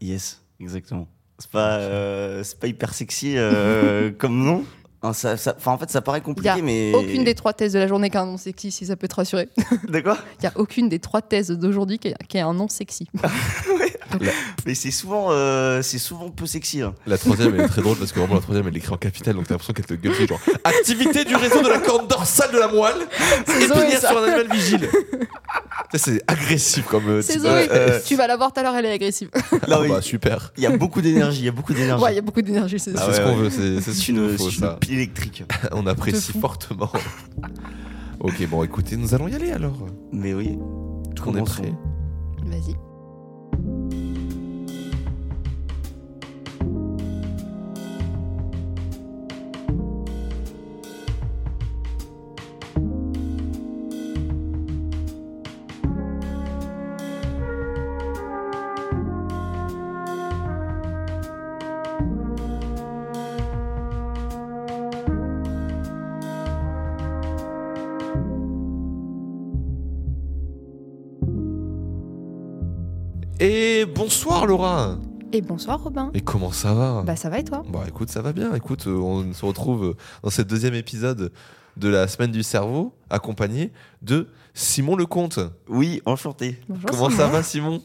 Yes, exactement. C'est pas, euh, c'est pas hyper sexy euh, comme nom. Hein, ça, ça- enfin, en fait, ça paraît Il n'y a compliqué, mais. aucune des trois thèses de la journée qui a un nom sexy, si ça peut te rassurer. De quoi Il n'y a aucune des trois thèses d'aujourd'hui qui a, qui a un nom sexy. Mais c'est souvent, euh, c'est souvent peu sexy. hein. La troisième, elle est très drôle parce que vraiment, la troisième, elle écrit en capitale, donc t'as l'impression qu'elle te gueule, genre Activité du réseau de la corde dorsale de la moelle et Zoé, tenir ça. sur un animal vigile. Ça, C'est agressif comme. euh, C'est type- Zoé. euh, tu vas la voir tout à l'heure, elle est agressive. ah Non, mais bah, super. Il y a beaucoup d'énergie, il y a beaucoup d'énergie. ouais, il y a beaucoup d'énergie, c'est C'est Ah sûr. ouais, ce qu'on ouais. veut, c'est c'est ce c'est qu'il nous une, faut, c'est une ça. pile électrique. On apprécie De fou. fortement. ok, bon, écoutez, nous allons y aller alors. Mais oui. Tout qu'on est Commençons. prêt. Vas-y. Et bonsoir Laura. Et bonsoir, Robin. Et comment ça va Bah, ça va et toi Bah écoute, ça va bien. Écoute, euh, on se retrouve euh, dans ce deuxième épisode de la semaine du cerveau, accompagné de Simon Lecomte. Oui, enchanté. Bonjour. Comment ça Simon. va, Simon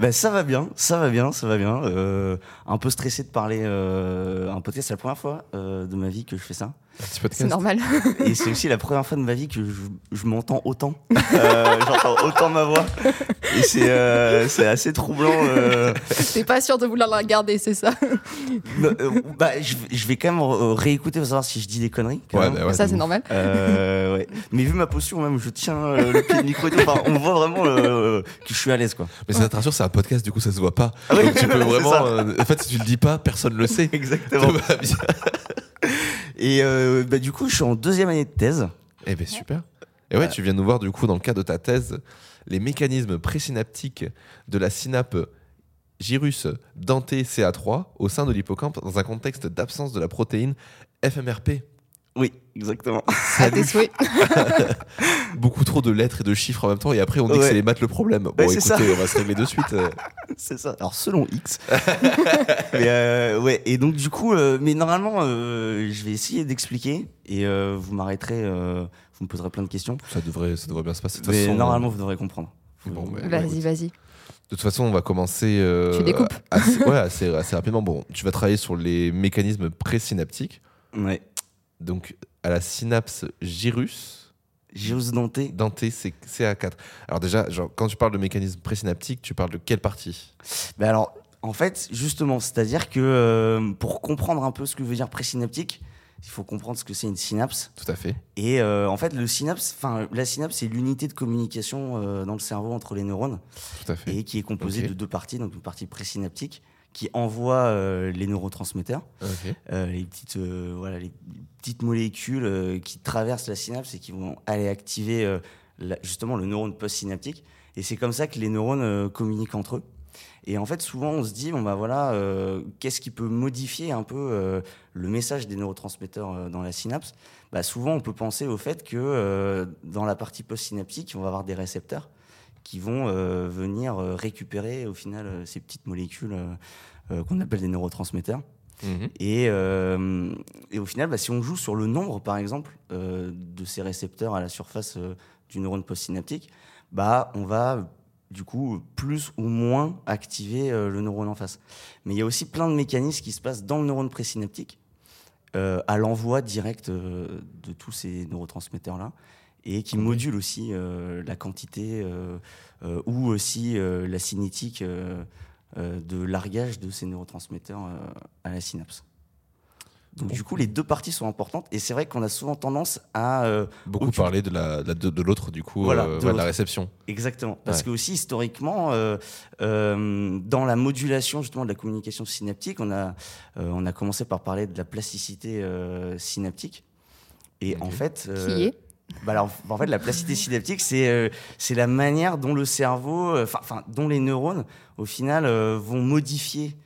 Ben, ça va bien, ça va bien, ça va bien. Euh, un peu stressé de parler euh, à un podcast, c'est la première fois euh, de ma vie que je fais ça. Un petit C'est podcast. normal. Et c'est aussi la première fois de ma vie que je, je m'entends autant. Euh, J'entends autant ma voix. Et c'est euh, c'est assez troublant. euh. T'es pas sûr de vouloir la garder, c'est ça Non, euh, bah, je, je vais quand même euh, réécouter pour savoir si je dis des conneries. quand Ouais, même. bah ouais, Ça, de c'est ouf. normal. Euh, ouais. Mais vu ma posture, même, je tiens euh, le pied de micro et tout. Enfin, on voit vraiment euh, que je suis à l'aise, quoi. Mais ça te rassure, c'est un podcast, du coup, ça se voit pas. Ah oui, Donc tu peux c'est vraiment. ça. euh, en fait, si tu le dis pas, personne le sait. Exactement. Tout va bien. Et euh, bah, du coup, je suis en deuxième année de thèse. Eh ben super. Et ouais, tu viens nous voir du coup dans le cadre de ta thèse les mécanismes présynaptiques de la synapse gyrus denté CA3 au sein de l'hippocampe dans un contexte d'absence de la protéine FMRP. Oui, exactement. À tes souhaits. Ah, Beaucoup trop de lettres et de chiffres en même temps et après on dit que Ouais. c'est les maths le problème. Bon Ouais, c'est écoutez, ça. on va se régler de suite. euh. C'est ça. Alors selon X. mais euh, ouais. Et donc du coup, euh, mais normalement, euh, je vais essayer d'expliquer et euh, vous m'arrêterez, euh, vous me poserez plein de questions. Ça devrait, ça devrait bien se passer. De toute Mais façon, euh, normalement, vous devrez comprendre. Bon, ouais, ouais, Vas-y, écoute. vas-y. De toute façon, on va commencer. euh, Tu découpes. assez- ouais, assez, assez rapidement. Bon, tu vas travailler sur les mécanismes présynaptiques. Ouais. Donc, à la synapse gyrus, Gyrus denté. Dante c'est CA4. Alors déjà, genre, quand tu parles de mécanisme présynaptique, tu parles de quelle partie Mais alors, en fait, justement, c'est-à-dire que euh, pour comprendre un peu ce que veut dire présynaptique, il faut comprendre ce que c'est une synapse. Tout à fait. Et euh, en fait, le synapse, enfin, la synapse, c'est l'unité de communication euh, dans le cerveau entre les neurones. Tout à fait. et qui est composé Ok. de deux parties, donc une partie présynaptique qui envoie euh, les neurotransmetteurs, Ok. euh, les petites euh, voilà les petites molécules euh, qui traversent la synapse et qui vont aller activer euh, la- justement le neurone postsynaptique. Et c'est comme ça que les neurones euh, communiquent entre eux. Et en fait, souvent, on se dit, bon bah voilà, euh, qu'est-ce qui peut modifier un peu euh, le message des neurotransmetteurs euh, dans la synapse bah, Souvent, on peut penser au fait que euh, dans la partie postsynaptique, on va avoir des récepteurs qui vont euh, venir euh, récupérer au final euh, ces petites molécules euh, euh, qu'on appelle des neurotransmetteurs. Mhm. Et, euh, et au final, bah, si on joue sur le nombre, par exemple, euh, de ces récepteurs à la surface euh, du neurone postsynaptique, bah, on va euh, du coup plus ou moins activer euh, le neurone en face. Mais il y a aussi plein de mécanismes qui se passent dans le neurone présynaptique euh, à l'envoi direct euh, de tous ces neurotransmetteurs-là et qui Oui. modulent aussi euh, la quantité euh, euh, ou aussi euh, la cinétique euh, euh, de largage de ces neurotransmetteurs euh, à la synapse. Donc du coup, les deux parties sont importantes et c'est vrai qu'on a souvent tendance à euh, Beaucoup Aucune- parler de la de, de l'autre du coup, Voilà, euh, de ouais, de, la l'autre. réception. Exactement. Parce Ouais. que aussi historiquement, euh, euh, dans la modulation justement de la communication synaptique, on a, euh, on a commencé par parler de la plasticité euh, synaptique. Et Ok. en fait, euh, Qui est bah alors, en fait, la plasticité synaptique, c'est euh, c'est la manière dont le cerveau, euh, enfin, enfin, dont les neurones, au final, euh, vont modifier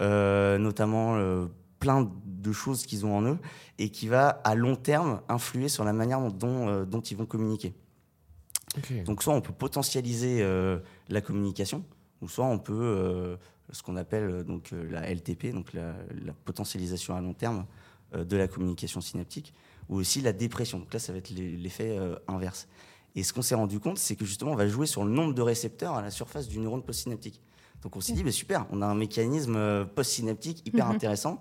euh, notamment euh, plein de choses qu'ils ont en eux et qui va à long terme influer sur la manière dont, euh, dont ils vont communiquer. Donc soit on peut potentialiser euh, la communication, ou soit on peut euh, ce qu'on appelle euh, donc, euh, la LTP, donc la, la potentialisation à long terme euh, de la communication synaptique, ou aussi la dépression. Donc là, ça va être l'e- l'effet euh, inverse. Et ce qu'on s'est rendu compte, c'est que justement, on va jouer sur le nombre de récepteurs à la surface du neurone postsynaptique. Donc on s'est dit, bah, super, on a un mécanisme euh, postsynaptique hyper Mhm. intéressant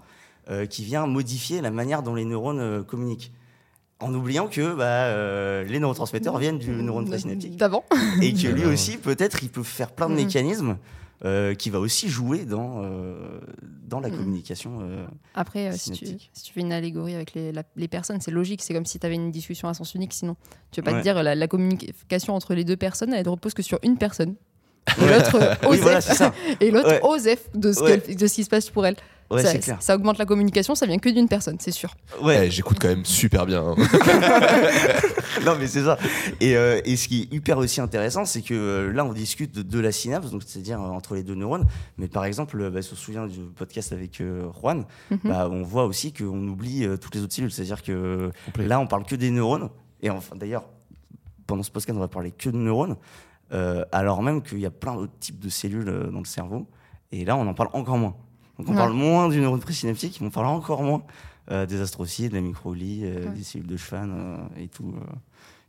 euh, qui vient modifier la manière dont les neurones euh, communiquent. En oubliant que bah, euh, les neurotransmetteurs viennent du neurone postsynaptique D'avant. et que lui Alors, aussi, peut-être, il peut faire plein de Mm. mécanismes euh, qui va aussi jouer dans, euh, dans la Mm. communication. euh. Après, euh, si tu, Cinétique. si tu fais une allégorie avec les, la- les personnes, c'est logique. C'est comme si tu avais une discussion à sens unique. Sinon, tu vas pas Ouais. te dire la, la communication entre les deux personnes, elle ne repose que sur une personne. Et l'autre euh, Oui, osef, voilà, c'est ça. et l'autre Ouais. osef de ce, Ouais. qu'elle- de ce qui se passe pour elle. Ouais, ça, c'est clair. ça augmente la communication, ça vient que d'une personne, c'est sûr. Ouais. Eh, J'écoute quand même super bien. hein. non, mais c'est ça. Et, euh, et ce qui est hyper aussi intéressant, c'est que euh, là, on discute de, de la synapse, donc c'est-à-dire euh, entre les deux neurones. Mais par exemple, euh, bah, si on se souvient du podcast avec euh, Juan, Mhm. bah, on voit aussi qu'on oublie euh, toutes les autres cellules. C'est-à-dire que euh, là, on parle que des neurones. Et enfin, d'ailleurs, pendant ce podcast, on va parler que de neurones, euh, alors même qu'il y a plein d'autres types de cellules euh, dans le cerveau. Et là, on en parle encore moins. Donc, on Ouais. parle moins du neurone présynaptique, mais on parle encore moins euh, des astrocytes, de la microlie, euh, Ouais. des cellules de Schwann euh, et tout. euh,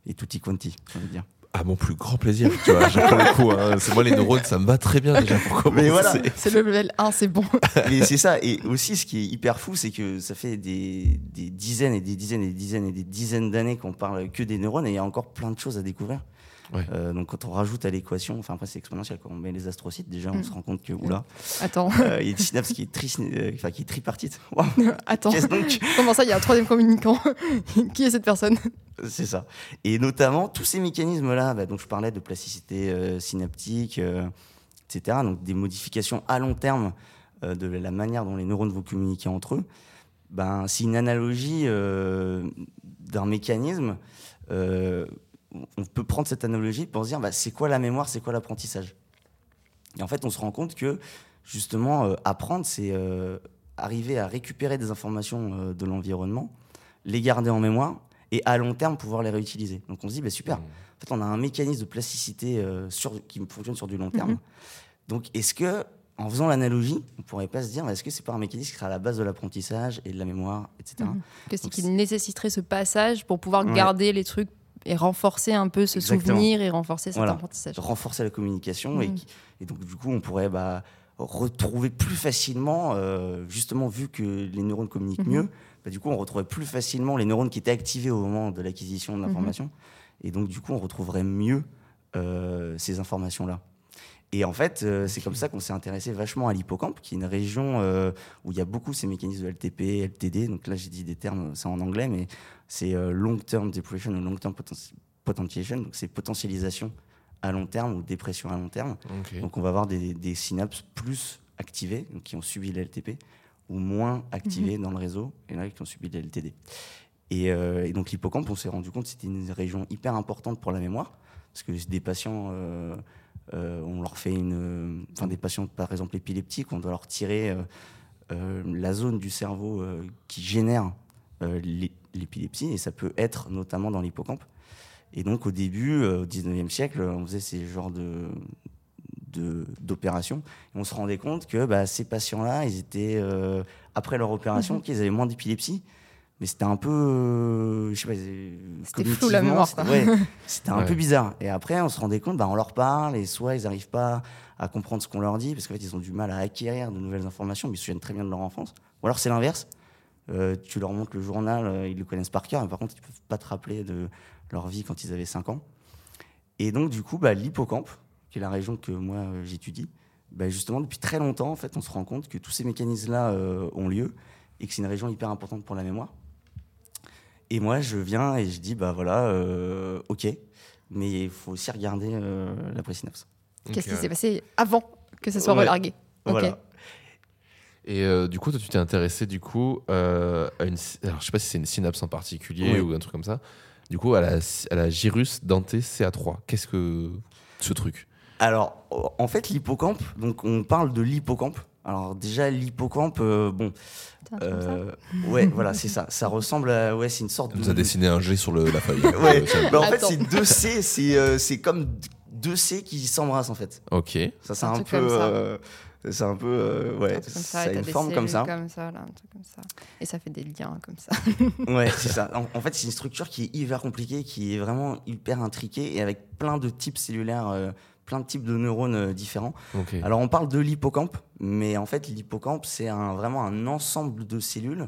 et tutti quanti, on va dire. À mon plus grand plaisir, tu vois. j'ai pas le coup, hein. C'est moi les neurones, ça me va très bien déjà pour commencer. Mais voilà. C'est le level 1, c'est bon. Mais c'est ça. Et aussi, ce qui est hyper fou, c'est que ça fait des, des dizaines et des dizaines et des dizaines et des dizaines d'années qu'on parle que des neurones et il y a encore plein de choses à découvrir. Ouais. Euh, donc, quand on rajoute à l'équation, enfin après, c'est exponentiel. Quand on met les astrocytes, déjà, on Mm. se rend compte que, oula, Attends, euh, il y a une synapse qui est, tri- euh, enfin, qui est tripartite. Waouh, attends. qu'est-ce donc Comment ça, il y a un troisième communicant Qui est cette personne C'est ça. Et notamment, tous ces mécanismes-là, bah, dont je parlais de plasticité euh, synaptique, euh, etc., donc des modifications à long terme euh, de la manière dont les neurones vont communiquer entre eux, ben, c'est une analogie euh, d'un mécanisme. Euh, on peut prendre cette analogie pour se dire, bah, c'est quoi la mémoire, c'est quoi l'apprentissage Et en fait, on se rend compte que, justement, euh, apprendre, c'est euh, arriver à récupérer des informations euh, de l'environnement, les garder en mémoire et à long terme pouvoir les réutiliser. Donc on se dit, bah, super, en fait, on a un mécanisme de plasticité euh, sur- qui fonctionne sur du long terme. Mhm. Donc, est-ce que, en faisant l'analogie, on pourrait pas se dire, est-ce que c'est pas un mécanisme qui sera à la base de l'apprentissage et de la mémoire, etc. Mhm. Qu'est-ce Donc, qui c'est- nécessiterait ce passage pour pouvoir Ouais. garder les trucs et renforcer un peu ce Exactement. souvenir et renforcer cet Voilà. apprentissage de renforcer la communication et, Mhm. qui- et donc du coup on pourrait bah, retrouver plus facilement euh, justement vu que les neurones communiquent Mhm. mieux bah, du coup on retrouverait plus facilement les neurones qui étaient activés au moment de l'acquisition de l'information et donc du coup on retrouverait mieux euh, ces informations là et en fait, euh, c'est comme ça qu'on s'est intéressé vachement à l'hippocampe, qui est une région euh, où il y a beaucoup ces mécanismes de LTP, LTD. Donc là, j'ai dit des termes, c'est en anglais, mais c'est euh, long-term depression ou long-term poten- potentiation. Donc c'est potentialisation à long terme ou dépression à long terme. Donc on va avoir des, des synapses plus activées, donc qui ont subi la LTP, ou moins activées dans le réseau, et là qui ont subi la LTD. Et, euh, et donc l'hippocampe, on s'est rendu compte que c'était une région hyper importante pour la mémoire, parce que c'est des patients, euh, euh, on leur fait une... Enfin des patients par exemple épileptiques, on doit leur tirer euh, euh, la zone du cerveau euh, qui génère euh, l'é- l'épilepsie, et ça peut être notamment dans l'hippocampe. Et donc au début, euh, au 19e siècle, on faisait ces genres de, de- d'opérations. Et on se rendait compte que bah, ces patients-là, ils étaient, euh, après leur opération, Mhm. qu'ils avaient moins d'épilepsie. Mais c'était un peu. euh, je sais pas. euh, C'était cognitivement, flou, la mémoire, C'était, quoi. ouais, c'était un Ouais. peu bizarre. Et après, on se rendait compte, bah, on leur parle, et soit ils n'arrivent pas à comprendre ce qu'on leur dit, parce qu'en fait, ils ont du mal à acquérir de nouvelles informations, mais ils se souviennent très bien de leur enfance. Ou alors c'est l'inverse. Euh, tu leur montres le journal, euh, ils le connaissent par cœur, mais par contre, ils ne peuvent pas te rappeler de leur vie quand ils avaient 5 ans. Et donc, du coup, bah, l'hippocampe, qui est la région que moi euh, j'étudie, bah, justement, depuis très longtemps, en fait, on se rend compte que tous ces mécanismes-là euh, ont lieu et que c'est une région hyper importante pour la mémoire. Et moi, je viens et je dis, bah voilà, euh, ok, mais il faut aussi regarder euh, la présynapse. Qu'est-ce qui s'est passé avant que ça soit euh, Ouais. relargué Ok. Voilà. Et euh, du coup, toi, tu t'es intéressé du coup euh, à une. sy- Alors, je sais pas si c'est une synapse en particulier Oui. ou un truc comme ça. Du coup, à la, sy- à la gyrus dentée CA3. Qu'est-ce que ce truc Alors, o- en fait, l'hippocampe, donc on parle de l'hippocampe. Alors déjà, l'hippocampe, euh, bon, T'as un truc comme ça euh, ouais, voilà, c'est ça. Ça ressemble à, ouais, c'est une sorte Elle de... nous a dessiné un G sur le- la feuille. Ouais. Euh, ça- Bah, en fait, Attends. c'est deux C, c'est euh, c'est comme d- deux C qui s'embrassent en fait. Ok. Ça, c'est Un un, truc peu. comme ça. euh, c'est un peu. euh, ouais, un truc comme ça, ça a et t'as une des forme comme ça. cellules là, un truc comme ça. Et ça fait des liens comme ça. Ouais, c'est ça. En, en fait, c'est une structure qui est hyper compliquée, qui est vraiment hyper intriquée et avec plein de types cellulaires, euh, plein de types de neurones euh, différents. Ok. Alors, on parle de l'hippocampe, mais en fait, l'hippocampe, c'est un- vraiment un ensemble de cellules.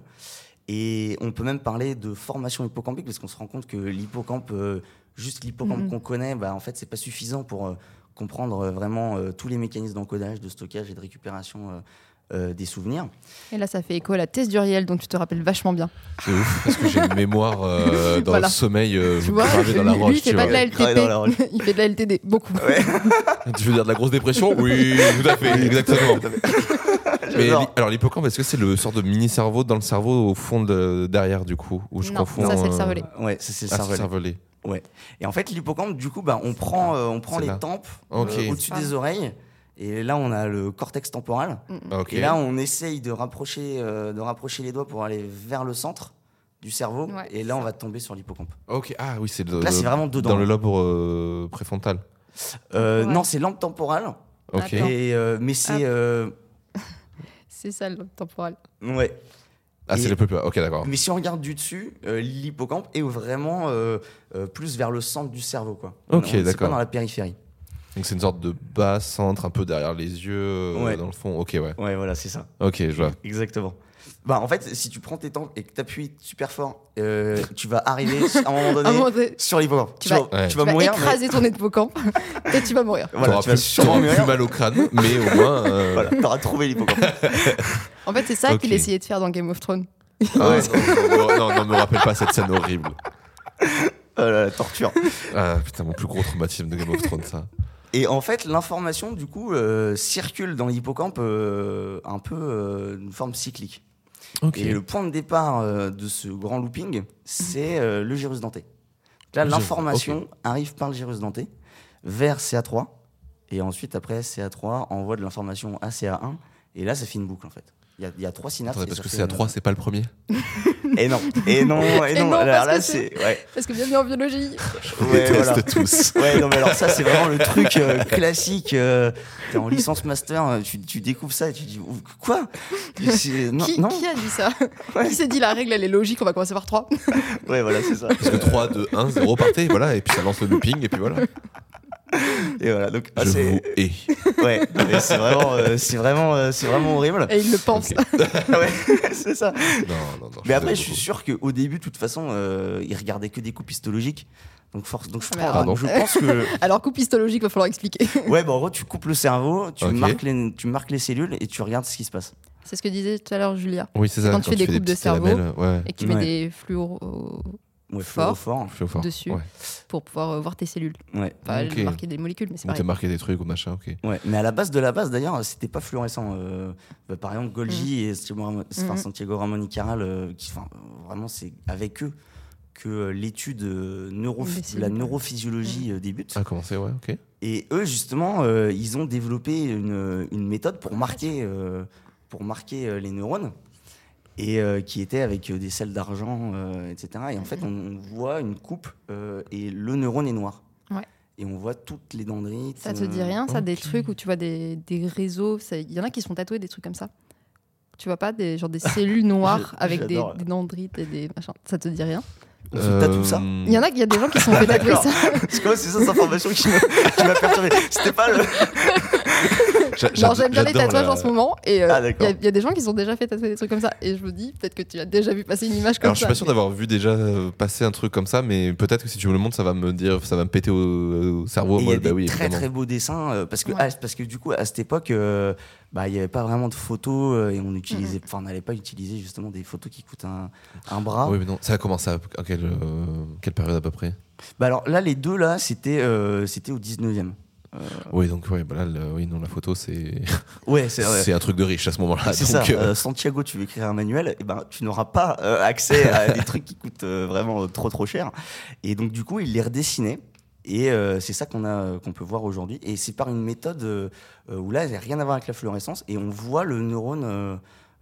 Et on peut même parler de formation hippocampique, parce qu'on se rend compte que l'hippocampe, euh, juste l'hippocampe Mhm. qu'on connaît, bah, en fait, c'est pas suffisant pour euh, comprendre euh, vraiment euh, tous les mécanismes d'encodage, de stockage et de récupération euh, euh, des souvenirs. Et là, ça fait écho à la thèse d'Uriel, dont tu te rappelles vachement bien. C'est ouf parce que j'ai une mémoire euh, dans Voilà. le sommeil euh, Tu vois, gravée dans la lui, roche. lui, il fait tu pas de vois. la Gravé dans la roche. LTD. il fait de la LTD, beaucoup. Tu veux dire de la grosse dépression Oui, tout à fait, exactement. Mais J'adore. li- alors l'hippocampe, est-ce que c'est le sort de mini cerveau dans le cerveau au fond de derrière du coup où je Non, confonds ça, c'est le euh, cervelet. Ouais, ça, c'est le Ah, c'est le cervelet. cervelet. Et en fait, l'hippocampe, du coup, bah, on prend, euh, on prend C'est les là. tempes Ok. euh, au-dessus Ah. des oreilles. Et là, on a le cortex temporal. Mm. Ah, ok. Et là, on essaye de rapprocher, euh, de rapprocher les doigts pour aller vers le centre du cerveau. Ouais, et là, on va tomber sur l'hippocampe. Ok. Ah oui, c'est le- Là, c'est vraiment dedans. dans le lobe euh, préfrontal. Euh, Ouais. Ah. Non, c'est lampe temporale. Ok. Attends. Et, euh, mais Hop. c'est. euh, C'est ça le temporal. ouais. Ah, c'est Et- le plus. Ok, d'accord. Mais si on regarde du dessus, euh, l'hippocampe est vraiment euh, euh, plus vers le centre du cerveau. Quoi. Ok, On- c'est d'accord. pas dans la périphérie. Donc c'est une sorte de bas centre un peu derrière les yeux euh, Ouais. dans le fond. Ok, ouais. Ouais, voilà, c'est ça. Ok, je vois. Exactement. Bah, en fait, si tu prends tes tempes et que tu appuies super fort, euh, tu vas arriver à un moment À un donné moment donné, sur l'hippocampe. Tu vas- Ouais. Ah tu tu vas vas mourir. mais- écraser ton hippocampe et tu vas mourir. Voilà, T'auras tu vas plus, sûrement t'auras mourir. plus mal au crâne, mais au moins. euh, Voilà, t'auras trouvé l'hippocampe. En fait, c'est ça Ok. qu'il essayait de faire dans Game of Thrones. ah, Ouais. non, non, non, non, me rappelle pas cette scène horrible. Oh là là, torture. Ah putain, mon plus gros traumatisme de Game of Thrones, ça. Et en fait, l'information, du coup, euh, circule dans l'hippocampe euh, un peu euh, d'une forme cyclique. Ok. Et le point de départ euh, de ce grand looping, c'est euh, le gyrus denté. Donc Là, Hmm. Le gyrus- l'information arrive par le gyrus denté vers CA3. Et ensuite, après, CA3 envoie de l'information à CA1. Et là, ça fait une boucle, en fait. Il y a- il y, a trois synapses. Attendez, et parce ça que fait c'est à une- 3, c'est pas le premier. Et non, et non, et Et non. non, alors parce là, que c'est- c'est. Ouais, Parce que bienvenue en biologie. ouais, voilà. tous. Ouais, non, mais alors ça, c'est vraiment le truc euh, classique. euh, T'es en licence master, euh, tu, tu découvres ça et tu dis Ouh, Quoi C'est- Non, qui, non qui a dit ça Ouais. Qui s'est dit la règle, elle est logique, on va commencer par 3 Ouais, voilà, c'est ça. Parce que 3, 2, 1, 0, partez, voilà, et puis ça lance le looping, et puis voilà. Et voilà, donc ah, je vous c'est. hais. Ouais, non, mais c'est vraiment, euh, c'est vraiment, euh, c'est vraiment horrible. Et il le pense. Ok. Ouais, c'est ça. Non, non, non. Mais après, désolé je suis beaucoup. sûr qu'au début, de toute façon, euh, ils regardaient que des coupes histologiques. Donc, force, donc je, Ah, mais pense- alors- donc, je pense que. Alors, coup histologique, va falloir expliquer. Ouais, bah, en gros, tu coupes le cerveau, tu, Ok. marques les, tu marques les cellules et tu regardes ce qui se passe. C'est ce que disait tout à l'heure Julia. Oui, c'est C'est ça. quand tu fais des des coupes de petites cerveau. lamelles, Ouais. Et que tu mets Ouais. des fluoro Ouais, Fort. fort. Je suis au fort. dessus Ouais. pour pouvoir euh, voir tes cellules. Ouais. Pas Ok. marquer des molécules, mais c'est Ou t'as pareil. marqué des trucs ou machin, ok. Ouais, mais à la base de la base, d'ailleurs, c'était pas fluorescent. Euh, bah, par exemple, Golgi et Santiago Ramon, enfin, Mhm. Santiago Ramon y Caral, euh, qui, enfin, euh, vraiment, c'est avec eux que euh, l'étude euh, neuro- Des de la cellules. neurophysiologie euh, débute. Ah, comment c'est, ouais, ok. Et eux, justement, euh, ils ont développé une, une méthode pour marquer, euh, pour marquer euh, les neurones, et euh, qui était avec euh, des sels d'argent, euh, etc. Et en fait, on, on voit une coupe euh, et le neurone est noir. Ouais. Et on voit toutes les dendrites. Ça te euh, dit rien, ça, des ok. trucs où tu vois des, des réseaux ça- Il y en a qui sont tatoués, des trucs comme ça. Tu vois pas des, genre des cellules noires avec des, j'adore. des dendrites et des machins. Ça te dit rien On se tatoue Euh, ça Il y Hmm. en a, il y a des gens qui se sont fait tatouer D'accord. ça. Parce que moi, c'est ça, cette information qui m'a qui m'a perturbé. C'était pas le. Genre, j'aime bien les tatouages en ce moment. Et euh, il Ah, d'accord. y a- il y, a des gens qui se sont déjà fait tatouer des trucs comme ça. Et je me dis, peut-être que tu as déjà vu passer une image comme Alors, je ça. suis pas sûr mais- d'avoir vu déjà euh, passer un truc comme ça, mais peut-être que si tu me le montres, ça va me dire, ça va me péter au, au cerveau. Et Il y moi, a bah des oui, très évidemment. très beaux dessins euh, parce que Ouais. ah, parce que du coup à cette époque euh, bah il y avait pas vraiment de photos euh, et on utilisait enfin on n'allait pas utiliser justement des photos qui coûtent un, un bras. Oui, mais non. Ça a commencé à, à quelle, euh, quelle période à peu près Bah alors là les deux là c'était euh, c'était au 19e. Oui, donc ouais, bah là, le- oui, non, la photo, c'est Ouais, c'est vrai. c'est un truc de riche à ce moment-là. C'est ça, donc, euh, euh, Santiago, tu veux écrire un manuel, et ben, tu n'auras pas euh, accès à des trucs qui coûtent euh, vraiment euh, trop trop cher. Et donc du coup, il les redessinait. Et euh, c'est ça qu'on a, euh, qu'on peut voir aujourd'hui. Et c'est par une méthode euh, euh, où là, il n'y a rien à voir avec la fluorescence. Et on voit le neurone, euh,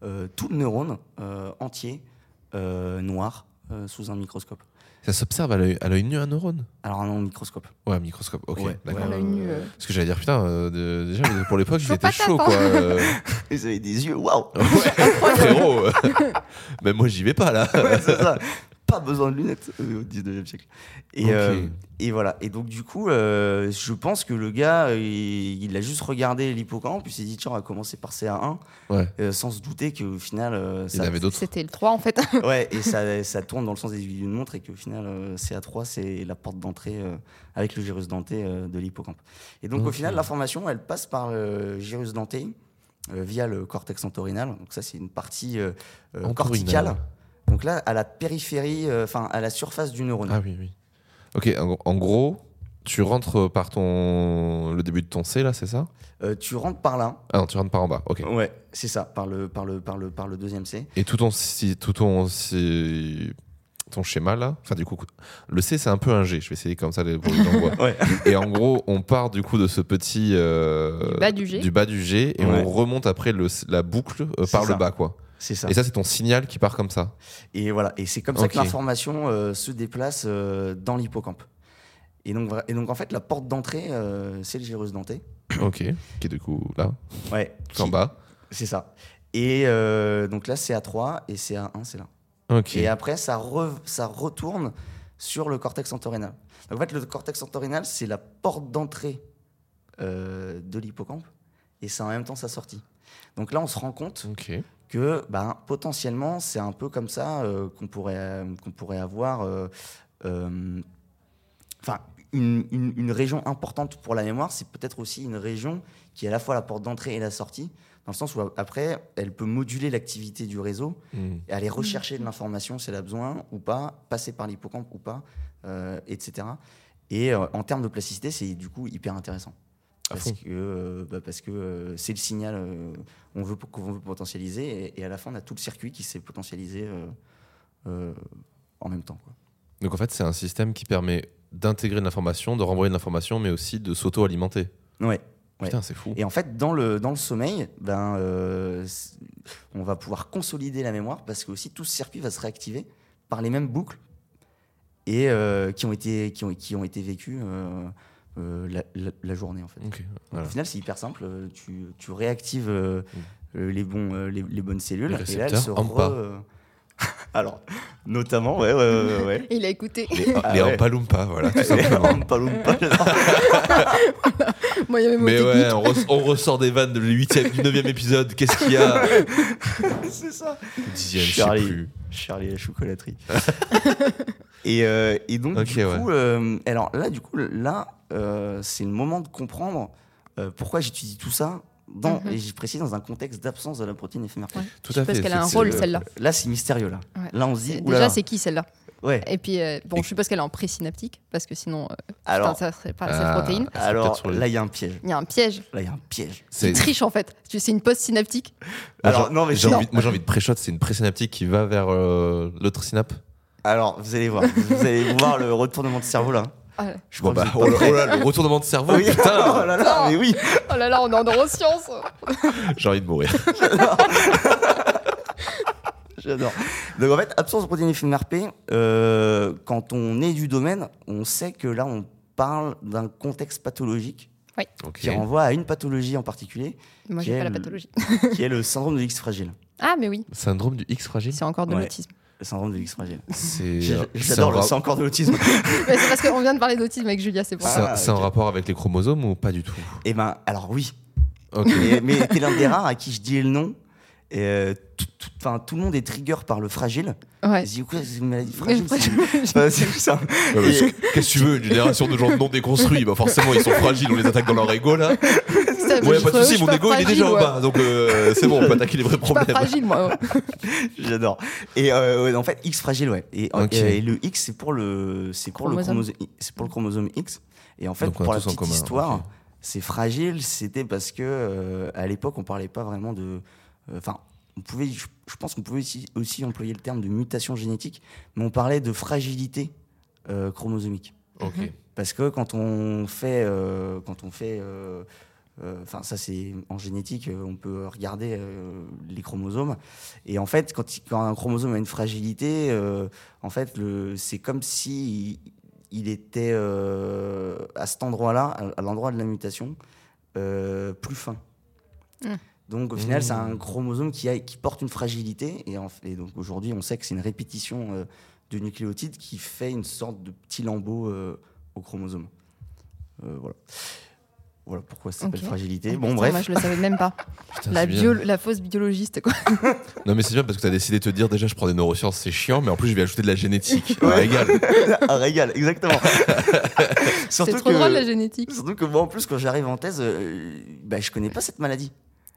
euh, tout le neurone euh, entier, euh, noir, euh, sous un microscope. Ça s'observe à l'œil à l'œil nu un neurone Alors non, microscope. Ouais, un microscope, ok. Ouais, d'accord. à ouais, l'œil ouais, nu, ouais. euh. Parce que j'allais dire, putain, euh, de- déjà pour l'époque, Faut j'étais pas chaud, t'attendre. quoi. euh. Ils avaient des yeux, waouh Ouais, frérot, euh, même moi, j'y vais pas, là. Ouais, c'est ça. Pas besoin de lunettes euh, au 19e siècle. Et, Ok. euh, et voilà. Et donc, du coup, euh, je pense que le gars, euh, il, il a juste regardé l'hippocampe, puis il s'est dit, tiens, on va commencer par CA1, Ouais. euh, sans se douter qu'au final, euh, Il y en ça, avait d'autres. C'était le 3 en fait. ouais, et ça, ça tourne dans le sens des aiguilles d'une montre, et qu'au final, euh, CA3, c'est la porte d'entrée euh, avec le gyrus denté euh, de l'hippocampe. Et donc, au Ok. final, l'information, elle passe par le gyrus denté euh, via le cortex entorhinal. Donc, ça, c'est une partie euh, euh, Entorhinal. corticale. Donc là, à la périphérie, euh, enfin à la surface du neurone. Ah oui, oui. Ok, en, en gros, tu rentres par ton. le début de ton C, là, c'est ça Euh, tu rentres par là. Ah non, tu rentres par en bas, ok. Ouais, c'est ça, par le, par le, par le, par le deuxième C. Et tout ton. si- tout ton. si- ton schéma, là. Enfin, du coup, le C, c'est un peu un G. Je vais essayer comme ça les- pour les gens voient. Ouais. Et en gros, on part du coup de ce petit. euh, Du bas du G. bas du G, et Ouais. on remonte après le- la boucle euh, C'est par ça. le bas, quoi. C'est ça. Et ça, c'est ton signal qui part comme ça. Et voilà, et c'est comme ça Ok. que l'information euh, se déplace euh, dans l'hippocampe. Et donc, vra- et donc en fait, la porte d'entrée, euh, c'est le gyrus denté. ok. Qui est du coup là, Ouais. tout en qui- bas. C'est ça. Et euh, donc là, c'est à 3 et c'est à 1, c'est là. Ok. Et après, ça, re- ça retourne sur le cortex entorhinal. Donc, en fait, le cortex entorhinal, c'est la porte d'entrée euh, de l'hippocampe et c'est en même temps sa sortie. Donc là, on se rend compte Ok. que ben, potentiellement, c'est un peu comme ça euh, qu'on pourrait, qu'on pourrait avoir euh, euh, enfin, une, une- une région importante pour la mémoire. C'est peut-être aussi une région qui est à la fois la porte d'entrée et la sortie, dans le sens où après, elle peut moduler l'activité du réseau Hmm. et aller rechercher de l'information si elle a besoin ou pas, passer par l'hippocampe ou pas, euh, etc. Et euh, en termes de plasticité, c'est du coup hyper intéressant. À Parce fond. que, euh, bah, parce que euh, c'est le signal euh, qu'on veut, qu'on veut potentialiser et, et à la fin, on a tout le circuit qui s'est potentialisé euh, euh, en même temps. quoi. Donc en fait, c'est un système qui permet d'intégrer de l'information, de renvoyer de l'information, mais aussi de s'auto-alimenter. Ouais. Ouais. Putain, c'est fou. Et en fait, dans le, dans le sommeil, ben, euh, c'est- on va pouvoir consolider la mémoire parce que aussi tout ce circuit va se réactiver par les mêmes boucles et euh, qui ont été qui ont, qui ont été vécues euh, euh, la, la- la journée en fait. Ok, Au voilà. final, c'est hyper simple. euh, Tu, tu réactives euh, euh, les bons euh, les, les bonnes cellules Mm. Les et là elles se récepteurs, AMPA. re- euh, Alors, notamment, ouais, ouais, ouais, ouais, ouais. Il a écouté. Les, Ah les ouais. Oompa Loompa, voilà, tout simplement. Oompa Loompa, Moi, il y avait mon Mais technique. ouais, on, re- on ressort des vannes de le 8e, du 9e épisode. Qu'est-ce qu'il y a c'est ça. 10e, je sais Charlie. plus. Charlie et la chocolaterie. et, euh, et donc, Ok, du coup, euh, alors là, du coup, là, euh, c'est le moment de comprendre euh, pourquoi j'étudie tout ça. Dans, Mhm. Et j'y précise dans un contexte d'absence de la protéine éphémère. Ouais. Tout Je à sais pas fait. ce qu'elle a c'est- un c'est rôle, le- celle-là. Là, c'est mystérieux. Là, Ouais. là on se dit. C'est- oulala. Déjà, c'est qui celle-là Ouais. Et puis, euh, bon, je suppose qu'elle est en présynaptique, parce que sinon, euh, Alors, putain, ça serait pas Ah, assez protéine. c'est peut-être alors sur les- là, il y a un piège. Il y a un piège. Là, il y a un piège. c'est- Triche en fait. Tu- C'est une post-synaptique. Moi, Alors, j'ai- non, mais j'ai non. envie- moi j'ai envie de pré-shot, c'est une présynaptique qui va vers euh, l'autre synapse. Alors, vous allez voir. vous allez voir le retournement de cerveau là. Ah, Je Bon, crois bah, que vous oh êtes là, pas oh là, le retournement de cerveau, prêts. Oui. putain Oh là là, mais oui. Oh là là, on est en neurosciences. J'ai envie de mourir. J'adore. Donc en fait, absence de protéines éphémères P, euh, quand on est du domaine, on sait que là, on parle d'un contexte pathologique Ok. qui renvoie à une pathologie en particulier, Moi, j'ai Quel- pas la pathologie. qui est le syndrome de l'X fragile. Ah, mais oui, Syndrome du X fragile, c'est encore de Ouais. l'autisme. Le syndrome de l'X fragile. c'est. euh, J'ai- c'est en J'adore le ra- sang encore de l'autisme. Mais c'est parce qu'on vient de parler d'autisme avec Julia, c'est pour C'est ça. Ah, c'est en ok. rapport avec les chromosomes ou pas du tout Eh ben, alors oui. Ok. Mais, mais t'es l'un des rares à qui je dis le nom. Et, euh, tout, tout- enfin, tout le monde est trigger par le fragile. Ah. Ouais. Je dis, quoi, c'est une maladie Mais fragile après, c'est- je- Enfin, c'est ça. Ouais, mais Qu'est-ce que tu veux Une génération de gens non déconstruits, bah forcément ils sont fragiles, on les attaque dans leur ego là. ça, Ouais, je- pas de je soucis, suis mon pas ego il est fragile, déjà en ouais. bas, donc euh, c'est bon, on peut attaquer les vrais Je suis pas problèmes. fragile, moi. ouais. J'adore. Et euh, ouais, en fait, X fragile, ouais. Et, Ok. euh, et le X, c'est pour le, c'est pour le Chromosome. chromosome, c'est pour le chromosome X. Et en fait, Donc, on a pour la tous en petite commun, histoire, ok. c'est fragile. C'était parce que euh, à l'époque, on parlait pas vraiment de, euh, enfin, on pouvait, je, je pense qu'on pouvait aussi, aussi employer le terme de mutation génétique, mais on parlait de fragilité euh, chromosomique. Ok. Parce que quand on fait, euh, quand on fait euh, euh, Enfin, ça, c'est en génétique, euh, on peut regarder euh, les chromosomes. Et en fait, quand, il- quand un chromosome a une fragilité, euh, en fait, le- c'est comme si il, il était euh, à cet endroit-là, à, à l'endroit de la mutation, euh, plus fin. Hmm. Donc, au final, Hmm. c'est un chromosome qui, a- qui porte une fragilité. Et, en f- et donc, aujourd'hui, on sait que c'est une répétition euh, de nucléotides qui fait une sorte de petit lambeau euh, au chromosome. Euh, voilà. Voilà pourquoi ça s'appelle Ok. fragilité. Ah, Bon, putain, Moi, bref. je le savais même pas. Putain, la, c'est bien. bio- la fausse biologiste, quoi. Non, mais c'est bien parce que t'as décidé de te dire déjà, je prends des neurosciences, c'est chiant, mais en plus, je vais ajouter de la génétique. Ah, régale. Un régal, exactement. C'est surtout, trop que, drôle, la génétique. surtout que moi, en plus, quand j'arrive en thèse, euh, bah, je connais pas cette maladie.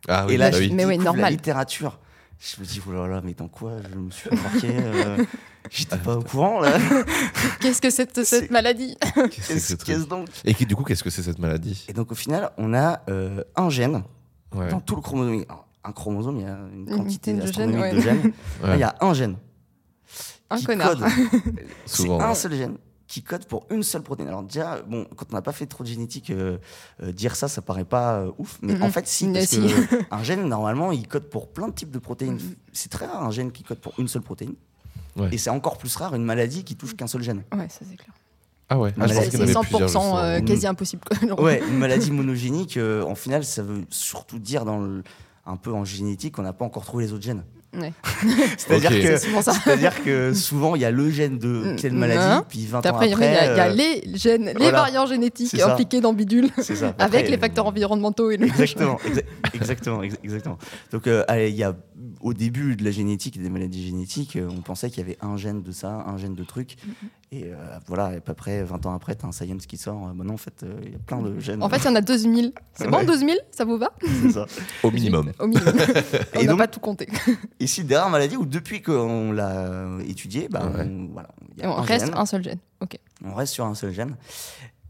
Ah oui, Et là, bah je oui. Mais oui, découvre la normal. littérature. Je me dis, oh là là, mais dans quoi je me suis embarqué euh, J'étais Ah, pas au courant, là. Qu'est-ce que c'est de cette C'est- maladie Qu'est-ce que Qu'est-ce c'est que ce truc qu'est-ce donc Et qui- du coup, qu'est-ce que c'est cette maladie Et donc, au final, on a euh, un gène Ouais. dans tout le chromosome. Alors, Un chromosome, il y a une quantité dizaine de astronomique gènes, ouais. de gènes. Là, Ouais. il y a un gène. Un qui connard. code. C'est Souvent, un ouais. seul gène qui code pour une seule protéine. Alors déjà, bon, quand on n'a pas fait trop de génétique, euh, euh, dire ça, ça paraît pas euh, ouf, mais Mhm. en fait, si, Mais parce si. que un gène normalement, il code pour plein de types de protéines. Mhm. C'est très rare un gène qui code pour une seule protéine, Ouais. et c'est encore plus rare une maladie qui touche qu'un seul gène. Ouais, ça c'est clair. Ah ouais, ah, Mais je pense Bah, c'est c'est qu'il y en avait plusieurs. 100% euh, justement. quasi impossible. quoi. Genre, Mm. Ouais, une maladie monogénique, euh, en final, ça veut surtout dire dans le- un peu en génétique, on n'a pas encore trouvé les autres gènes. Ouais. C'est-à-dire Ok. que C'est souvent ça. c'est-à-dire que souvent, il y a le gène de quelle Mhm. maladie, puis 20 ans Après, après... il y a, il y a euh, les gènes, les voilà. variants génétiques C'est ça. impliqués dans Bidule, c'est ça. avec Après, euh, les facteurs environnementaux et le Exactement, exa- exactement, exa- exactement. Donc, euh, allez, il y a, au début de la génétique et des maladies génétiques, euh, on pensait qu'il y avait un gène de ça, un gène de truc. Mm-hmm. Et euh, voilà, à peu près 20 ans après, t'as un science qui sort. Euh, bah non, en fait, euh, il y a plein de gènes. Mm-hmm. En fait, mm-hmm. il y en a 12 000. C'est bon, Ouais. 12 000 Ça vous va c'est ça. euh, Au minimum. Au minimum. On Et n'a donc- pas tout compté. Et c'est une dernière maladie où, depuis qu'on l'a étudié, bah, Ouais. on, voilà, il y Et a on un reste gène. un seul gène. Ok. on reste sur un seul gène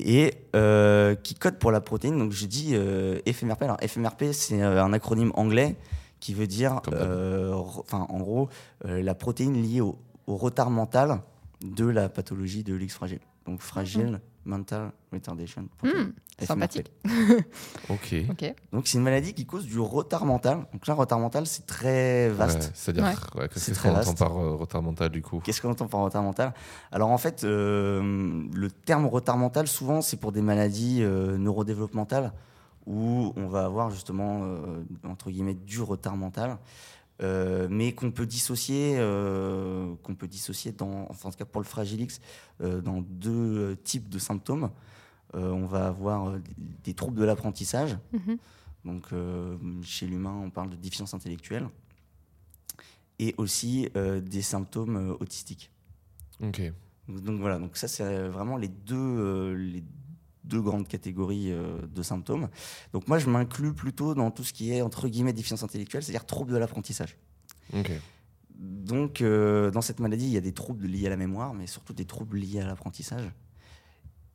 et euh, qui code pour la protéine. Donc j'ai dit euh, FMRP. Alors FMRP, c'est euh, un acronyme anglais qui veut dire, Comme d'hab. euh, re- enfin en gros, euh, la protéine liée au, au retard mental de la pathologie de l'X fragile. Donc fragile Mmh. mental retardation. protein, Hmm, FMRP. sympathique. Ok. ok. Donc c'est une maladie qui cause du retard mental. Donc là, retard mental, c'est très vaste. Ouais, C'est-à-dire, ouais, qu'est-ce C'est que- très qu'on entend vaste. par euh, retard mental du coup Qu'est-ce qu'on entend par retard mental Alors en fait, euh, le terme retard mental, souvent, c'est pour des maladies euh, neurodéveloppementales où on va avoir justement, euh, entre guillemets, du retard mental, euh, mais qu'on peut dissocier, euh, qu'on peut dissocier dans, enfin, en tout cas pour le fragilix, euh, dans deux euh, types de symptômes. Euh, on va avoir euh, des troubles de l'apprentissage, Mhm. donc euh, chez l'humain, on parle de déficience intellectuelle, et aussi euh, des symptômes euh, autistiques. Ok. Donc voilà, donc ça c'est euh, vraiment les deux, euh, les deux grandes catégories euh, de symptômes. Donc moi je m'inclus plutôt dans tout ce qui est entre guillemets déficience intellectuelle, c'est-à-dire trouble de l'apprentissage. Ok. Donc euh, dans cette maladie, il y a des troubles liés à la mémoire, mais surtout des troubles liés à l'apprentissage.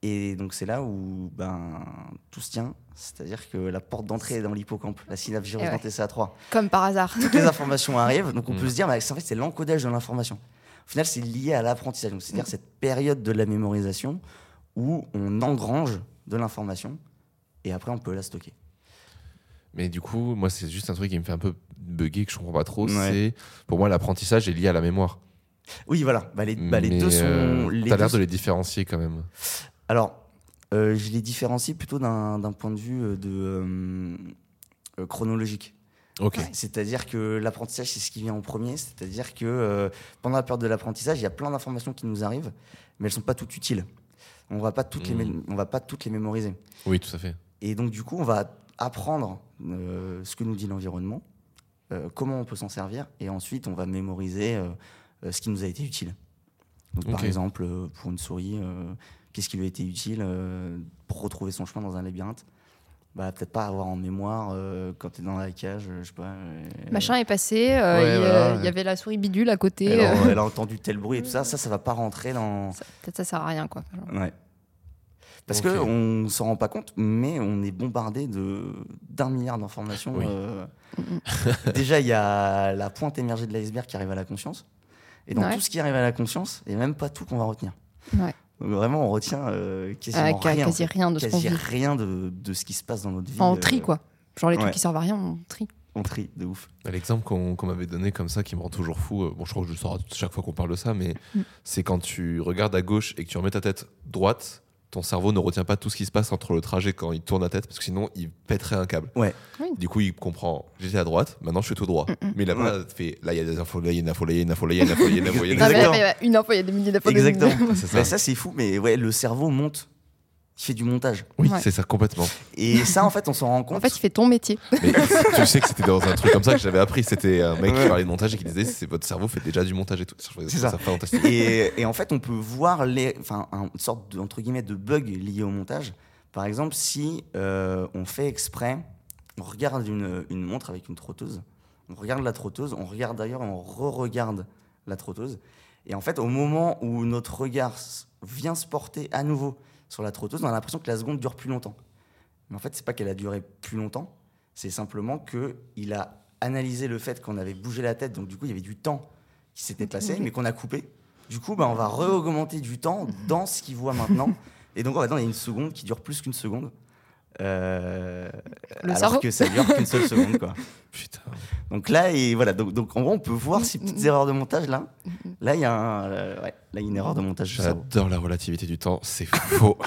Et donc c'est là où ben, tout se tient, c'est-à-dire que la porte d'entrée est dans l'hippocampe, la synapse ouais. gyrosante et CA3 Comme par hasard. toutes les informations arrivent. Donc on Mm. peut se dire, mais c'est- en fait, c'est l'encodage de l'information. Au final, c'est lié à l'apprentissage. Donc, C'est-à-dire Mm. cette période de la mémorisation où on engrange de l'information et après on peut la stocker. Mais du coup, moi, c'est juste un truc qui me fait un peu bugger, que je comprends pas trop. Ouais. C'est pour moi, l'apprentissage est lié à la mémoire. Oui, voilà. Bah, les, bah, les Mais, deux sont. euh, les T'as deux l'air de les différencier quand même. Alors, euh, je les différencie plutôt d'un d'un point de vue euh, de, euh, euh, chronologique. Ok. C'est-à-dire que l'apprentissage, c'est ce qui vient en premier. C'est-à-dire que euh, pendant la période de l'apprentissage, il y a plein d'informations qui nous arrivent, mais elles sont pas toutes utiles. On va pas toutes les mé- on va pas toutes les mémoriser. Oui, tout à fait. Et donc, du coup, on va apprendre euh, ce que nous dit l'environnement, euh, comment on peut s'en servir, et ensuite, on va mémoriser euh, euh, ce qui nous a été utile. Donc, Par Ok. exemple, euh, pour une souris, euh, qu'est-ce qui lui a été utile euh, pour retrouver son chemin dans un labyrinthe bah, Peut-être pas avoir en mémoire euh, quand tu es dans la cage, euh, je sais pas. euh, Machin est passé, euh, Ouais, il y a- voilà, il y avait la souris bidule à côté. Elle, euh, a- elle a entendu tel bruit et tout ça, ça, ça va pas rentrer dans. ça- Peut-être ça sert à rien quoi. Genre. Ouais. Parce Ok. que qu'on s'en rend pas compte, mais on est bombardé de d'un milliard d'informations. Oui. euh. Mhm. Déjà, il y a la pointe émergée de l'iceberg qui arrive à la conscience. Et dans Ouais. tout ce qui arrive à la conscience, il n'y a même pas tout qu'on va retenir. Ouais. Donc vraiment, on retient euh, Ah, quasiment ca- rien. en quasi fait. rien de ce qu'on Quasi vit. rien de, de ce qui se passe dans notre vie. Enfin, on euh, trie, quoi. Genre, les trucs ouais. qui servent à rien, on trie. On trie, de ouf. Bah, L'exemple qu'on qu'on m'avait donné comme ça, qui me rend toujours fou, euh, bon, je crois que je le sors à chaque fois qu'on parle de ça, mais Mm. c'est quand tu regardes à gauche et que tu remets ta tête droite, ton cerveau ne retient pas tout ce qui se passe entre le trajet quand il tourne la tête, parce que sinon il pèterait un câble. Ouais. Oui. Du coup, il comprend, j'étais à droite, maintenant je suis tout droit. Mm, mm. Mais il a pas fait, là il y a des infos, là il y a une info, là il y a une info, là il y a une info, là, il y a une info, là, il y a une Ah, mais info. là, Exactement. il y a une info, il y a des milliers d'infos. des milliers Exactement. d'infos. C'est Mais ça. ça, c'est fou, mais ouais, le cerveau monte. Il fait du montage. Oui, Ouais. c'est ça complètement. Et ça, en fait, on s'en rend compte. En fait, il fait ton métier. Mais tu sais que c'était dans un truc comme ça que j'avais appris. C'était un mec qui Ouais. parlait de montage et qui disait c'est votre cerveau fait déjà du montage et tout. Je trouvais C'est ça. fantastique. et, et en fait, on peut voir les, enfin, un- une sorte de, entre guillemets de bug lié au montage. Par exemple, si euh, on fait exprès, on regarde une, une montre avec une trotteuse, on regarde la trotteuse, on regarde d'ailleurs, on re-regarde la trotteuse. Et en fait, au moment où notre regard s- vient se porter à nouveau sur la trotteuse, on a l'impression que la seconde dure plus longtemps. Mais en fait, c'est pas qu'elle a duré plus longtemps, c'est simplement que il a analysé le fait qu'on avait bougé la tête, donc du coup, il y avait du temps qui s'était Mhm. passé, mais qu'on a coupé. Du coup, bah, on va re-augmenter du temps Mhm. dans ce qu'il voit maintenant. Et donc, en fait, non, il y a une seconde qui dure plus qu'une seconde. Euh, Le alors cerveau. que ça dure qu'une seule seconde, quoi. Putain. Donc là, et voilà. Donc, donc, en gros, on peut voir Mhm. ces petites erreurs de montage là. Là, il y a un, euh, ouais, là, il y a une erreur de montage. du cerveau. J'adore la relativité du temps, c'est faux.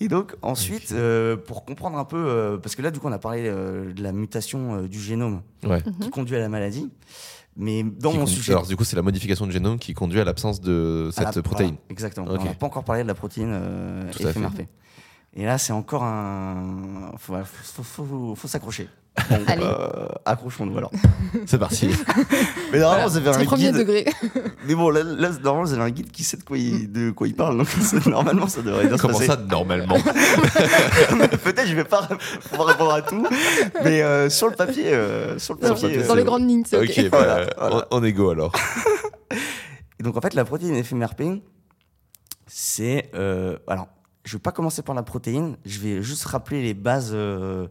Et donc ensuite, euh, pour comprendre un peu, euh, parce que là, du coup, on a parlé euh, de la mutation euh, du génome ouais. qui conduit à la maladie. Mais dans Mhm. Qui mon conduit- sujet, Alors du coup, c'est la modification du génome qui conduit à l'absence de à la- cette protéine. voilà, exactement. Ok. On n'a pas encore parlé de la protéine euh, Tout à fait. FMRP. Et là, c'est encore un. Faut, faut- faut- faut- faut s'accrocher. Bon, Allez. euh, accrochons-nous alors. C'est parti. Mais normalement, vous avez C'est un le premier guide. degré. Mais bon, là, là, normalement, vous avez un guide qui sait de quoi il, de quoi il parle. Donc, c'est- normalement, ça devrait bien se Comment passer. ça normalement Peut-être je vais pas pouvoir répondre à tout, mais euh, sur le papier, euh, sur le Dans, papier. papier, euh, dans les bon. grandes lignes, c'est Ok, ok. bah, Voilà, voilà. On, on est go alors. Et donc en fait, la protéine FMRP, c'est... euh, alors, je vais pas commencer par la protéine, je vais juste rappeler les bases euh,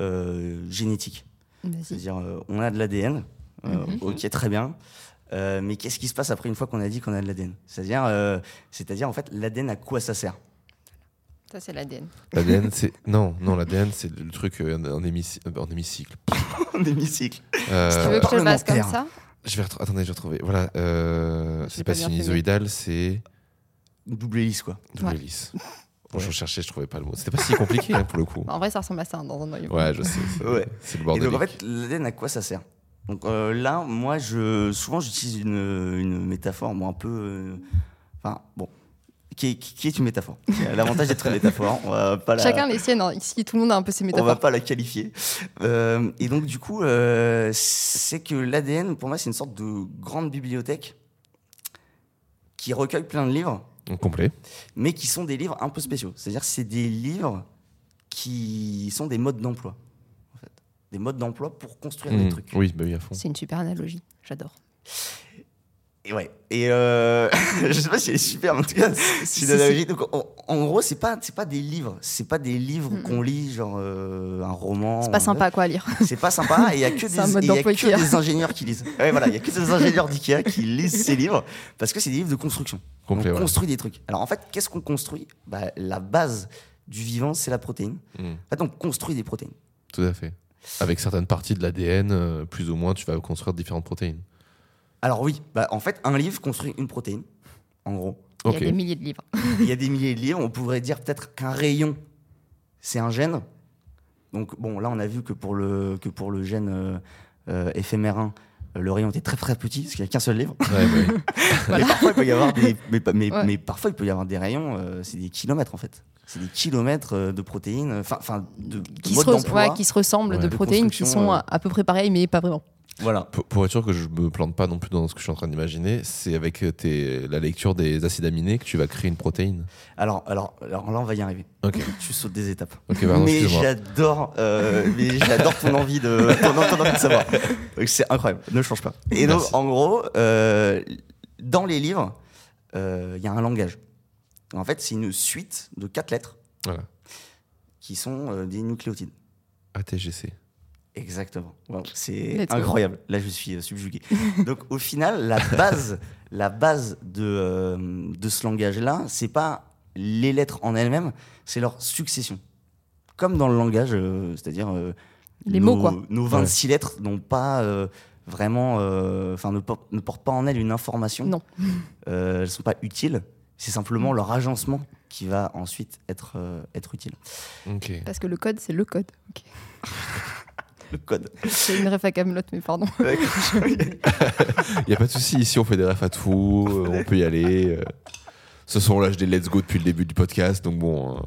euh, génétiques. Vas-y. C'est-à-dire, euh, on a de l'ADN, euh, Mhm. ok, très bien. Euh, mais qu'est-ce qui se passe après une fois qu'on a dit qu'on a de l'ADN C'est-à-dire, euh, c'est-à-dire en fait, l'ADN à quoi ça sert Ça, c'est l'ADN. L'ADN, c'est non, non, l'ADN, c'est le truc euh, en, hémici- euh, en hémicycle. En hémicycle. Euh, Tu veux que je te le passe comme parlementaire. ça je vais retr- attendez, je vais retrouver. Voilà, euh, Je c'est l'ai pas pas bien fait, mais- sinusoïdal, c'est Une Double hélice, quoi. double Ouais. hélice. Bon, je cherchais, je trouvais pas le mot. C'était pas si compliqué hein, pour le coup. En vrai, ça ressemble à ça hein, dans un noyau. Ouais, je sais. c'est- Ouais. C'est le Et bordel. donc en fait, l'ADN à quoi ça sert Donc euh, là, moi, je souvent j'utilise une, une métaphore, moi un peu, euh, enfin bon, qui est, qui est une métaphore. Qui a L'avantage d'être une métaphore, on va pas la, Chacun les siennes. hein. Ici, tout le monde a un peu ses on va métaphores. pas la qualifier. Euh, et donc du coup, euh, c'est que l'ADN pour moi c'est une sorte de grande bibliothèque qui recueille plein de livres En complet. mais qui sont des livres un peu spéciaux. C'est-à-dire c'est des livres qui sont des modes d'emploi, en fait. des modes d'emploi pour construire des Mm. trucs. Oui, bah oui, à fond. C'est une super analogie. J'adore. Et ouais. Et euh, je sais pas si elle est super, mais en tout cas, c'est si, une si. analogie. Donc, en, en gros, c'est pas, c'est pas des livres. C'est pas des livres Mm. qu'on lit, genre euh, un roman. C'est ou un- pas sympa quoi à lire. C'est pas sympa. Et il y a que, C'est un des, mode et il y a d'emploi que Ikea. des ingénieurs qui lisent. Ouais, voilà. Il y a que des ingénieurs d'IKEA qui lisent ces livres parce que c'est des livres de construction. Complet, On ouais. construit des trucs. Alors, en fait, qu'est-ce qu'on construit Bah, La base du vivant, c'est la protéine. Mm. En fait, on construit des protéines. Tout à fait. Avec certaines parties de l'ADN, euh, plus ou moins, tu vas construire différentes protéines. Alors, oui, bah, en fait, un livre construit une protéine, en gros. Il y a des milliers de livres. Il y a des milliers de livres. On pourrait dire peut-être qu'un rayon, c'est un gène. Donc, bon, là, on a vu que pour le, que pour le gène euh, euh, éphémérin, euh, le rayon était très très petit, parce qu'il n'y a qu'un seul livre. Ouais, bah Mais, oui. parfois, il peut y avoir des, mais, pas- mais- Ouais. mais parfois, il peut y avoir des rayons, euh, c'est des kilomètres en fait. C'est des kilomètres euh, de protéines, euh, enfin, enfin, de, de Qui, modes se, re- d'emploi. ouais, qui se ressemblent Ouais. de De protéines qui construction, sont euh. à- à peu près pareilles mais pas vraiment. Voilà. Pour, pour être sûr que je me plante pas non plus dans ce que je suis en train d'imaginer, c'est avec euh, tes- la lecture des acides aminés que tu vas créer une protéine. Alors, alors, alors là, on va y arriver. Ok. Tu sautes des étapes. Ok, pardon, mais excuse-moi. j'adore, euh, mais j'adore ton envie de, ton, ton envie de savoir. Donc, C'est incroyable, ne change pas. Et donc, Merci. en gros, euh, dans les livres, euh, il y a un langage. En fait, c'est une suite de quatre lettres Voilà. qui sont euh, des nucléotides. ATGC. Exactement. Wow, c'est Let's go. incroyable. Là, je suis euh, subjugué. Donc, au final, la base, la base de, euh, de ce langage-là, c'est pas les lettres en elles-mêmes, c'est leur succession. Comme dans le langage, euh, c'est-à-dire euh, Les nos- mots, quoi. Nos 26 lettres n'ont pas euh, vraiment, euh, enfin, ne, por- ne portent pas en elles une information. Non. Euh, elles sont pas utiles. C'est simplement leur agencement qui va ensuite être euh, être utile. Ok. Parce que le code, c'est le code. Ok. Le code. C'est une ref à Camelot, mais pardon. Il n'y a pas de souci, ici on fait des refs à tout, euh, on peut y aller. euh. Ce sont là, je des let's go depuis le début du podcast, donc bon,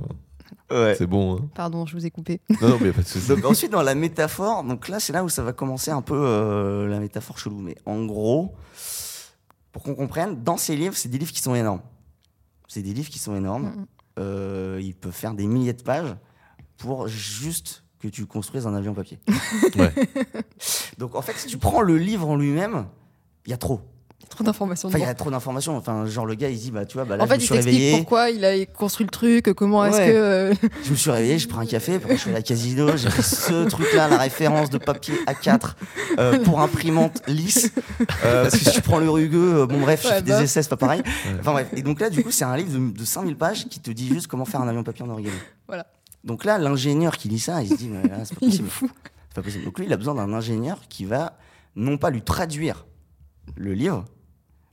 euh, Ouais. c'est bon. hein. Pardon, je vous ai coupé. Non, non, mais il a pas de souci. Donc ensuite dans la métaphore, donc là c'est là où ça va commencer un peu euh, la métaphore chelou. Mais en gros, pour qu'on comprenne, dans ces livres, c'est des livres qui sont énormes. C'est des livres qui sont énormes. Mm. Euh, il peut faire des milliers de pages pour juste que tu construises un avion papier. Ouais. Donc en fait, si tu prends le livre en lui-même, il y a trop. Trop d'informations. Enfin, il y dedans. a trop d'informations. Enfin, genre le gars, il dit bah tu vois, bah là en fait, je me il suis t'explique réveillé, pourquoi il a construit le truc, comment Ouais. est-ce que. euh, je me suis réveillé, je prends un café, puis je suis à la casino, j'ai fait ce truc-là, la référence de papier A4 euh, pour imprimante lisse. Euh, parce que si tu prends le rugueux, euh, bon bref, je Ouais, fais bah. des essais, c'est pas pareil. Enfin bref. Et donc là, du coup, c'est un livre de, de 5000 pages qui te dit juste comment faire un avion papier en origami. Voilà. Donc là, l'ingénieur qui lit ça, il se dit, mais là, c'est pas Il est possible. fou. C'est pas possible. Donc lui, il a besoin d'un ingénieur qui va non pas lui traduire le livre,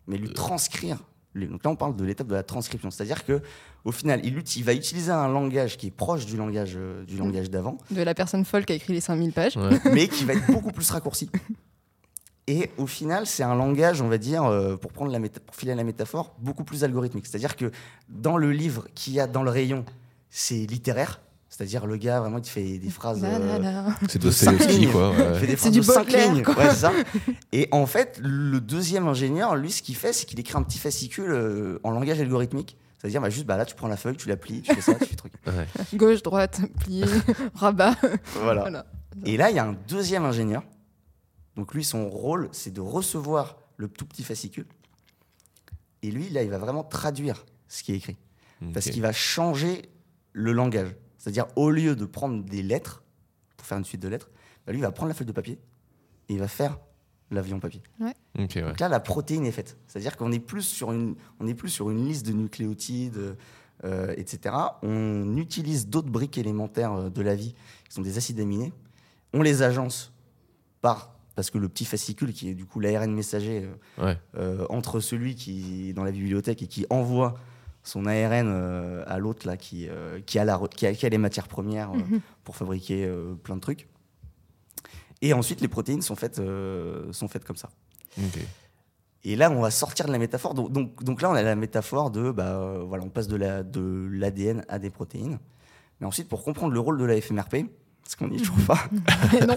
mais lui transcrire. le livre. Donc là, on parle de l'étape de la transcription, c'est-à-dire que au final, il, uti- il va utiliser un langage qui est proche du langage euh, du langage d'avant, De la personne folle qui a écrit les 5000 pages. Ouais. mais qui va être beaucoup plus raccourci. Et au final, c'est un langage, on va dire, euh, pour prendre la méta- pour filer à la métaphore, beaucoup plus algorithmique. C'est-à-dire que dans le livre qu'il y a dans le rayon, c'est littéraire, c'est-à-dire le gars vraiment il te fait des phrases. Là, là, euh, là. C'est Dostoevsky, quoi. il ouais. fait des C'est phrases du de cinq Baudelaire, lignes. quoi. Ouais, c'est ça. Et en fait, le deuxième ingénieur, lui, ce qu'il fait, c'est qu'il écrit un petit fascicule euh, en langage algorithmique. C'est-à-dire, bah, juste, bah, là, tu prends la feuille, tu la plies, tu fais ça, tu fais le truc. Ouais. Gauche, droite, plié, rabat. Voilà. Voilà. Et là, il y a un deuxième ingénieur. Donc, lui, son rôle, c'est de recevoir le tout petit fascicule. Et lui, là, il va vraiment traduire ce qui est écrit. Parce Ok. qu'il va changer le langage. C'est-à-dire, au lieu de prendre des lettres, pour faire une suite de lettres, bah, lui, il va prendre la feuille de papier et il va faire l'avion papier. Ok, ouais. Donc là, la protéine est faite. C'est-à-dire qu'on est, plus sur une- on est plus sur une liste de nucléotides, euh, etc. On utilise d'autres briques élémentaires euh, de la vie, qui sont des acides aminés. On les agence par, parce que le petit fascicule, qui est du coup l'ARN messager, euh, Ouais. euh, entre celui qui est dans la bibliothèque et qui envoie son ARN euh, à l'autre là qui, euh, qui, a la re- qui, a, qui a les matières premières euh, pour fabriquer euh, plein de trucs. Et ensuite, les protéines sont faites, euh, sont faites comme ça. Ok. Et là, on va sortir de la métaphore. Donc, donc, donc là, on a la métaphore de, bah, euh, voilà, on passe de la- de l'ADN à des protéines. Mais ensuite, pour comprendre le rôle de la FMRP, parce qu'on n'y est toujours pas. non.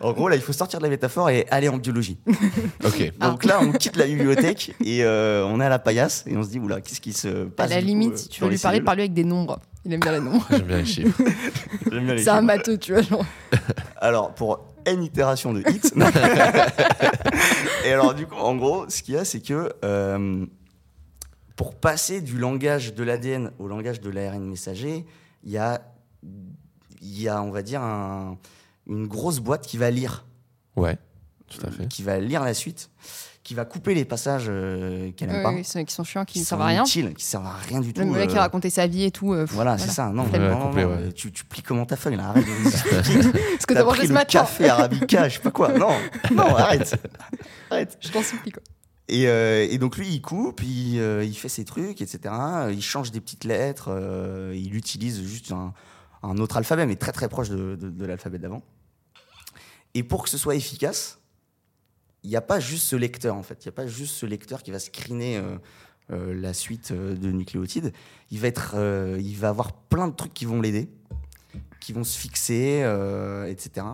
En gros, là, il faut sortir de la métaphore et aller en biologie. Ok. Ah. Donc là, on quitte la bibliothèque et euh, on est à la paillasse et on se dit, oula, qu'est-ce qui se À passe la du coup, limite, euh, si tu dans veux lui les parler, cellules parle avec des nombres. Il aime bien les nombres. Ah, J'aime bien les chiffres. J'aime bien les C'est un chiffres. matheux, tu vois. Genre. Alors, pour N itération de X. et alors, du coup, en gros, ce qu'il y a, c'est que euh, pour passer du langage de l'ADN au langage de l'ARN messager, il y a, il y a, on va dire, un- une grosse boîte qui va lire, Ouais, tout à fait. qui va lire la suite, qui va couper les passages euh, qu'elle n'aime Oui, pas, oui, ceux qui sont chiants, qui ne sont servent à rien. inutiles, qui servent à rien du tout. Le euh, mec qui racontait sa vie et tout. euh, pff, voilà, c'est ça. Non, Ouais, non, non, complet, non, ouais. tu, tu plies comment ta feuille là, arrête de nous expliquer. Ce que t'as mangé pris ce le matin. café arabica, je sais pas quoi. Non, non, arrête. arrête. Je t'en supplie, quoi. Et, euh, et donc lui, il coupe, il, euh, il fait ses trucs, etc. Il change des petites lettres, euh, il utilise juste un, un autre alphabet, mais très très proche de, de- de l'alphabet d'avant. Et pour que ce soit efficace, il n'y a pas juste ce lecteur, en fait. Il n'y a pas juste ce lecteur qui va screener euh, euh, la suite euh, de nucléotides. Il va, être, euh, il va avoir plein de trucs qui vont l'aider, qui vont se fixer, euh, etc.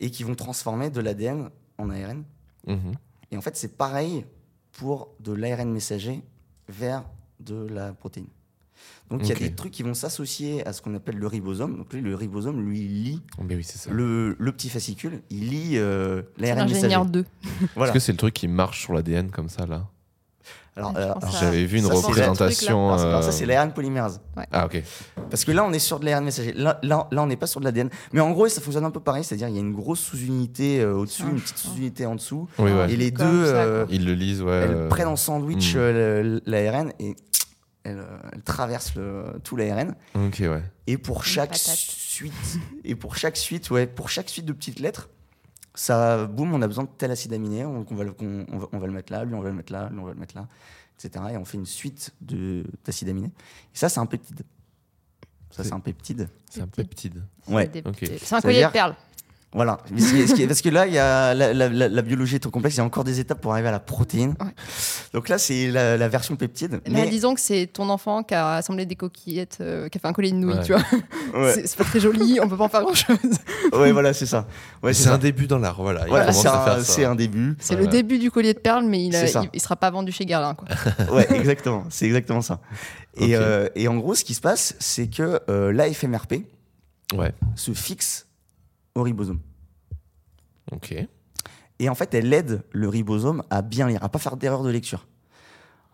Et qui vont transformer de l'ADN en ARN. Mhm. Et en fait, c'est pareil pour de l'ARN messager vers de la protéine. Donc il Ok. y a des trucs qui vont s'associer à ce qu'on appelle le ribosome. Donc lui, le ribosome, lui, il lit Oh, Mais oui, c'est ça. le, le petit fascicule, il lit euh, l'ARN messager. L'ingénieur 2. Voilà. Est-ce que c'est le truc qui marche sur l'ADN comme ça, là Alors, Ouais, je euh, pense alors- Ça- J'avais vu une ça, c'est- représentation. alors, alors ça, euh, c'est l'ARN polymérase. Ah, ok. Parce que là, on est sur de l'ARN messager. Là, là, là, on n'est pas sur de l'ADN. Mais en gros, ça fonctionne un peu pareil. C'est-à-dire, il y a une grosse sous-unité euh, au-dessus, Ah, une je petite crois. sous-unité en dessous. Oui, Ah, ouais. Et les deux, Comme ça, quoi. euh, Ils le lisent, ouais. elles euh, prennent en sandwich hmm. euh, le- l'ARN et elles, euh, elles traversent le- tout l'ARN. Ok, ouais. Et pour chaque patate. suite, et pour chaque suite, ouais, pour chaque suite de petites lettres, ça, boum, on a besoin de tel acide aminé, on, on va, le- qu'on- on va, on va le mettre là, lui on va le mettre là, lui on va le mettre là, etc. Et on fait une suite de- d'acides aminés. Et ça, c'est un peptide. Ça, c'est un peptide. C'est un peptide. Ouais. Des- Ok. des- C'est un Ça collier veut dire- de perles. Voilà. Mais ce qui est- ce qui est- parce que là, il y a la, la- la- la biologie est trop complexe, il y a encore des étapes pour arriver à la protéine. Ouais. Donc là, c'est la, la version peptide. Là, disons que c'est ton enfant qui a assemblé des coquillettes, euh, qui a fait un collier de nouilles, Ouais. tu vois. Ouais. C'est- C'est pas très joli, on peut pas en faire grand chose. Ouais, voilà, c'est ça. Ouais, c'est un début dans l'art, voilà. il Voilà, commence c'est à un, faire ça. c'est un début. C'est Ouais, le ouais. début du collier de perles, mais il, a- C'est ça. il, il sera pas vendu chez Guerlain. Quoi. Ouais, exactement. C'est exactement ça. Et, Ok. euh, et en gros, ce qui se passe, c'est que euh, l'AFMRP Ouais. se fixe au ribosome. Ok. Et en fait, elle aide le ribosome à bien lire, à pas faire d'erreur de lecture.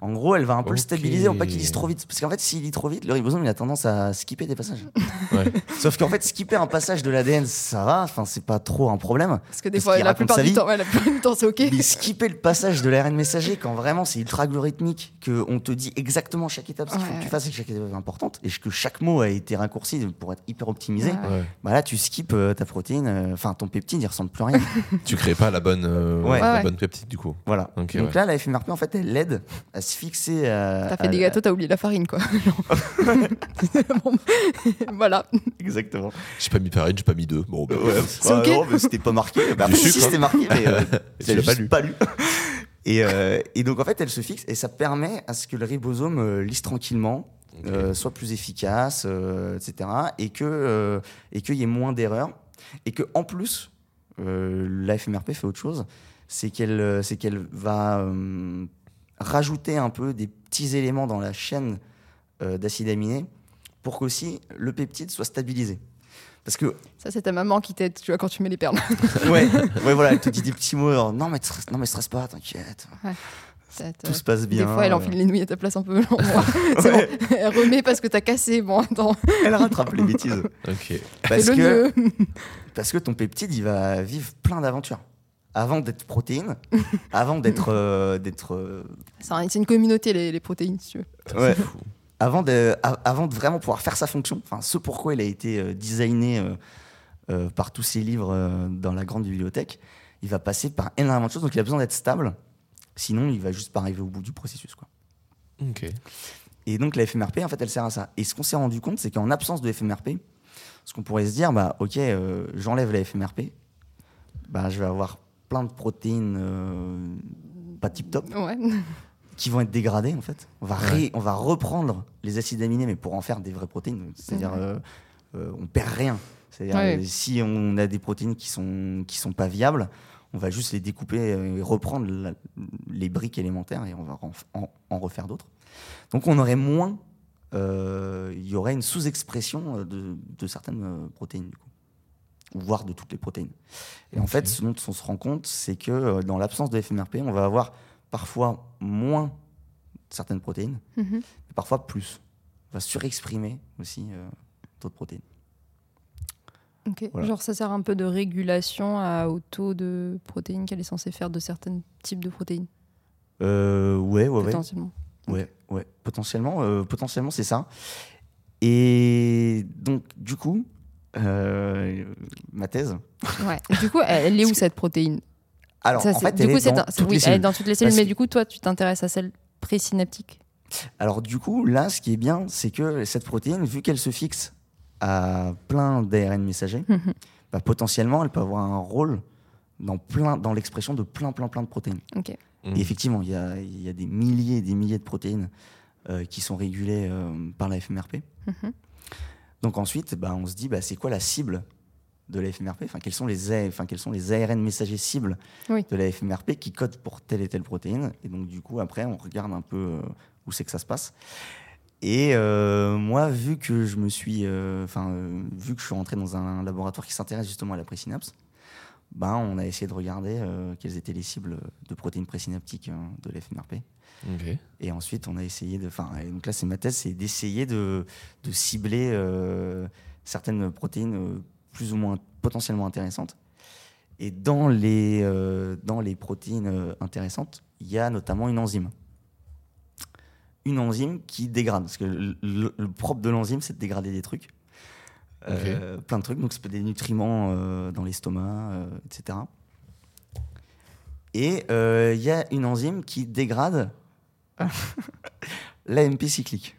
En gros, elle va un peu le Ok. stabiliser pour pas qu'il lise trop vite. Parce qu'en fait, s'il lit trop vite, le ribosome, il a tendance à skipper des passages. Ouais. Sauf qu'en fait, skipper un passage de l'ADN, ça va. Enfin, c'est pas trop un problème. Parce que des Parce fois, qu'il la raconte plupart, sa du vie. temps, ouais, la plupart du temps, c'est OK. Mais skipper le passage de l'ARN messager quand vraiment c'est ultra algorithmique, qu'on te dit exactement chaque étape ce qu'il faut Ouais. que tu fasses et que chaque étape est importante, et que chaque mot a été raccourci pour être hyper optimisé, Ouais. ouais. bah là tu skippes euh, ta protéine, euh, enfin ton peptide il ressemble plus à rien. Tu crées pas la bonne, euh, Ouais. la Ouais. bonne peptide, du coup. voilà. Ok, Donc ouais. là la FMRP en fait elle l'aide à se fixer. à- T'as à- fait des gâteaux, t'as oublié la farine, quoi. Genre. Bon, voilà. Exactement. J'ai pas mis farine, j'ai pas mis deux. Bon, bah, Ouais, C'est bah, ok non, mais c'était pas marqué. Bah, Du après, sucre, si hein. c'était marqué, mais euh, Tu l'as l'as pas juste lu. pas lu. Et, euh, et donc en fait, elle se fixe et ça permet à ce que le ribosome euh, lise tranquillement, Ok. euh, soit plus efficace, euh, etc. Et que euh, et qu'il y ait moins d'erreurs et que en plus, euh, la FMRP fait autre chose, c'est qu'elle euh, c'est qu'elle va euh, rajouter un peu des petits éléments dans la chaîne euh, d'acides aminés pour qu'aussi le peptide soit stabilisé. Parce que Ça, c'est ta maman qui t'aide, tu vois, quand tu mets les perles. Ouais, ouais, voilà, elle te dit des petits mots, genre, non, mais te stresse, non, mais stresse pas, t'inquiète, Ça te- tout se passe Des bien. fois, elle euh. enfile les nouilles à ta place un peu. genre, moi, c'est Ouais. bon. Elle remet parce que t'as cassé. Bon, attends, Elle rattrape les bêtises. ok. Parce fais-le que, mieux. parce que ton peptide, il va vivre plein d'aventures. Avant d'être protéine, avant d'être. euh, d'être euh, C'est un- c'est une communauté, les, les protéines, si tu veux. ouais, avant, de, a- avant de vraiment pouvoir faire sa fonction, enfin, ce pourquoi il a été euh, designé euh, euh, par tous ses livres euh, dans la grande bibliothèque, il va passer par énormément de choses, donc il a besoin d'être stable. Sinon, il va juste pas arriver au bout du processus, quoi. Ok. Et donc la FMRP, en fait, elle sert à ça. Et ce qu'on s'est rendu compte, c'est qu'en absence de FMRP, ce qu'on pourrait se dire, bah ok, euh, j'enlève la FMRP, bah je vais avoir plein de protéines euh, pas tip top Ouais. qui vont être dégradées en fait. On va, ré- on va reprendre les acides aminés, mais pour en faire des vraies protéines. C'est-à-dire, Ouais. euh, euh, on perd rien. C'est-à-dire, Ouais. euh, si on a des protéines qui sont qui sont pas viables, on va juste les découper euh, et reprendre la- les briques élémentaires et on va en, en- en refaire d'autres. Donc on aurait moins, euh, il y aurait une sous-expression euh, de, de certaines euh, protéines du coup, Ou voire de toutes les protéines. Et en Ok. fait, ce dont on se rend compte, c'est que euh, dans l'absence de FMRP, on va avoir parfois moins certaines protéines, Mhm. mais parfois plus. On va surexprimer aussi euh, d'autres protéines. Ok. Voilà. Genre, ça sert un peu de régulation à- au taux de protéines qu'elle est censée faire de certains types de protéines, Euh, ouais, ouais, ouais. potentiellement. Ouais, ouais. Potentiellement, euh, potentiellement c'est ça. Et donc, du coup, euh, ma thèse. Ouais. Du coup, elle elle est où Parce que- cette protéine Alors, Ça, en c'est- fait, du elle coup, est c'est dans un- toutes oui, les elle est cellules. dans toutes les cellules, Parce mais que- du coup, toi, tu t'intéresses à celle présynaptique. Alors, du coup, là, ce qui est bien, c'est que cette protéine, vu qu'elle se fixe à plein d'ARN messagers, Mhm. bah, potentiellement, elle peut avoir un rôle dans, plein- dans l'expression de plein, plein, plein de protéines. Ok. Mhm. Et effectivement, il y a, il y a des milliers et des milliers de protéines euh, qui sont régulées euh, par la FMRP. Mhm. Donc ensuite, bah, on se dit, bah, c'est quoi la cible de la FMRP enfin, quels, sont les A- enfin, quels sont les ARN messagers cibles Oui. de la FMRP qui codent pour telle et telle protéine Et donc du coup, après, on regarde un peu euh, où c'est que ça se passe. Et euh, moi, vu que je me suis, euh, enfin, euh, vu que je suis rentré dans un laboratoire qui s'intéresse justement à la présynapse, ben, on a essayé de regarder euh, quelles étaient les cibles de protéines présynaptiques euh, de l'FMRP. Ok. Et ensuite, on a essayé de. Enfin, et donc là, c'est ma thèse, c'est d'essayer de, de cibler euh, certaines protéines euh, plus ou moins potentiellement intéressantes. Et dans les, euh, dans les protéines euh, intéressantes, il y a notamment une enzyme. Une enzyme qui dégrade. Parce que le, le- le propre de l'enzyme, c'est de dégrader des trucs. Euh, plein de trucs. Donc, c'est des nutriments euh, dans l'estomac, euh, etc. Et euh, il y a une enzyme qui dégrade l'AMP cyclique.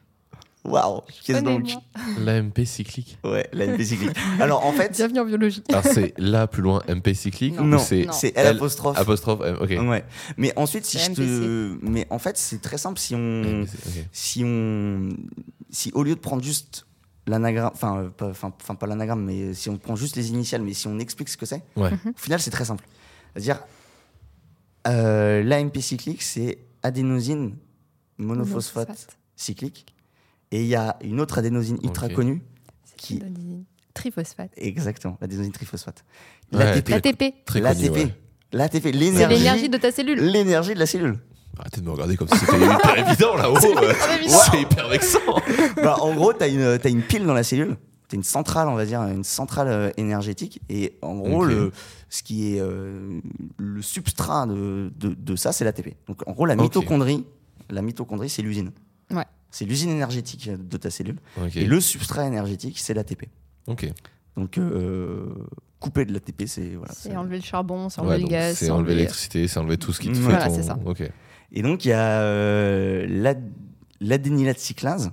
Waouh! Qu'est-ce donc? Donnez-moi. L'AMP cyclique. Ouais, l'AMP cyclique. Alors, en fait, Bienvenue en biologie. Alors c'est là plus loin MP cyclique non, ou c'est non. c'est L- L apostrophe. apostrophe M, OK. Ouais. Mais ensuite, si La je te. Mais en fait, c'est très simple. Si on. MP, ok. Si on. Si au lieu de prendre juste l'anagramme. Enfin, euh, pas, enfin, enfin, pas l'anagramme, mais si on prend juste les initiales, mais si on explique ce que c'est, Ouais. au final, c'est très simple. C'est-à-dire. euh, L'AMP cyclique, c'est adénosine monophosphate Monophosphate. cyclique. Et il y a une autre adénosine ultra Ok. connue. C'est Qui- adénosine Triphosphate. Exactement, l'adénosine triphosphate. Ouais, L'ATP. Très- L'ATP. Très L'ATP. connu, ouais. L'ATP, C'est l'énergie. l'énergie de ta cellule. L'énergie de la cellule. Arrêtez de me regarder comme si c'était hyper évident là-haut. euh. hyper évident. C'est hyper vexant. Bah, en gros, t'as une, t'as une pile dans la cellule. T'as une centrale, on va dire, une centrale euh, énergétique. Et en gros, Ok. le, ce qui est euh, le substrat de, de, de ça, c'est l'ATP. Donc en gros, la Ok. mitochondrie, la mitochondrie, c'est l'usine. Ouais. C'est l'usine énergétique euh, de ta cellule. OK. Et le substrat énergétique, c'est l'ATP. OK. Donc euh, couper de l'ATP, c'est voilà. C'est c'est- enlever le charbon, c'est Ouais, enlever le donc gaz. c'est enlever l'électricité, c'est enlever tout ce qui te fait Voilà, ton- c'est ça. OK. Et donc, il y a euh, l'ad- l'adénylate cyclase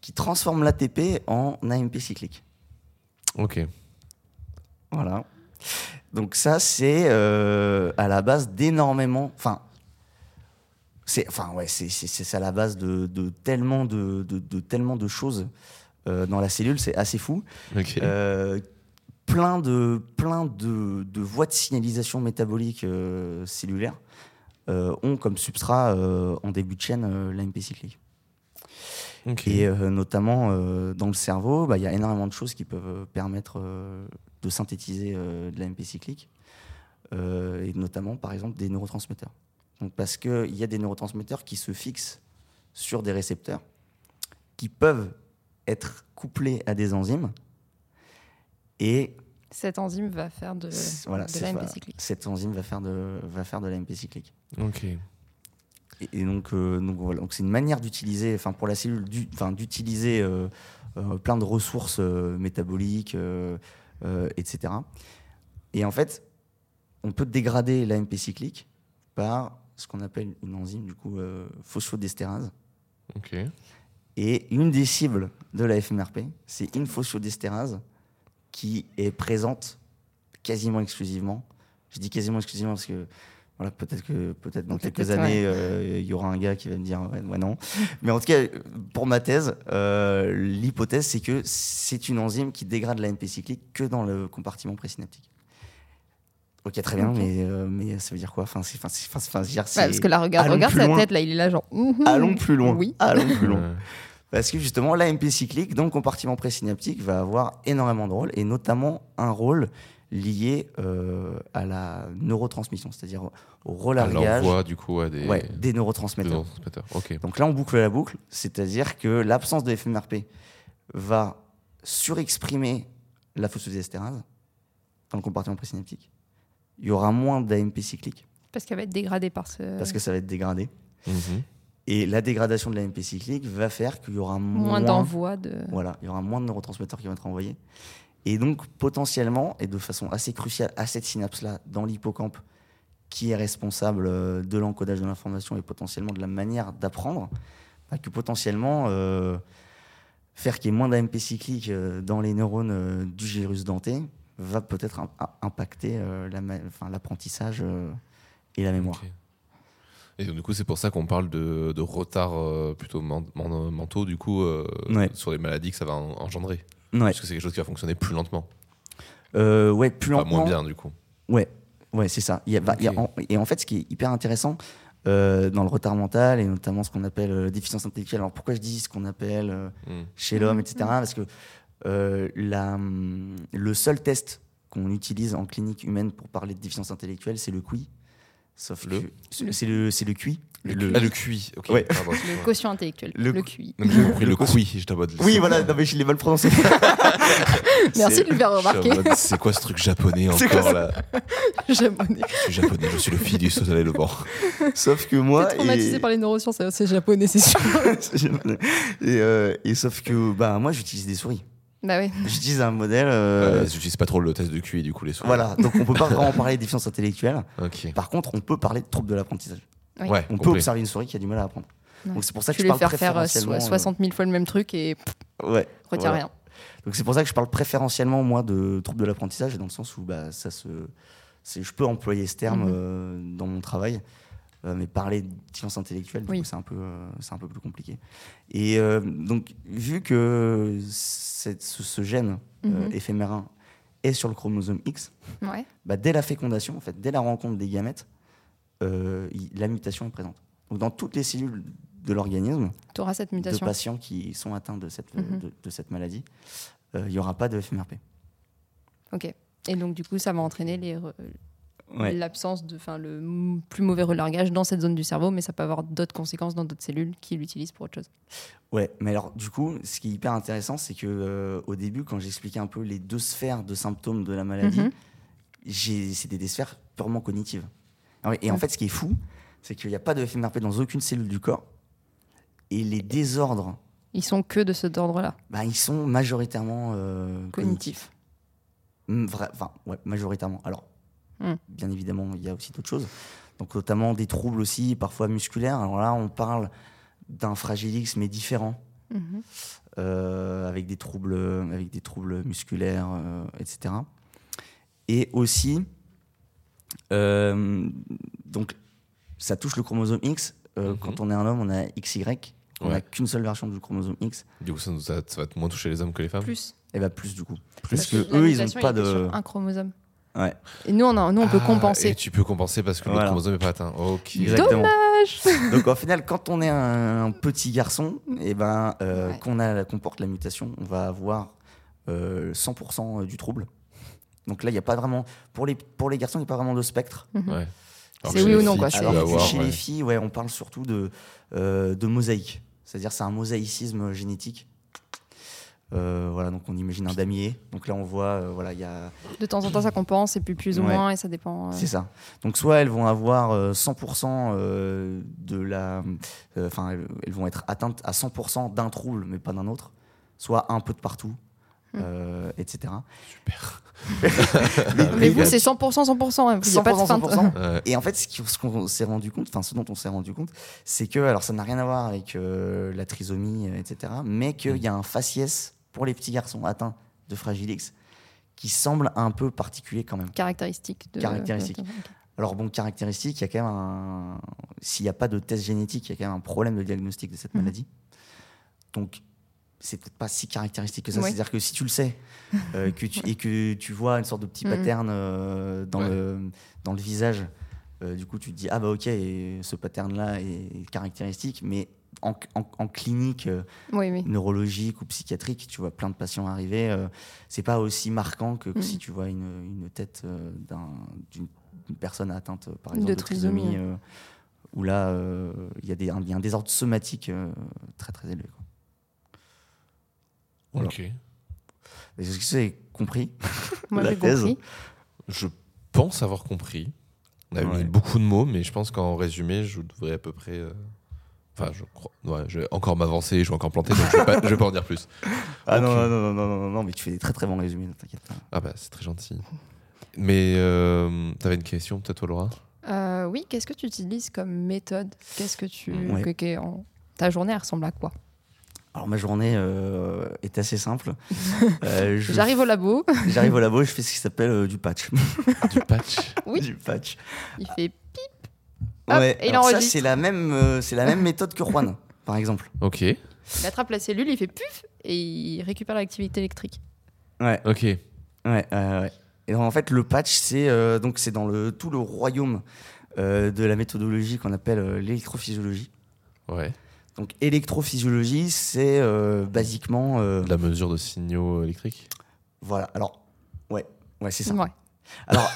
qui transforme l'ATP en AMP cyclique. OK. Voilà. Donc ça, c'est euh, à la base d'énormément... Enfin, c'est enfin, ouais, c'est- c'est- c'est à la base de, de tellement, de, de- de tellement de choses euh, dans la cellule, c'est assez fou. OK. Euh, plein de, plein de, de voies de signalisation métabolique euh, cellulaire euh, ont comme substrat euh, en début de chaîne euh, l'AMP cyclique. OK. Et euh, notamment euh, dans le cerveau, bah, il y a énormément de choses qui peuvent euh, permettre euh, de synthétiser euh, de l'AMP cyclique, Euh, et notamment par exemple des neurotransmetteurs. Donc, parce qu'il y a des neurotransmetteurs qui se fixent sur des récepteurs qui peuvent être couplés à des enzymes et Cette enzyme va faire de, c'est- voilà, de c'est- l'AMP voilà, cyclique. cette enzyme va faire de, va faire de l'AMP cyclique. OK. Et, et donc, euh, donc voilà, donc c'est une manière d'utiliser, enfin pour la cellule, du- enfin, d'utiliser euh, euh, plein de ressources euh, métaboliques, euh, euh, etc. Et en fait, on peut dégrader l'AMP cyclique par ce qu'on appelle une enzyme du coup euh, phosphodestérase. OK. Et une des cibles de la FMRP, c'est une phosphodestérase qui est présente quasiment exclusivement. Je dis quasiment exclusivement parce que voilà, peut-être que peut-être dans Peut-être, quelques ouais. années, euh, il y aura un gars qui va me dire ouais, ouais, non. Mais en tout cas, pour ma thèse, euh, l'hypothèse c'est que c'est une enzyme qui dégrade l'AMP cyclique que dans le compartiment présynaptique. Ok, très bien, Ok. mais, euh, mais ça veut dire quoi enfin, c'est, enfin, c'est- enfin, c'est- enfin, je veux dire, c'est- Ouais, parce que là, regarde, allons regarde plus sa loin. tête, là, il est là, genre. mhm. Allons plus loin. Oui. Allons plus loin. Euh, Parce que justement, l'AMP cyclique dans le compartiment présynaptique va avoir énormément de rôles, et notamment un rôle lié euh, à la neurotransmission, c'est-à-dire au à relargage l'envoi du coup à des ouais, des des neurotransmetteurs. transmetteurs. OK. Donc là, on boucle la boucle, c'est-à-dire que l'absence de FMRP va surexprimer la phosphodiesterase dans le compartiment présynaptique. Il y aura moins d'AMP cyclique Parce qu'elle va être dégradée par ce. parce que ça va être dégradé. Mhm. Et la dégradation de l'AMP cyclique va faire qu'il y aura moins d'envoi de. Voilà, il y aura moins de neurotransmetteurs qui vont être envoyés. Et donc, potentiellement, et de façon assez cruciale, à cette synapse-là, dans l'hippocampe, qui est responsable euh, de l'encodage de l'information et potentiellement de la manière d'apprendre, bah, que potentiellement, euh, faire qu'il y ait moins d'AMP cyclique euh, dans les neurones euh, du gyrus denté va peut-être im- a- impacter euh, la ma- enfin, l'apprentissage euh, et la mémoire. Ok. Et donc, du coup, c'est pour ça qu'on parle de, de retard euh, plutôt men- men- mentaux, du coup, euh, Ouais. sur les maladies que ça va en- engendrer. Ouais, Parce que c'est quelque chose qui va fonctionner plus lentement, Euh, ouais plus pas lentement. moins bien, du coup. Ouais, ouais, c'est ça. Il y a- bah, il y a Ok. en- et en fait, ce qui est hyper intéressant euh, dans le retard mental et notamment ce qu'on appelle euh, déficience intellectuelle. Alors pourquoi je dis ce qu'on appelle euh, Mm. chez l'homme, etc. Parce que euh, la, hum, mm, le seul test qu'on utilise en clinique humaine pour parler de déficience intellectuelle, c'est le QI. Sauf Le que c'est c'est le c'est le QI. Ah, le QI. Ok. Ouais. pardon, Le excuse-moi. quotient intellectuel, Le le, co- QI. Donc, J'ai compris Le le cou- QI. J'étais en mode. Oui, voilà, non mais je l'ai mal prononcé. Merci de le faire J'étais en remarquer. mode, C'est quoi ce truc japonais C'est quoi encore là J'aime. On est Je suis japonais, je suis le fils du soleil levant. Sauf que moi peut-être traumatisé et- par les neurosciences, alors c'est japonais, c'est sûr. et, euh, et sauf que bah moi j'utilise des souris. bah oui. J'utilise un modèle Euh, euh, Ils utilisent pas trop le test de QI du coup les soirs. voilà, donc on peut pas vraiment parler de déficience intellectuelle. Ok. Par contre, on peut parler de troubles de l'apprentissage. Oui. Ouais. On peut compris. observer une souris qui a du mal à apprendre. Ouais. Donc c'est pour ça que Tu je parle lui faire faire euh, préférentiellement. so- 60 000 fois le même truc et pff, euh, ouais. retient Voilà. rien. Donc c'est pour ça que je parle préférentiellement moi de troubles de l'apprentissage dans le sens où bah ça se c'est je peux employer ce terme Mhm. euh, dans mon travail. euh, mais parler de science intellectuelle, du Oui. coup, c'est un peu, euh, c'est un peu plus compliqué. Et euh, donc, vu que cette- ce, ce gène euh, Mhm. éphémérin est sur le chromosome X, Ouais. bah, dès la fécondation, en fait, dès la rencontre des gamètes, euh, il- la mutation est présente. Donc, dans toutes les cellules de l'organisme, Tu auras cette de mutation. patients qui sont atteints de cette, Mhm. de, de cette maladie, euh, il n'y aura pas de FMRP. Ok. Et donc, du coup, ça va entraîner les re- l'absence de, enfin, le m- plus mauvais relargage dans cette zone du cerveau, mais ça peut avoir d'autres conséquences dans d'autres cellules qui l'utilisent pour autre chose. Ouais, mais alors du coup, ce qui est hyper intéressant, c'est que euh, au début, quand j'expliquais un peu les deux sphères de symptômes de la maladie, Mhm. j'ai- c'était des sphères purement cognitives. Ah ouais, Et en Ouais. fait, ce qui est fou, c'est qu'il n'y a pas de FMRP dans aucune cellule du corps. Et les désordres, Ils sont que de cet ordre-là, bah, ils sont majoritairement euh, cognitifs. cognitif. Mm, vra- Enfin, ouais, majoritairement. Alors, Mm. bien évidemment, il y a aussi d'autres choses. Donc, notamment des troubles aussi, parfois musculaires. Alors là, on parle d'un fragilix, mais différent. Mhm. Ah euh, avec des troubles, avec des troubles musculaires, euh, etc. Et aussi, euh, donc, ça touche le chromosome X. Euh, Mhm. Quand on est un homme, on a XY. On n'a Ouais. qu'une seule version du chromosome X. Du coup ça, nous a- ça va te moins toucher les hommes que les femmes. Plus. Et bah plus du coup. Plus Parce que que la eux, ils mutation, n'ont pas elle était de. sur un chromosome. Ouais. Et nous, on, a- nous, on peut Ah, compenser. Et tu peux compenser parce que le Voilà. chromosome n'est pas atteint. Ok. Exactement. Donc au final, quand on est un petit garçon, et ben euh, Ouais. qu'on a, qu'on porte la mutation, on va avoir euh, 100% du trouble. Donc là, il n'y a pas vraiment pour les pour les garçons, il n'y a pas vraiment de spectre. Mhm. Ouais. Alors C'est que oui chez ou les non, filles, quoi, tu c'est- Alors vas que avoir, chez ouais. les filles, ouais, on parle surtout de euh, de mosaïque, c'est-à-dire c'est un mosaïcisme génétique. Euh, voilà, donc on imagine un damier. Donc là, on voit, euh, voilà, il y a De temps en temps, ça compense, et puis plus ou Ouais. moins, et ça dépend. euh, C'est ça. Donc soit elles vont avoir euh, 100% euh, de la... euh, Enfin, elles- elles vont être atteintes à 100% d'un trouble, mais pas d'un autre. Soit un peu de partout, Hmm. euh, etc. Super. Mais- Mais mais vous, c'est 100%, 100%. hein, Il n'y a pas de 100%, fin. 100%. Ouais. Et en fait, ce qui- ce qu'on s'est rendu compte, enfin ce dont on s'est rendu compte, c'est que, alors ça n'a rien à voir avec euh, la trisomie, euh, etc., mais qu'il y a un faciès pour les petits garçons atteints de fragile X qui semble un peu particulier quand même. Caractéristique. De... Caractéristique. Ok. Alors bon, caractéristique, il y a quand même un... S'il n'y a pas de test génétique, il y a quand même un problème de diagnostic de cette Mhm. maladie. Donc, c'est peut-être pas si caractéristique que ça. Ouais. C'est-à-dire que si tu le sais euh, que tu- et que tu vois une sorte de petit Mhm. pattern euh, dans, Ouais. le, dans le visage, euh, du coup, tu te dis, ah bah ok, et ce pattern-là est caractéristique, mais en, en- en clinique euh, Oui, oui. neurologique ou psychiatrique, tu vois plein de patients arriver, euh, c'est pas aussi marquant que, que Mhm. si tu vois une, une tête euh, d'un- d'une d'une personne atteinte, euh, par De exemple, de, trisomie, trisomie, euh, où là, euh, il y, a des- un- il y a un désordre somatique euh, très très élevé. quoi. Voilà. Ok. Est-ce que c'est compris Moi, La j'ai thèse. compris. Je pense avoir compris. On a Ouais. mis beaucoup de mots, mais je pense qu'en résumé, je devrais à peu près. euh, Enfin, je crois. Ouais, je vais encore m'avancer, je vais encore planter, donc je vais pas, je vais pas en dire plus. Ah Ok. non, non, non, non, non, non, non, mais tu fais des très très bons résumés, ne t'inquiète pas. Ah bah, c'est très gentil. Mais euh, t'avais une question, peut-être, toi, Laura Euh, oui, qu'est-ce que tu utilises comme méthode Qu'est-ce que tu. Mm, Ouais. que- qu'est- en- Ta journée, elle ressemble à quoi Alors ma journée euh, est assez simple. Euh, je- J'arrive au labo, J'arrive au labo, je fais ce qui s'appelle euh, du patch. Du patch Oui. du patch. il fait. Hop, Ouais. et il alors ça, enregistre. c'est la même, euh, c'est la même méthode que Juan, par exemple. Ok, Il attrape la cellule, il fait puf, et il récupère l'activité électrique. Ouais, ok. ouais, ouais, ouais. Et en fait, le patch, c'est euh, donc c'est dans le tout le royaume euh, de la méthodologie qu'on appelle euh, l'électrophysiologie. Ouais. Donc électrophysiologie, c'est euh, basiquement, euh, De la mesure de signaux électriques voilà. Alors, ouais, Ouais, c'est ça. Ouais. Alors,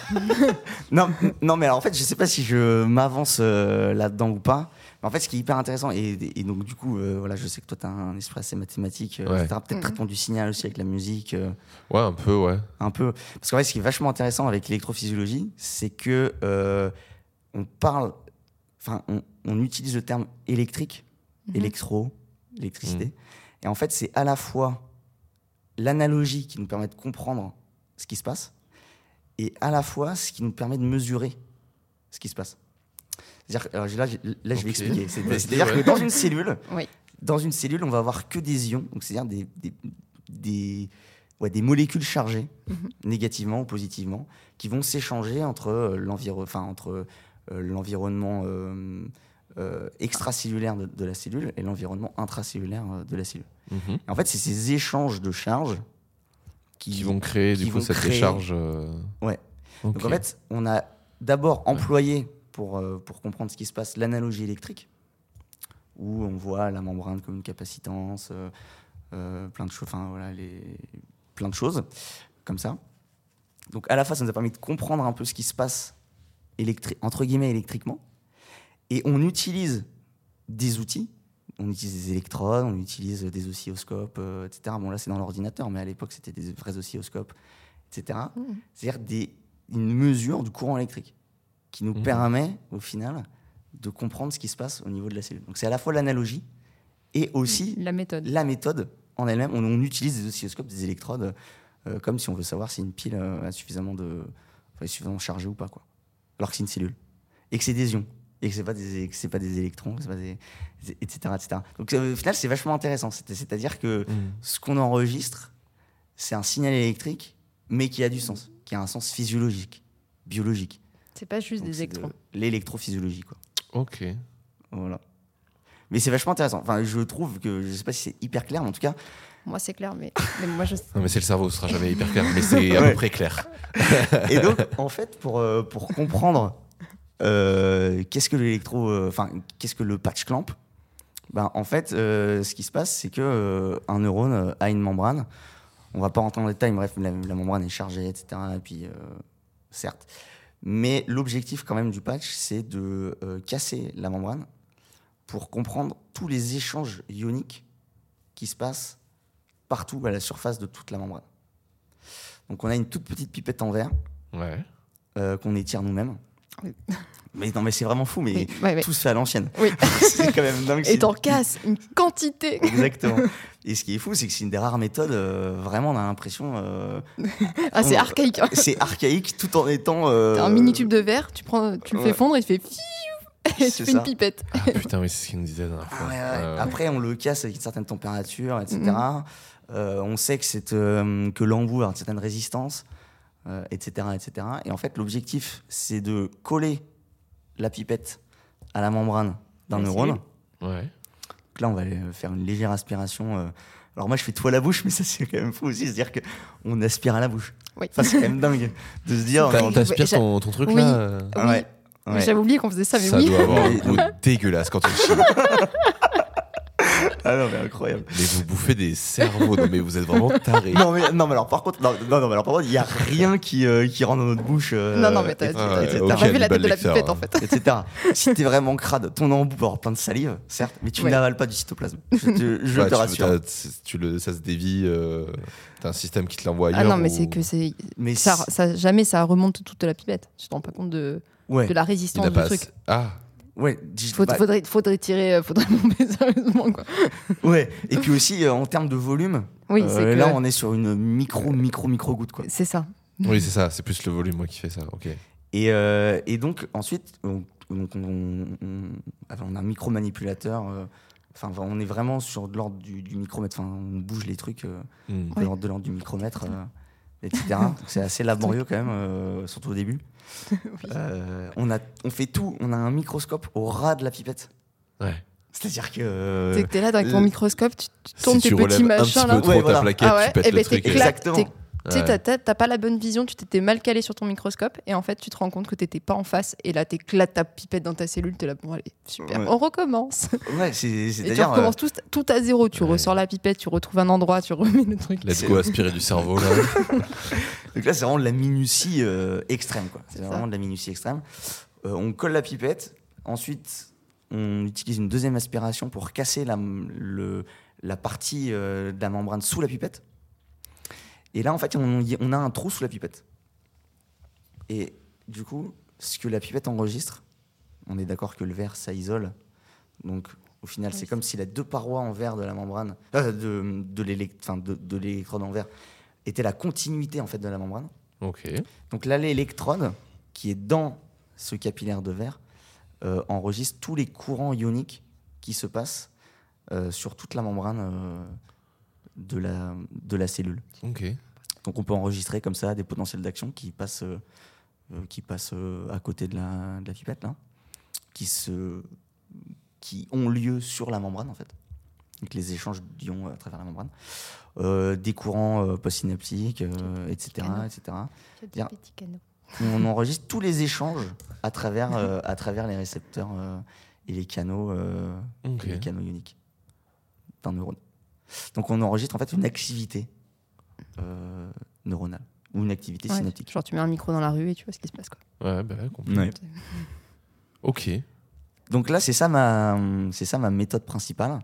non, non, mais alors, en fait, je sais pas si je m'avance euh, là-dedans ou pas. Mais en fait, ce qui est hyper intéressant, et, et donc, du coup, euh, voilà, je sais que toi, tu as un esprit assez mathématique, euh, Ouais. etc. Peut-être Mhm. traitement du signal aussi avec la musique, euh, Ouais, un peu, ouais. un peu. Parce qu'en fait, ce qui est vachement intéressant avec l'électrophysiologie, c'est que euh, on parle, enfin, on, on utilise le terme électrique, Mhm. électro, électricité. Et en fait, c'est à la fois l'analogie qui nous permet de comprendre ce qui se passe et à la fois ce qui nous permet de mesurer ce qui se passe. C'est-à-dire, alors, là, je- là, je Ok. vais expliquer. C'est- Vas-y, C'est-à-dire ouais. que dans une cellule, Oui. dans une cellule, on va avoir que des ions, donc c'est-à-dire des, des, des- ouais, des molécules chargées, Mhm. négativement ou positivement, qui vont s'échanger entre euh, l'enviro- enfin, entre, euh, l'environnement euh, euh, extracellulaire de, de la cellule et l'environnement intracellulaire euh, de la cellule. Mhm. Et en fait, c'est ces échanges de charges qui, Qui vont créer, du qui coup, vont cette créer- décharge. euh, Ouais. ok. Donc en fait, on a d'abord employé pour, euh, pour comprendre ce qui se passe l'analogie électrique, où on voit la membrane comme une capacitance, euh, euh, plein, de choses, enfin, voilà, les, plein de choses comme ça. Donc à la fois, ça nous a permis de comprendre un peu ce qui se passe électri- entre guillemets électriquement, et on utilise des outils. On utilise des électrodes, on utilise des oscilloscopes, euh, etc. Bon, là, c'est dans l'ordinateur, mais à l'époque, c'était des vrais oscilloscopes, etc Mhm. c'est-à-dire des- une mesure du courant électrique qui nous Mhm. permet au final de comprendre ce qui se passe au niveau de la cellule. Donc c'est à la fois l'analogie et aussi La méthode. la méthode en elle-même. On, on utilise des oscilloscopes, des électrodes, euh, comme si on veut savoir si une pile euh, a suffisamment de, enfin, est suffisamment chargée ou pas, quoi. Alors que c'est une cellule et que c'est des ions et que c'est pas des, que c'est pas des électrons, que c'est pas des, etc., etc. Donc euh, au final c'est vachement intéressant. C'est- C'est-à-dire que Mhm. ce qu'on enregistre, c'est un signal électrique, mais qui a du sens, qui a un sens physiologique, biologique. C'est pas juste Donc, des c'est électrons. de L'électrophysiologie, quoi. Ok. Voilà. Mais c'est vachement intéressant. Enfin, je trouve que, je sais pas si c'est hyper clair, mais en tout cas, Moi, c'est clair, mais, mais moi, je. Non, mais c'est le cerveau, ce sera jamais hyper clair, mais c'est à Ouais. peu près clair. Et donc, en fait, pour, euh, pour comprendre euh, qu'est-ce que l'électro, euh, enfin, qu'est-ce que le patch clamp, ben, en fait, euh, ce qui se passe, c'est que euh, un neurone euh, a une membrane. On va pas rentrer dans les détails, mais bref, la, la membrane est chargée, etc. Et puis, euh, certes. Mais l'objectif quand même du patch, c'est de euh, casser la membrane pour comprendre tous les échanges ioniques qui se passent partout à la surface de toute la membrane. Donc on a une toute petite pipette en verre Ouais. euh, qu'on étire nous-mêmes. Oui. Mais non, mais c'est vraiment fou, mais Oui, ouais, ouais. tout se fait à l'ancienne. Oui. c'est quand même dingue. Et c'est- t'en casses une quantité. Exactement. Et ce qui est fou, c'est que c'est une des rares méthodes, euh, vraiment, on a l'impression. euh, Ah, c'est On- archaïque. hein. c'est archaïque tout en étant. euh, T'as un mini tube de verre, tu, prends, tu le ouais. fais fondre et tu fais. fiou Et C'est tu fais ça. une pipette. Ah, putain, oui, c'est ce qu'il nous disait la dernière Ah fois. Euh, ouais, ouais. Ouais, ouais. Après, on le casse avec une certaine température, etc. Mhm. Euh, on sait que, c'est, euh, que l'embout a une certaine résistance, euh, etc., etc. Et en fait, l'objectif, c'est de coller la pipette à la membrane d'un La neurone. cellule. Ouais. Donc là, on va euh, faire une légère aspiration. euh. Alors moi, je fais tout à la bouche, mais ça, c'est quand même fou aussi, c'est-à-dire que on aspire à la bouche. Oui. Enfin, c'est quand même dingue de se dire... T'as- oui, T'aspires j'a- ton, ton truc oui. là euh, Oui. Ouais, Mais ouais. J'avais oublié qu'on faisait ça, mais Ça oui. doit avoir un Mais- goût dégueulasse quand on chie. Ah non, mais incroyable. Mais vous bouffez des cerveaux, non mais vous êtes vraiment tarés. Non mais, non, mais alors par contre, non, non, non, mais alors par contre, il n'y a rien qui, euh, qui rentre dans notre bouche. euh, Non, non, mais t'as etc., t'as- etc. ah, Ok, T'as pas vu la Hannibal tête de la Lecter, pipette hein. en fait. etc. Si t'es vraiment crade, ton embout peut avoir plein de salive, certes, mais tu Ouais. n'avales pas du cytoplasme. Je te, je Ouais, te tu- rassure. t'as- c'est- tu le, ça se dévie. euh, T'as un système qui te l'envoie ailleurs. Ah non, mais ou- c'est que c'est. Mais Ça, si- ça- jamais ça remonte toute la pipette. Tu te rends pas compte de, ouais, de la Il résistance n'a du pas. truc. Ah, ouais, j- Faut- bah, faudrait, faudrait tirer, euh, faudrait bomber sérieusement quoi. ouais. Et puis aussi euh, en termes de volume, Oui, euh, c'est que- là on est sur une micro, micro, micro goutte quoi. c'est ça. oui, c'est ça. C'est plus le volume moi qui fait ça. Ok. Et, euh, et donc ensuite, on, donc on, on- enfin, on a un micro manipulateur. euh, Enfin, on est vraiment sur de l'ordre du, du micromètre. Enfin, on bouge les trucs. euh, Hmm. de Ouais. l'ordre de l'ordre du micromètre, euh, etc. Donc C'est assez laborieux quand même, euh, surtout au début. Euh, on, a, on fait tout, on a un microscope au ras de la pipette. Ouais. C'est-à-dire que... euh, T'es- T'es là avec ton le- microscope, tu, tu tournes si tes tu petits relèves un petit machins là. peu trop Ouais, ta voilà. plaquette, tu pètes eh le ben truc. claque. t'éclates, Exactement. t'é- Tu sais, t'as- t'as t'as pas la bonne vision, tu t'étais mal calé sur ton microscope et en fait, tu te rends compte que t'étais pas en face et là, t'éclates ta pipette dans ta cellule, t'es là, bon, allez, super, Ouais. on recommence. Ouais, c'est- Et tu c'est-à-dire. euh, recommences tout, tout à zéro, tu Ouais. ressors la pipette, tu retrouves un endroit, tu remets le truc. Let's C'est- go aspirer du cerveau là. Donc là, c'est vraiment de la minutie euh, extrême, quoi. C'est ça. vraiment de la minutie extrême. Euh, on colle la pipette. Ensuite, on utilise une deuxième aspiration pour casser la, le- la partie euh, de la membrane sous la pipette. Et là, en fait, on, y- on a un trou sous la pipette. Et du coup, ce que la pipette enregistre, on est d'accord que le verre, ça isole. Donc, au final, Oui. c'est comme si les deux parois en verre de la membrane, euh, de, de l'élec- enfin, de- de l'électrode en verre, était la continuité en fait de la membrane. ok. Donc là, l'électrode qui est dans ce capillaire de verre euh, enregistre tous les courants ioniques qui se passent euh, sur toute la membrane euh, de, la, de la cellule. Ok. Donc on peut enregistrer comme ça des potentiels d'action qui passent, euh, euh, qui passent euh, à côté de la, de la pipette, là, qui, se, qui ont lieu sur la membrane en fait. Donc les échanges d'ions à travers la membrane, Euh, des courants euh, postsynaptiques, euh, etc., canaux. etc. Bien. On enregistre tous les échanges à travers, euh, à travers les récepteurs euh, et les canaux, euh, Ok. et les canaux ioniques d'un neurone. Donc on enregistre en fait une activité euh, neuronale ou une activité Ouais, synaptique. Genre, tu mets un micro dans la rue et tu vois ce qui se passe. Quoi. Ouais, bah, ouais, compl- C'est- Ok. Donc là, c'est ça ma, c'est ça ma méthode principale.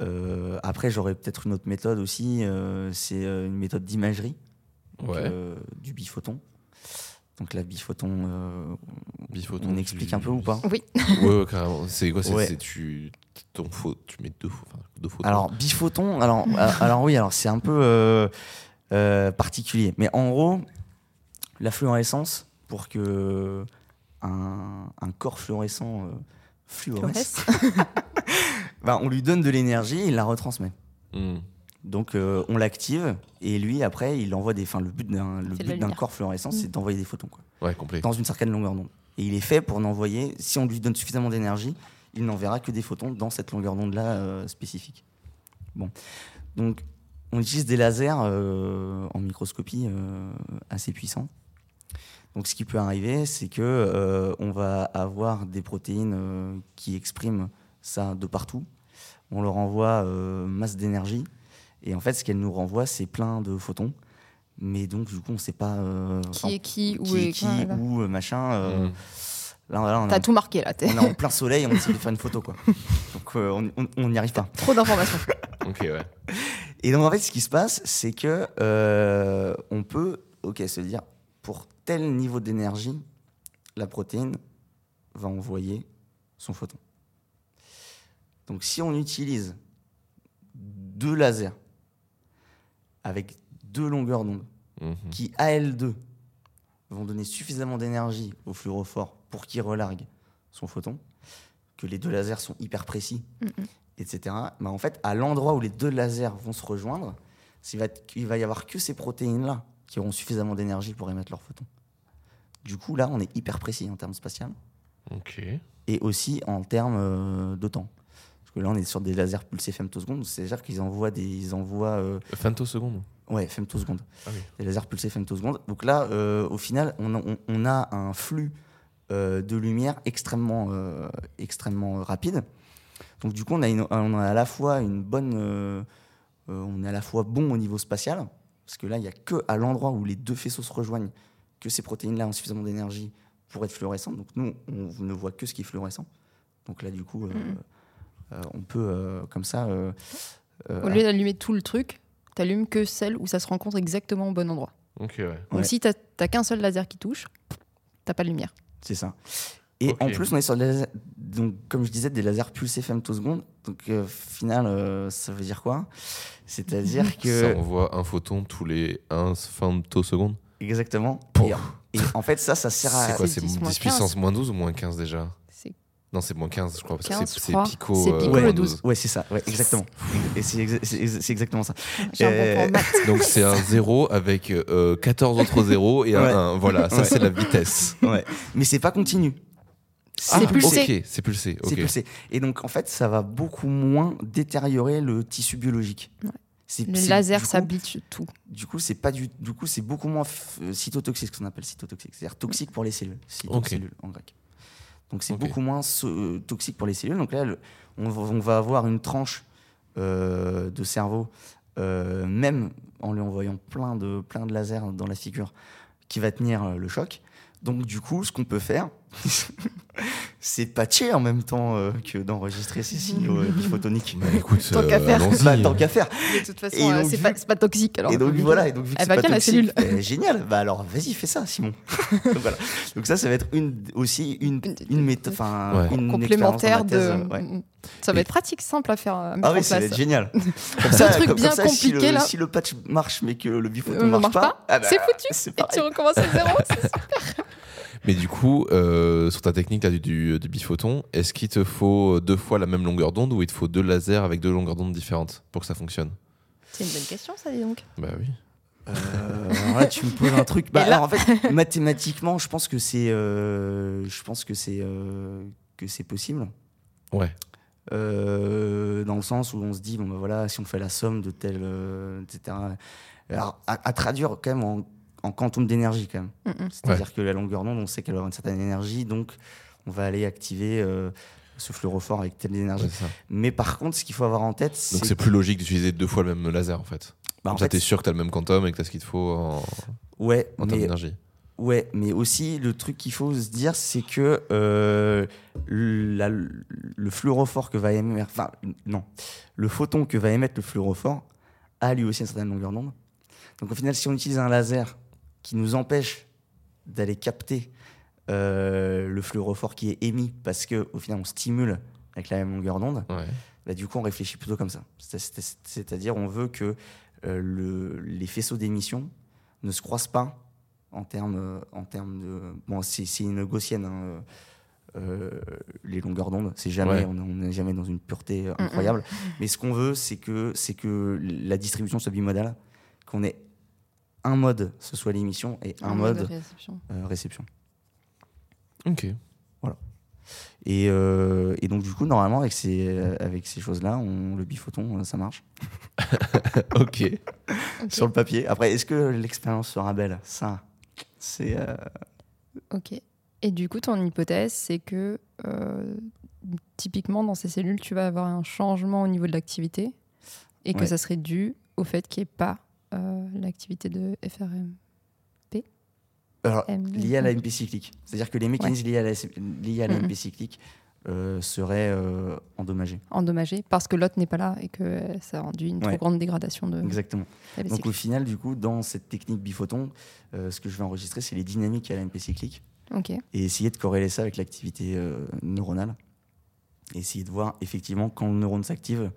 Euh, après, j'aurais peut-être une autre méthode aussi. euh, c'est euh, une méthode d'imagerie donc, Ouais. euh, du biphoton. Donc là, biphoton, euh, Bifoton, on tu- explique un peu ou pas Oui, Ouais, ouais, carrément. C'est quoi c'est- Ouais. c'est- tu, ton faux- tu mets deux, faux- enfin, deux photos. Alors, biphoton, alors, euh, alors oui, alors c'est un peu euh, euh, particulier. Mais en gros, la fluorescence, pour que un, un corps fluorescent euh, fluoresce, Flores. ben, on lui donne de l'énergie et il la retransmet. Hmm. Donc euh, on l'active et lui après il envoie des. Enfin le but d'un le C'est de but la d'un lumière. corps fluorescent c'est Mm. d'envoyer des photons quoi, Ouais, complet. dans une certaine longueur d'onde. Et il est fait pour n'envoyer. Si on lui donne suffisamment d'énergie, il n'enverra que des photons dans cette longueur d'onde là spécifique. Bon, donc on utilise des lasers euh, en microscopie euh, assez puissants. Donc ce qui peut arriver, c'est que euh, on va avoir des protéines euh, qui expriment ça de partout. On leur envoie euh, masse d'énergie et en fait ce qu'elles nous renvoient, c'est plein de photons. Mais donc du coup, on ne sait pas euh, qui est qui, où qui est est qui, quoi, là. où, euh, machin. euh, Hmm. Là, là, on, est T'as en, tout marqué là, t'es on est en plein soleil, on essaie de faire une photo, quoi. Donc, euh, on- on- on n'y arrive pas. trop d'informations. Ok, ouais. Et donc, en fait, ce qui se passe, c'est que euh, on peut, ok, se dire, pour tel niveau d'énergie, la protéine va envoyer son photon. Donc, si on utilise deux lasers avec deux longueurs d'onde, Mhm. qui, à elles deux, vont donner suffisamment d'énergie au fluorophore pour qu'il relargue son photon, que les deux lasers sont hyper précis, Mhm. etc. Bah, en fait, à l'endroit où les deux lasers vont se rejoindre, il va, être- il va y avoir que ces protéines-là qui auront suffisamment d'énergie pour émettre leur photon. Du coup, là, on est hyper précis en termes spatial Ok. et aussi en termes euh, de temps. Parce que là, on est sur des lasers pulsés femtosecondes, c'est-à-dire qu'ils envoient des, ils envoient euh, Femtosecondes. Ouais, femtosecondes. Ah oui. Les lasers pulsés femtosecondes. Donc là, euh, au final, on a, on- on a un flux euh, de lumière extrêmement, euh, extrêmement euh, rapide. Donc du coup, on a, une- on a à la fois une bonne, euh, euh, on est à la fois bon au niveau spatial, parce que là, il n'y a que à l'endroit où les deux faisceaux se rejoignent que ces protéines-là ont suffisamment d'énergie pour être fluorescentes. Donc nous, on ne voit que ce qui est fluorescent. Donc là, du coup, euh, Mhm. euh, on peut euh, comme ça. euh, euh, Au lieu d'allumer tout le truc, t'allumes que celle où ça se rencontre exactement au bon endroit. Ok, ouais. Ouais. Donc si t'as t'as qu'un seul laser qui touche, t'as pas de lumière. C'est ça. Et Ok. en plus, on est sur des lasers- donc, comme je disais, des lasers pulsés femtosecondes. Donc, euh, final, euh, ça veut dire quoi C'est-à-dire Ça que. envoie un photon tous les 1 femtosecondes. Exactement. Pouf. Et, et en fait, ça, ça sert C'est à. quoi C'est C'est 10 10, moins puissance moins 12 ou moins 15 déjà C'est Eh, Non, c'est moins 15, je crois. Parce 15, que je c'est- c'est crois. Pico. C'est euh, Pico le moins 12. Ouais, c'est ça. Ouais, exactement. Et c'est exa- c'est exa- c'est exactement ça. j'ai un Euh, bon point en maths. Donc c'est un 0 avec euh, 14 autres 0 et un Ouais. 1. Voilà, ça Ouais. c'est la vitesse. Ouais. Mais c'est pas continu. C'est Ah, pulsé. Ok, c'est pulsé. C'est Ok. pulsé. Et donc, en fait, ça va beaucoup moins détériorer le tissu biologique. Ouais. C'est- Le c'est- laser, du ça coup, bitch tout. Du coup, c'est pas du, du coup, c'est beaucoup moins f- euh, cytotoxique, ce qu'on appelle cytotoxique, c'est-à-dire toxique pour les cellules, cytocellules en grec. Donc c'est Ok. beaucoup moins so- euh, toxique pour les cellules. Donc là, le- on, va- on va avoir une tranche euh, de cerveau, euh, même en lui envoyant plein de, plein de lasers dans la figure, qui va tenir euh, le choc. Donc du coup, ce qu'on peut faire, c'est patcher en même temps euh, que d'enregistrer ces signaux euh, biphotoniques. Bah, écoute, Tant qu'à faire. allons-y. Bah, tant qu'à faire. De toute façon, Et euh, donc, c'est vu- pas, c'est pas toxique. Alors, Et donc nickel. voilà, et donc vu que Elle c'est va pas bien, la toxique, euh, génial. Bah alors vas-y, fais ça, Simon. donc, voilà. donc ça, ça va être une aussi une Une- une méta, enfin Ouais. une Complémentaire expérience dans de. ma thèse, euh, ouais. Mm, mm. Ça va Et- être pratique, simple à faire. euh, à mettre Ah oui, en ça va place. être génial. Comme Ce truc bien si le, compliqué, là. si le patch marche mais que le bifoto Euh, ne marche marche pas, pas, ah bah, c'est foutu. c'est Et tu pareil. recommences à zéro. c'est ça Mais du coup, euh, sur ta technique là, du, du, du biphoton, est-ce qu'il te faut deux fois la même longueur d'onde ou il te faut deux lasers avec deux longueurs d'onde différentes pour que ça fonctionne C'est une bonne question, ça, dis donc. Bah oui. Euh, alors là, tu me poses un truc. Bah, Et là- alors, en fait, mathématiquement, je pense que c'est euh, je pense que c'est euh, que c'est possible. Ouais. Euh, dans le sens où on se dit bon bah voilà si on fait la somme de tel euh, etc alors à, à traduire quand même en, en quantum d'énergie quand même Mm, mm. c'est à dire que la longueur d'onde on sait qu'elle aura une certaine énergie donc on va aller activer euh, ce fluorophore avec telle énergie Ah ouais, c'est ça. mais par contre ce qu'il faut avoir en tête c'est Donc c'est plus logique d'utiliser deux fois le même laser en fait. bah, en Comme ça, fait, t'es sûr que t'as le même quantum et que t'as ce qu'il te faut en, ouais en termes mais d'énergie. Ouais, mais aussi le truc qu'il faut se dire, c'est que euh, la- le fluorophore que va émettre, enfin non, le photon que va émettre le fluorophore a lui aussi une certaine longueur d'onde. Donc au final, si on utilise un laser qui nous empêche d'aller capter euh, le fluorophore qui est émis, parce que au final on stimule avec la même longueur d'onde, Ouais. bah, du coup, on réfléchit plutôt comme ça. C'est- c'est- C'est-à-dire, on veut que euh, le- les faisceaux d'émission ne se croisent pas en termes euh, en termes de. Bon, c'est c'est une gaussienne, hein, euh, euh, les longueurs d'onde. C'est jamais, Ouais. on- on n'est jamais dans une pureté euh, incroyable. Mais ce qu'on veut, c'est que, c'est que la distribution soit bimodale, qu'on ait un mode, ce soit l'émission, et un, mode, réception. euh, réception. Ok. Et, euh, et donc, du coup, normalement, avec ces, avec ces choses-là, on- le biphoton, euh, ça marche. ok. Ok, sur le papier. Après, est-ce que l'expérience sera belle Ça, c'est. euh, ok. Et du coup, ton hypothèse, c'est que euh, typiquement, dans ces cellules, tu vas avoir un changement au niveau de l'activité et que Ouais. ça serait dû au fait qu'il n'y ait pas euh, l'activité de FRM. Alors, M. lié à la MP cyclique. C'est-à-dire que les mécanismes liés à la, liés à la Mhm. MP cyclique euh, seraient euh, endommagés. endommagé parce que l'autre n'est pas là et que euh, ça induit une Ouais. trop grande dégradation de Exactement. la Donc, bicyclette. au final, du coup, dans cette technique biphoton, euh, ce que je vais enregistrer, c'est les dynamiques à la MP cyclique Ok. et essayer de corréler ça avec l'activité euh, neuronale. Et essayer de voir effectivement quand le neurone s'active.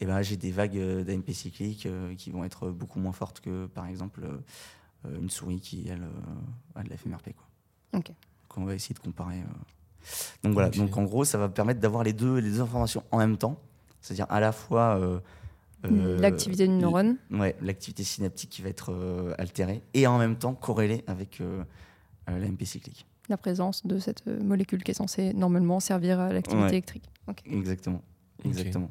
Et ben, j'ai des vagues d'AMP cyclique euh, qui vont être beaucoup moins fortes que, par exemple, euh, une souris qui, elle, euh, a de la FMRP. Quoi. Ok. Donc, on va essayer de comparer. euh. Donc voilà, Ok. donc en gros, ça va permettre d'avoir les deux, les deux informations en même temps, c'est-à-dire à la fois euh, euh, L'activité du neurone. ouais, l'activité synaptique qui va être euh, altérée et en même temps corrélée avec euh, euh, la MP cyclique. la présence de cette euh, molécule qui est censée normalement servir à l'activité Ouais. électrique. Ok. Exactement. Exactement.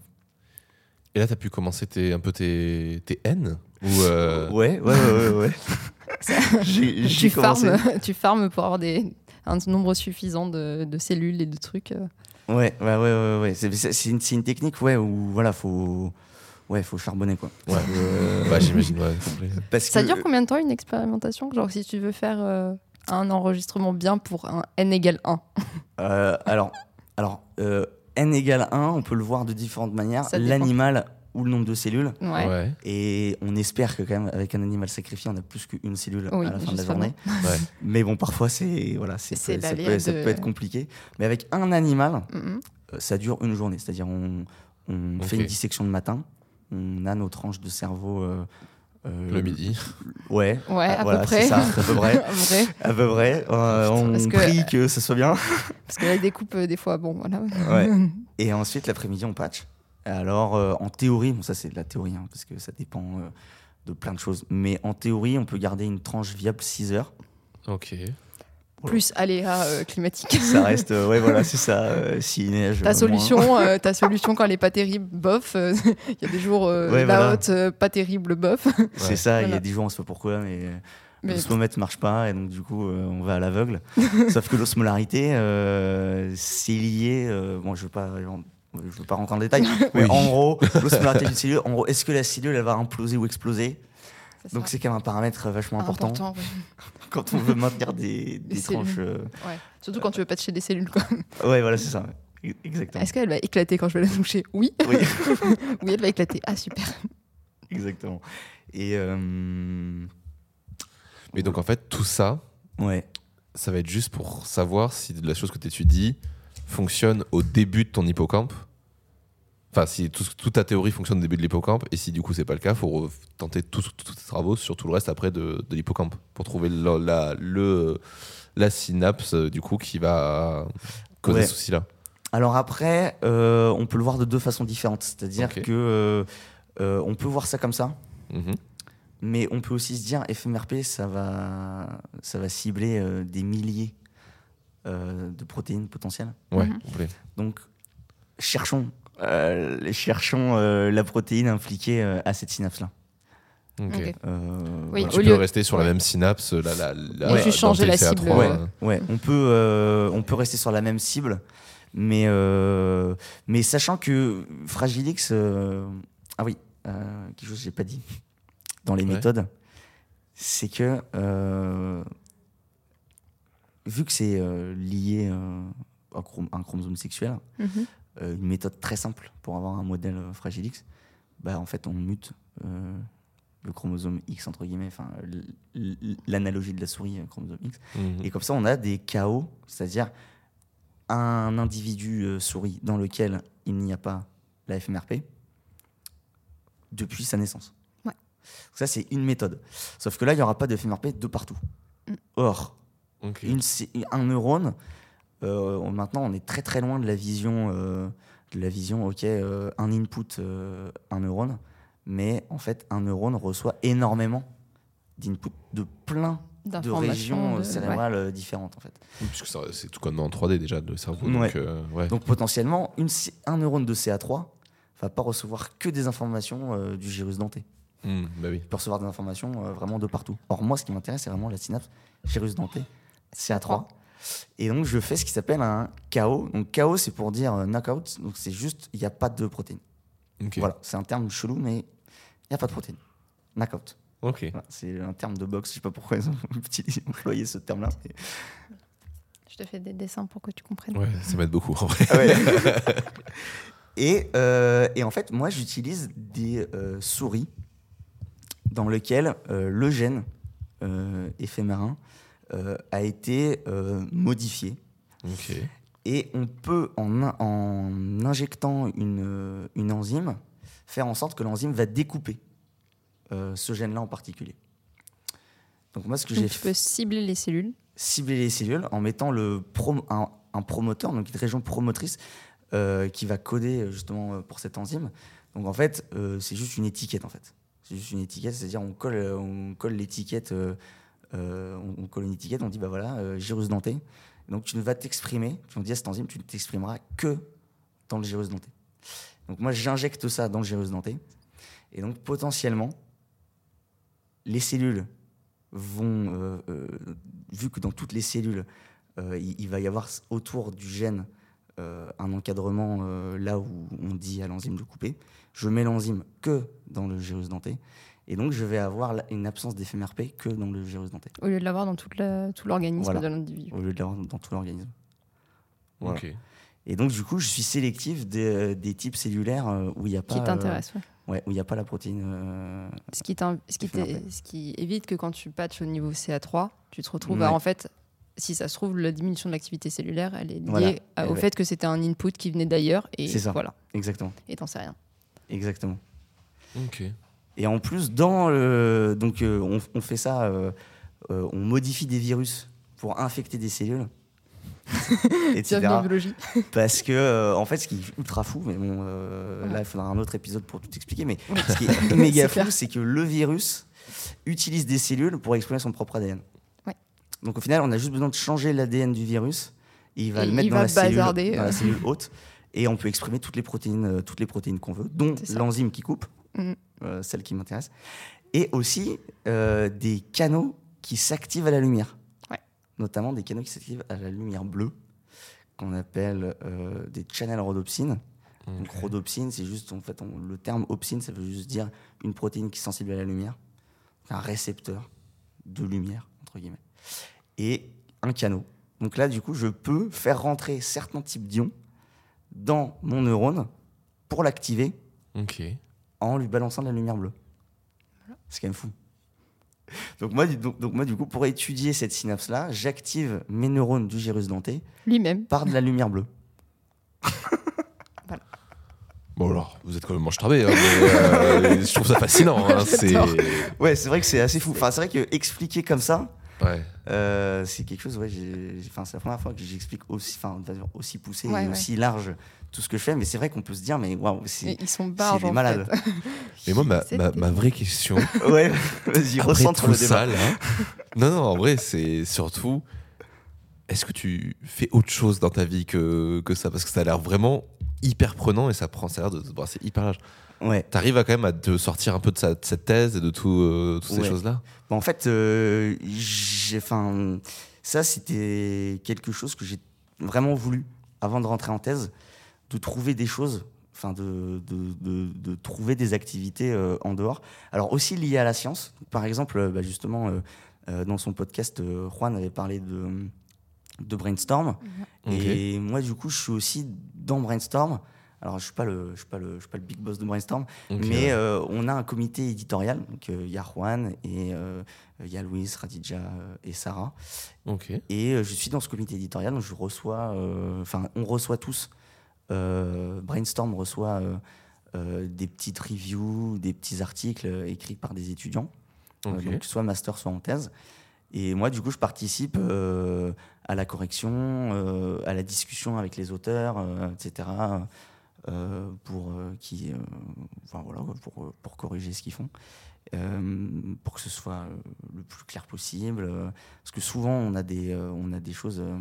Et là, t'as pu commencer tes, un peu tes, tes N ou euh, Ouais, ouais, ouais, ouais. ouais. j'ai j'ai Tu commencé. farmes, tu farmes pour avoir des, un nombre suffisant de, de cellules et de trucs. euh. Ouais, ouais, ouais, ouais. ouais. C'est- C'est c'est une, c'est une technique, ouais, où voilà, faut, ouais, faut charbonner quoi. Euh, Ouais. Bah, j'imagine, ouais. complet. Parce Ça que- dure combien de temps une expérimentation Genre si tu veux faire euh, un enregistrement bien pour un n égale 1. Euh, alors, alors euh, n égale 1, on peut le voir de différentes manières. Ça dépend. L'animal ou le nombre de cellules. Ouais. Ouais. ouais. ouais. Et on espère que quand même, avec un animal sacrifié, on a plus qu'une cellule Oui, à la fin de la justement. journée. Mais bon, parfois, c'est voilà, c'est C'est ça, la peut, ça de- peut être compliqué. Mais avec un animal, Mhm. euh, ça dure une journée. C'est-à-dire, on, on fait Ok. une dissection le matin, on a nos tranches de cerveau. euh, euh, Le midi. Ouais. Ouais, Ah, à voilà, peu c'est près. ça, à peu près. Vrai. À peu près. Euh, on Parce que- prie que ça soit bien. Parce que la découpe, euh, des fois, bon, voilà. Ouais. Et ensuite, l'après-midi, on patch. Alors, euh, en théorie, bon, ça c'est de la théorie, hein, parce que ça dépend euh, de plein de choses, mais en théorie, on peut garder une tranche viable 6 heures. Ok. Plus aléa euh, climatique. Ça reste, euh, ouais, voilà, c'est ça. euh, S'il neige. Ta euh, moins. solution, euh, ta solution quand elle est pas terrible, bof. euh, Il y a des jours euh, Ouais, la voilà. haute, euh, pas terrible, bof. C'est ça, il y Voilà. a des jours, on sait pas pourquoi, mais. euh, Mais L'osmomètre marche pas et donc du coup euh, on va à l'aveugle. Sauf que l'osmolarité euh, c'est lié. euh, bon, je veux pas, je veux pas rentrer dans le détail. Mais Oui. en gros, l'osmolarité d'une cellule. En gros, est-ce que la cellule elle va imploser ou exploser c'est Donc ça. c'est quand même un paramètre euh, vachement important, ouais. quand on veut maintenir des, des Des tranches. Surtout quand tu veux patcher des cellules. quoi. euh, Ouais, voilà, c'est ça. E- Exactement. Est-ce qu'elle va éclater quand je vais la toucher Oui. Oui, Oui, elle va éclater. Ah, super. exactement. Et euh, Mais donc en fait, tout ça, ouais, ça va être juste pour savoir si la chose que tu étudies fonctionne au début de ton hippocampe. Enfin, si tout, ce- toute ta théorie fonctionne au début de l'hippocampe, et si du coup c'est pas le cas, faut re- tenter tous tous- tous tes travaux sur tout le reste après de, de l'hippocampe pour trouver la, la- le, la synapse euh, du coup qui va causer Ouais. ce souci-là. Alors après, euh, on peut le voir de deux façons différentes. C'est-à-dire Ok. que euh, euh, on peut voir ça comme ça, Mhm. mais on peut aussi se dire FMRP, ça va, ça va cibler euh, des milliers euh, de protéines potentielles. Ouais, Mhm. complet. Donc cherchons, euh, cherchons euh, la protéine impliquée euh, à cette synapse-là. Ok. Ok. Euh, Oui, voilà. Tu au peux lieu- rester sur la ouais. même synapse, la, la, la, Ouais. dans Juste changer la TCA3, cible, Ouais, euh, ouais, on peut, euh, on peut rester sur la même cible, mais, euh, mais sachant que Fragilix, euh, ah oui, euh, quelque chose que j'ai pas dit dans les Ouais. méthodes, c'est que euh, vu que c'est euh, lié euh, à un chrom- un chromosome sexuel, Mhm. euh, une méthode très simple pour avoir un modèle euh, Fragilix, bah en fait on mute euh, le chromosome X entre guillemets, enfin l- l- l'analogie de la souris euh, chromosome X. mhm. Mm. Et comme ça, on a des chaos, c'est-à-dire un individu euh, souris dans lequel il n'y a pas la FMRP depuis sa naissance. Ouais. Ça, c'est une méthode. Sauf que là, il n'y aura pas de FMRP de partout. Mm. Or, Ok. une sé- un neurone, euh, on- maintenant, on est très très loin de la vision, euh, de la vision ok, euh, un input, euh, un neurone, mais en fait, un neurone reçoit énormément d'inputs de plein de régions euh, D'informations, de- ouais. cérébrales euh, différentes en fait. Oui, Puisque ça- c'est tout comme en 3D déjà le cerveau. Ouais. Donc, euh, ouais. Donc potentiellement, une, C- un neurone de CA3 va pas recevoir que des informations euh, du gyrus denté. Mhm, bah oui. Il peut recevoir des informations euh, vraiment de partout. Or moi, ce qui m'intéresse, c'est vraiment la synapse gyrus denté CA3. Et donc je fais ce qui s'appelle un KO. Donc KO, c'est pour dire euh, knockout. Donc c'est juste, il n'y a pas de protéines. Ok. Voilà, c'est un terme chelou, mais il n'y a pas de protéines. Knockout. Ok. Voilà, c'est un terme de boxe. Je sais pas pourquoi ils ont utilisé- employé ce terme-là. mais- Je te fais des dessins pour que tu comprennes. Ouais, ça m'aide beaucoup en vrai. Ah Et, euh, et en fait, moi, j'utilise des euh, souris dans lesquelles euh, le gène euh, éphémérin euh, a été euh, modifié. Ok. Et on peut, en, in- en injectant une, euh, une enzyme, faire en sorte que l'enzyme va découper euh, ce gène-là en particulier. Donc moi, ce que j'ai Donc, tu peux fait, cibler les cellules. cibler les cellules en mettant le prom- un, un promoteur, donc une région promotrice euh, qui va coder euh, justement euh, pour cette enzyme. Donc en fait, euh, c'est juste une étiquette en fait. C'est juste une étiquette, c'est-à-dire on colle, euh, on colle l'étiquette, euh, euh, on, on colle une étiquette, on dit bah voilà, euh, gyrus denté. Donc tu ne vas t'exprimer, tu vas dire cette enzyme, tu ne t'exprimeras que dans le gyrus denté. Donc moi j'injecte ça dans le gyrus denté, et donc potentiellement les cellules vont, euh, euh, vu que dans toutes les cellules euh, il, il va y avoir s- autour du gène euh, un encadrement euh, là où on dit à l'enzyme de couper. Je mets l'enzyme que dans le gyrus denté. Et donc, je vais avoir la- une absence d'éphémère-P que dans le gyrus denté, Au lieu de l'avoir dans toute la- tout l'organisme Voilà. de l'individu. au lieu de l'avoir dans tout l'organisme. Voilà. Ok. Et donc, du coup, je suis sélectif des, des types cellulaires euh, où il n'y a pas. Qui euh, t'intéresse. ouais. ouais, où il n'y a pas la protéine. euh, Ce qui, t'in- ce, qui Qui fait t'é- un ce qui évite que quand tu patches au niveau CA3, tu te retrouves Ouais. à, en fait, si ça se trouve, la diminution de l'activité cellulaire, elle est liée Voilà. à- au Ouais. fait que c'était un input qui venait d'ailleurs et C'est ça. voilà, Exactement. et t'en sais rien. Exactement. Ok. Et en plus, dans le- donc, euh, on, on fait ça, euh, euh, on modifie des virus pour infecter des cellules. etc. Bienvenue en biologie. Parce que, euh, en fait, ce qui est ultra fou, mais bon, euh, Ouais. là, il faudra un autre épisode pour tout expliquer, mais ce qui est méga C'est fou, clair. c'est que le virus utilise des cellules pour exprimer son propre ADN. Ouais. Donc au final, on a juste besoin de changer l'ADN du virus. Et il va Et le mettre il dans, va la cellule, bazarder, dans la euh. cellule haute. Et on peut exprimer toutes les protéines, euh, toutes les protéines qu'on veut, dont C'est ça. l'enzyme qui coupe, Mhm. euh, celle qui m'intéresse. Et aussi euh, des canaux qui s'activent à la lumière. Ouais. Notamment des canaux qui s'activent à la lumière bleue, qu'on appelle euh, des channels rhodopsines. Donc rhodopsine, c'est juste, en fait, on- le terme opsine, ça veut juste dire une protéine qui est sensible à la lumière, un récepteur de lumière, entre guillemets, et un canot. Donc là, du coup, je peux faire rentrer certains types d'ions dans mon neurone pour l'activer Ok. en lui balançant de la lumière bleue. C'est quand même fou. Donc moi, du- donc, donc moi, du coup, pour étudier cette synapse-là, j'active mes neurones du gyrus denté Lui-même. par de la lumière bleue. Bon alors, vous êtes quand même mange tarbé, hein, mais, euh, je trouve ça fascinant. hein, c'est J'adore. Ouais, c'est vrai que c'est assez fou. Enfin, c'est vrai que expliquer comme ça, ouais. Euh, c'est quelque chose, ouais, j'ai- j'ai- enfin, c'est la première fois que j'explique aussi, enfin, de façon aussi poussé Ouais, et ouais. aussi large tout ce que je fais, mais c'est vrai qu'on peut se dire, mais waouh, c'est Et Ils sont c'est barges. des en malades. fait. Et moi, ma, C'était- ma, ma vraie question, ouais, vas-y, après recentre tout le débat. ça, là- non, non, en vrai, c'est surtout, est-ce que tu fais autre chose dans ta vie que, que ça Parce que ça a l'air vraiment hyper prenant et ça prend, ça a l'air de se brasser hyper large. Ouais. T'arrives à quand même à te sortir un peu de, sa- de cette thèse et de tout, euh, toutes Ouais. ces choses-là Bah, en fait, euh, j'ai, enfin, ça, c'était quelque chose que j'ai vraiment voulu avant de rentrer en thèse, de trouver des choses, enfin, de, de, de- de trouver des activités euh, en dehors. Alors, aussi liées à la science. Par exemple, euh, bah, justement, euh, euh, dans son podcast, euh, Juan avait parlé de, de brainstorm. Et moi, du coup, je suis aussi dans brainstorm. Alors, je suis pas le, je suis pas le, je suis pas le big boss de brainstorm. Ok, Mais ouais. euh, on a un comité éditorial, donc euh, il y a Juan et euh, il y a Louise, Radija euh, et Sarah. Ok. Et euh, je suis dans ce comité éditorial, donc je reçois, euh, enfin on reçoit tous, euh, Brainstorm reçoit euh, euh, des petites reviews, des petits articles euh, écrits par des étudiants, euh, Ok. donc soit master, soit en thèse. Et moi, du coup, je participe euh, à la correction, euh, à la discussion avec les auteurs, euh, etc. euh, pour euh, qui, euh, enfin, voilà, quoi, pour, euh, pour corriger ce qu'ils font, euh, pour que ce soit euh, le plus clair possible. euh, parce que souvent, on a des, euh, on a des choses. euh,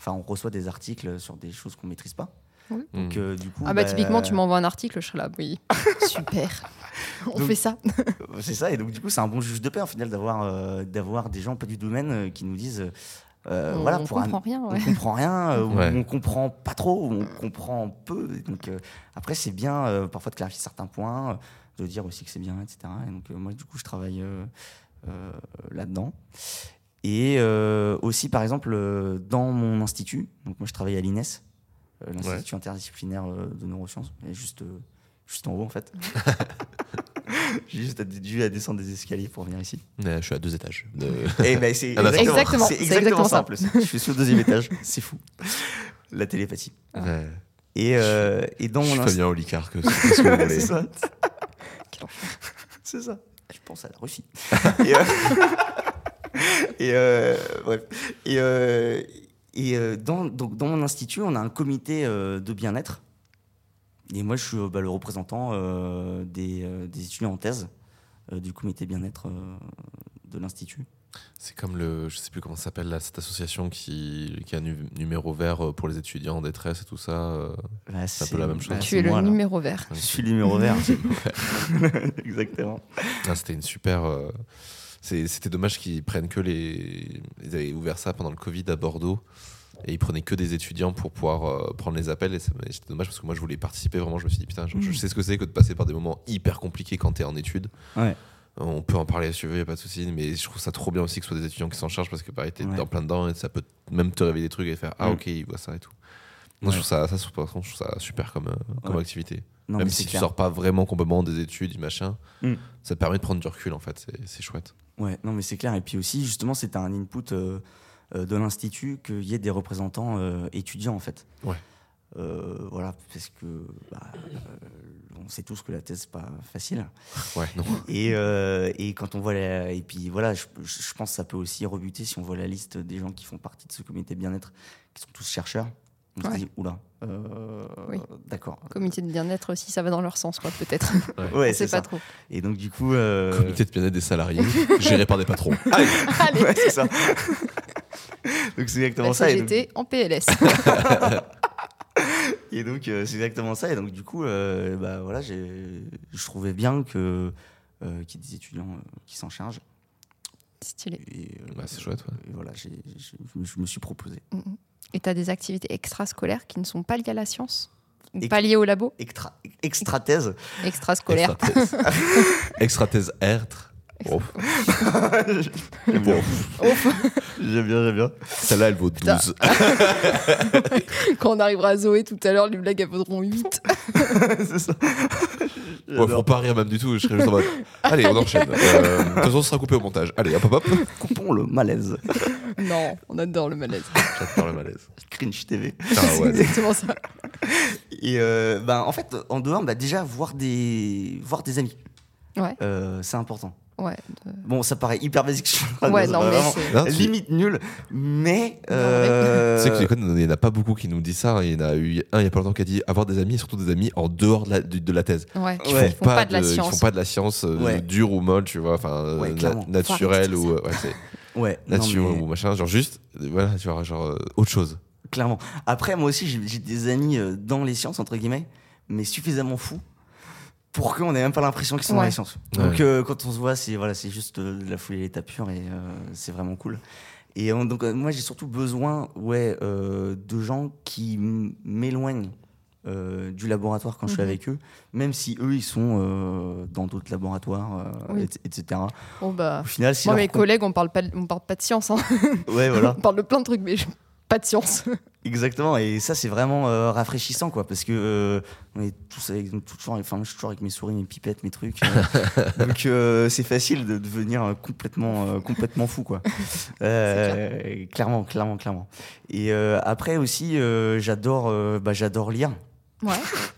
Enfin, on reçoit des articles sur des choses qu'on maîtrise pas. Hmm. Donc, euh, du coup, Ah bah typiquement, tu m'envoies un article, je serai là. Oui. Super. On Donc- fait ça. C'est ça, et donc du coup, c'est un bon juge de paix, au final, d'avoir euh, d'avoir des gens pas du domaine euh, qui nous disent. euh, on voilà, on pour un- comprend rien. Ouais. on comprend rien, euh, ou Ouais. on comprend pas trop, ou on comprend peu. Et Donc euh, après, c'est bien euh, parfois de clarifier certains points, euh, de dire aussi que c'est bien, etc. Et donc euh, moi, du coup, je travaille euh, euh, là-dedans. Et euh, aussi, par exemple, euh, dans mon institut, donc moi, je travaille à l'INES, euh, l'institut interdisciplinaire euh, de neurosciences, et juste euh, juste en haut en fait. J'ai juste à- dû à descendre des escaliers pour venir ici. Ouais, je suis à deux étages. Euh, Eh ben, c'est Ah bah, exactement, Exactement, c'est c'est exactement exactement ça en plus. Je suis sur le deuxième étage, c'est fou. La télépathie. Ah. ouais. Et, euh, et dans Je mon suis inst- Fabien Olicard, que c'est ce que vous voulez. c'est ça. Quel c'est ça. Je pense à la Russie. et euh, et, euh, bref. Et, euh, et, euh, dans, donc, dans mon institut, on a un comité euh, de bien-être. Et moi, je suis euh, bah, le représentant euh, des, euh, des étudiants en thèse euh, du comité bien-être euh, de l'institut. C'est comme le, je sais plus comment ça s'appelle là, cette association qui, qui a un nu- numéro vert euh, pour les étudiants en détresse et tout ça. euh. Bah, un peu la même chose. bah, tu c'est es le moi, là. numéro vert. Je suis le numéro vert. Exactement. Ah, C'était une super. euh, c'est- C'était dommage qu'ils prennent que les. Ils avaient ouvert ça pendant le Covid à Bordeaux et ils prenaient que des étudiants pour pouvoir euh, prendre les appels. Et ça- et c'était dommage parce que moi je voulais participer vraiment. Je me suis dit putain, je, Mm. je sais ce que c'est que de passer par des moments hyper compliqués quand t'es en études. Ouais. On peut en parler si tu veux, y a pas de souci. Mais je trouve ça trop bien aussi que ce soit des étudiants qui s'en chargent parce que pareil, t'es Ouais. dans plein dedans et ça peut même te révéler des trucs et faire ah Mm. ok, ils voient ça et tout. Moi, je trouve ça, ça, sur- par contre, je trouve ça super comme, euh, comme Ouais. activité. Non, Même mais si c'est tu clair. sors pas vraiment complètement des études, du machin, Mm. ça te permet de prendre du recul en fait, c'est- c'est chouette. Ouais, non, mais c'est clair. Et puis aussi, justement, c'était un input euh, euh, de l'institut qu'il y ait des représentants euh, étudiants, en fait. Ouais. Euh, voilà, parce que bah, euh, on sait tous que la thèse, c'est pas facile. Ouais, non. Et, euh, et quand on voit la- et puis voilà, je, je- je pense que ça peut aussi rebuter si on voit la liste des gens qui font partie de ce comité bien-être, qui sont tous chercheurs. On se Ouais. dit, oula, euh, Oui. d'accord. Comité de bien-être aussi, ça va dans leur sens, quoi, peut-être. Ouais, c'est c'est pas ça. trop. Et donc, du coup. euh, Comité de bien-être des salariés, géré par des patrons. Allez, Ouais, c'est ça. donc, c'est exactement la ça. Et donc, CGT en PLS. Et donc, euh, c'est exactement ça. Et donc, du coup, euh, bah, voilà, j'ai- je trouvais bien que, euh, qu'il y ait des étudiants euh, qui s'en chargent. Stylé. Et, euh, Bah, c'est chouette, ouais. et voilà, j'ai- j'ai- je me- je me suis proposé. Mhm. Et tu as des activités extrascolaires qui ne sont pas liées à la science ou Et- pas liées au labo Extra, extra-thèse. Extrascolaires. Extra-thèse. Extra-thèse Ertre. Oh, j'aime bien, j'aime bien. j'aime bien. Celle-là, elle vaut 12. Putain. Quand on arrivera à Zoé tout à l'heure, les blagues elles vaudront 8. c'est ça. Ouais, faut pas rire même du tout, je serais juste en mode. Allez, on enchaîne. Euh, de toute façon, ce sera coupé au montage. Allez, hop hop hop. Coupons le malaise. non, on adore le malaise. J'adore le malaise. Cringe TV. Ah C'est ouais. exactement ça. Et euh, ben, en fait, en dehors, bah, déjà, voir des, voir des amis, Ouais, euh, c'est important. ouais. Bon, ça paraît hyper basique. je suis en train de- Ouais, non, mais Ah, vraiment c'est- Non, tu- Limite nulle, mais. Non, euh, Tu sais que tu déconnes, il n'y en a pas beaucoup qui nous dit ça. Il y en a eu un il y a pas longtemps qui a dit avoir des amis, et surtout des amis en dehors de la, de, de la thèse. Ouais, qui Ouais. font, font pas, de la qui science. font pas de la science euh, Ouais. dure ou molle, tu vois, enfin euh, Ouais, na- clairement. naturelle Faut ou euh, ouais, c'est Ouais, non, nature mais- ou machin, genre juste euh, voilà, tu vois, genre euh, autre chose. clairement. Après, moi aussi, j'ai j'ai des amis euh, dans les sciences, entre guillemets, mais suffisamment fous pour qu'on ait même pas l'impression qu'ils sont dans Ouais. les sciences. Ouais. Donc, euh, quand on se voit, c'est voilà, c'est juste euh, de la folie à l'état pur et euh, c'est vraiment cool. Et euh, donc, euh, moi, j'ai surtout besoin ouais, euh, de gens qui m- m'éloignent euh, du laboratoire quand je suis Mhm. avec eux, même si eux, ils sont euh, dans d'autres laboratoires, euh, Oui. et- etc. Bon, bah, Au final, c'est moi, leur mes con- collègues, on parle pas, de- on parle pas de science. hein. Ouais, voilà. On parle de plein de trucs, mais je- pas de science. Exactement, et ça c'est vraiment euh, rafraîchissant quoi, parce que euh, on est tous avec donc, toujours, enfin moi, je suis toujours avec mes souris, mes pipettes, mes trucs, euh, donc euh, c'est facile de devenir euh, complètement, euh, complètement fou quoi. Euh, Clairement, clairement, clairement. Et euh, après aussi, euh, j'adore, euh, bah, j'adore lire, Ouais.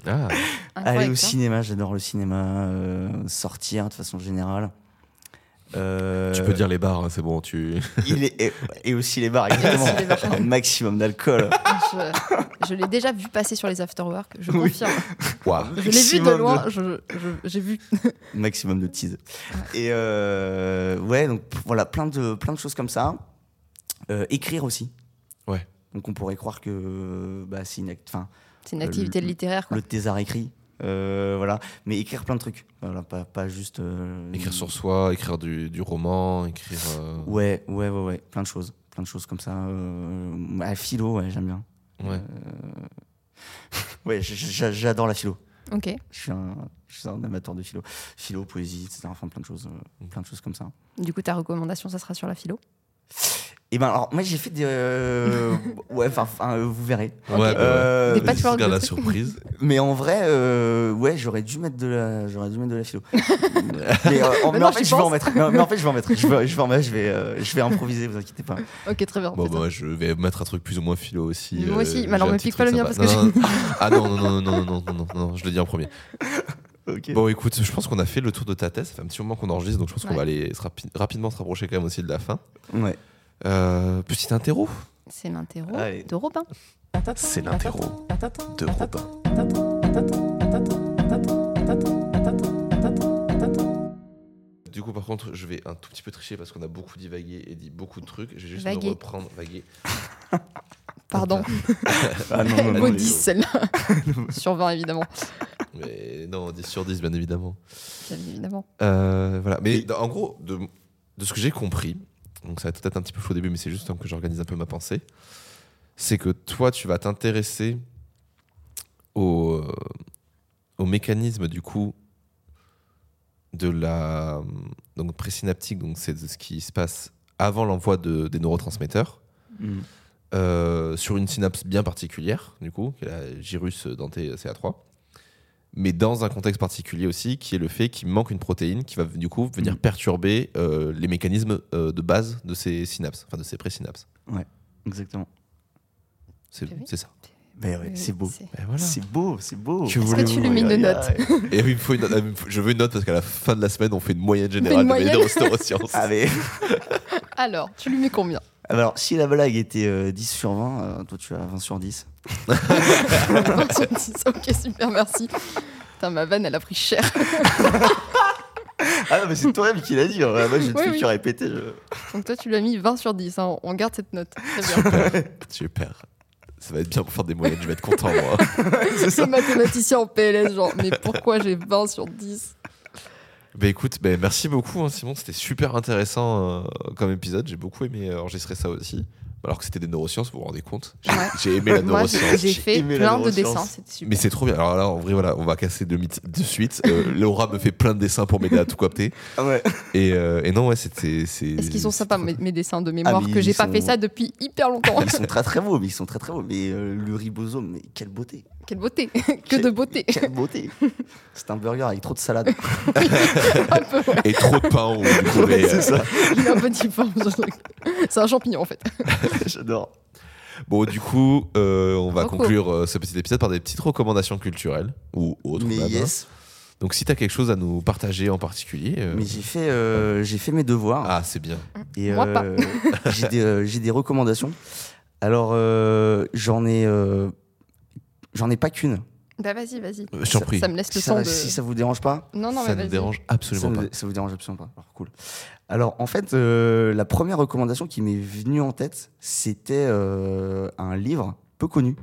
Ah, aller au cinéma, j'adore le cinéma, euh, sortir de façon générale. Euh, tu peux dire les bars, hein, c'est bon, tu il est- et, et aussi les bars, évidemment. les bars. Un maximum d'alcool. Je, je l'ai déjà vu passer sur les afterworks, je Oui. confirme. waouh. Je l'ai vu de Maximum loin, je- je- j'ai vu. maximum de tease. Et euh, ouais, donc p- voilà, plein de, plein de choses comme ça. Euh, écrire aussi. Ouais. Donc on pourrait croire que bah, c'est une, act- enfin, C'est une activité le- littéraire, quoi. le thésard écrit. euh, voilà, mais écrire plein de trucs. Voilà, pas, pas juste. euh, Écrire sur soi, écrire du, du roman, écrire. euh, Ouais, ouais, ouais, ouais, plein de choses. Plein de choses comme ça. Euh, à philo, ouais, j'aime bien. Euh, ouais. Ouais, j- j- j'adore la philo. Ok. Je suis, un, je suis un amateur de philo. Philo, poésie, etc. Enfin, plein de choses, Mm. euh, plein de choses comme ça. Du coup, ta recommandation, ça sera sur la philo. Et ben alors moi j'ai fait des euh, ouais enfin enfin, euh, vous verrez. Ouais, bah ouais. Euh, Des patchwork regarde de la trucs. surprise. Mais en vrai euh, ouais j'aurais dû mettre de la j'aurais dû mettre de la philo. mais, euh, en, mais Maintenant, en fait j'y je vais en pense. mettre. Non, mais en fait je vais en mettre. Je vais je vais en mettre, je vais, euh, je vais improviser vous inquiétez pas. Ok, très bien. Bon, putain. bah, je vais mettre un truc plus ou moins philo aussi. euh, Moi aussi, bah mais j'ai alors, un me petit pique pas truc le mien sympa. parce que Non, non, non. Ah non, non, non, non, non, non, non, non, non, je le dis en premier. OK. Bon, écoute, je pense qu'on a fait le tour de ta thèse. Ça fait un petit moment qu'on enregistre, donc je pense qu'on Ouais. va aller se rapi- rapidement se rapprocher quand même aussi de la fin. Ouais. Euh, petit interro. C'est l'interro Allez. de Robin. C'est l'interro de Robin. Du coup, par contre, je vais un tout petit peu tricher parce qu'on a beaucoup divagué et dit beaucoup de trucs. Je vais juste Vagué. me reprendre, vaguer. Pardon. Ah non non non. Maudit les- celle-là. sur 20, évidemment. Mais non, 10 sur 10, bien évidemment. Bien évidemment. Euh, voilà. Mais Et- dans- en gros, de, de ce que j'ai compris, donc ça va être peut-être un petit peu chaud au début, mais c'est juste le temps que j'organise un peu ma pensée, c'est que toi, tu vas t'intéresser au, euh, au mécanisme du coup de la euh, donc présynaptique, donc c'est ce qui se passe avant l'envoi de- des neurotransmetteurs Mm. euh, sur une synapse bien particulière, du coup, qui est la gyrus dente CA3, mais dans un contexte particulier aussi, qui est le fait qu'il manque une protéine qui va du coup venir Mhm. perturber euh, les mécanismes euh, de base de ces synapses, enfin de ces présynapses. Exactement. C'est Ah oui. c'est ça. Mais ouais, Euh, c'est beau. c'est- Et voilà. C'est beau, c'est beau. Que Est-ce que tu lui mets une note Et oui, il me faut une note- ah, il me faut- je veux une note parce qu'à la fin de la semaine, on fait une moyenne générale moyenne. de mes neurosciences. Ah mais Alors, tu lui mets combien Alors, si la blague était euh, 10 sur 20, euh, toi tu as 20 sur 10. ok, super, merci. Putain, ma vanne, elle a pris cher. Ah non, mais c'est toi-même qui l'as dit. hein. Moi, j'ai Oui, tout oui. qui répété. je- Donc toi, tu l'as mis 20 sur 10. hein. On garde cette note. Très bien. Super. Ça va être bien pour faire des moyennes, je vais être content, moi. Le mathématicien en PLS, genre, mais pourquoi j'ai 20 sur 10 Bah écoute, bah merci beaucoup hein, Simon, c'était super intéressant euh, comme épisode, j'ai beaucoup aimé euh, enregistrer ça aussi. Alors que c'était des neurosciences, vous vous rendez compte J'ai Ouais. j'ai aimé la Moi, neuroscience. j'ai j'ai j'ai fait aimé la plein de neuroscience. dessins. C'était super. Mais c'est trop bien. Alors là, en vrai, voilà, on va casser le mythe de suite. Euh, Laura me fait plein de dessins pour m'aider à tout capter. Ah ouais. Et, euh, et non, ouais, c'était. c'est- Est-ce qu'ils sont c'est sympas, trop- mes, mes dessins de mémoire, Ah, mais que j'ai ils pas fait sont- ça depuis hyper longtemps Ils sont très très beaux, mais ils sont très très beaux. Mais euh, le ribosome, mais quelle beauté. Quelle beauté Que de beauté Quelle beauté. C'est un burger avec trop de salade. Un peu, ouais. Et trop de pain au micro-ondes. Ouais, c'est ça. euh, Il a un petit forme. ce truc. C'est un champignon, en fait. J'adore. Bon, du coup, euh, on va Trop cool. conclure euh, ce petit épisode par des petites recommandations culturelles ou autres. Mais même, hein. yes. Donc, si t'as quelque chose à nous partager en particulier. euh, Mais j'ai fait, euh, j'ai fait mes devoirs. Ah, c'est bien. Et Moi pas. euh, j'ai des, euh, j'ai des recommandations. Alors, euh, j'en ai, euh, j'en ai pas qu'une. Bah vas-y, vas-y. Euh, Je t'en Ça- prie. Ça me laisse Si, le son ça- de... si ça vous dérange pas, Non, non, ça mais ne vas-y. dérange ça, absolument vous- pas. ça vous dérange absolument pas. Alors, cool. Alors, en fait, euh, la première recommandation qui m'est venue en tête, c'était euh, un livre peu connu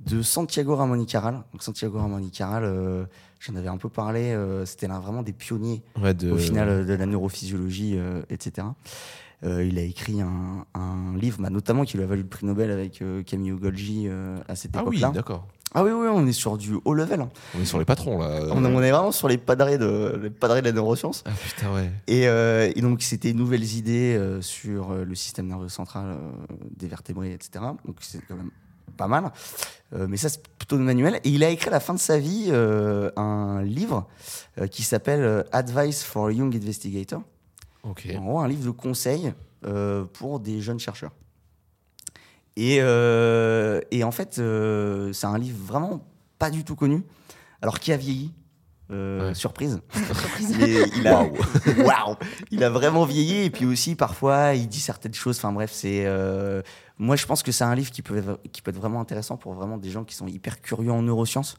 de Santiago Ramón y Carral. Donc, Santiago Ramón y Carral, euh, j'en avais un peu parlé. euh, c'était l'un vraiment des pionniers Ouais, de- au final euh, de la neurophysiologie, euh, etc. Euh, il a écrit un, un livre, bah, notamment qui lui a valu le prix Nobel avec euh, Camille Golgi euh, à cette Ah oui, époque-là. d'accord. Ah oui, oui, on est sur du haut level. hein. On est sur les patrons là. On, est- on est vraiment sur les padrés de, les padrés de la neuroscience. Ah putain, ouais. Et, euh, et donc, c'était nouvelles idées euh, sur euh, le système nerveux central euh, des vertébrés, etc. Donc, c'est quand même pas mal. Euh, mais ça, c'est plutôt de manuel. Et il a écrit à la fin de sa vie euh, un livre euh, qui s'appelle euh, Advice for a Young Investigator. Ok. En gros, un livre de conseils euh, pour des jeunes chercheurs. Et, euh, et en fait, euh, c'est un livre vraiment pas du tout connu, alors qui a vieilli. Euh, Ouais. Surprise. Surprise. Mais il a, Waouh. Il a vraiment vieilli et puis aussi parfois il dit certaines choses. Enfin bref, c'est euh, moi je pense que c'est un livre qui peut être, qui peut être vraiment intéressant pour vraiment des gens qui sont hyper curieux en neurosciences.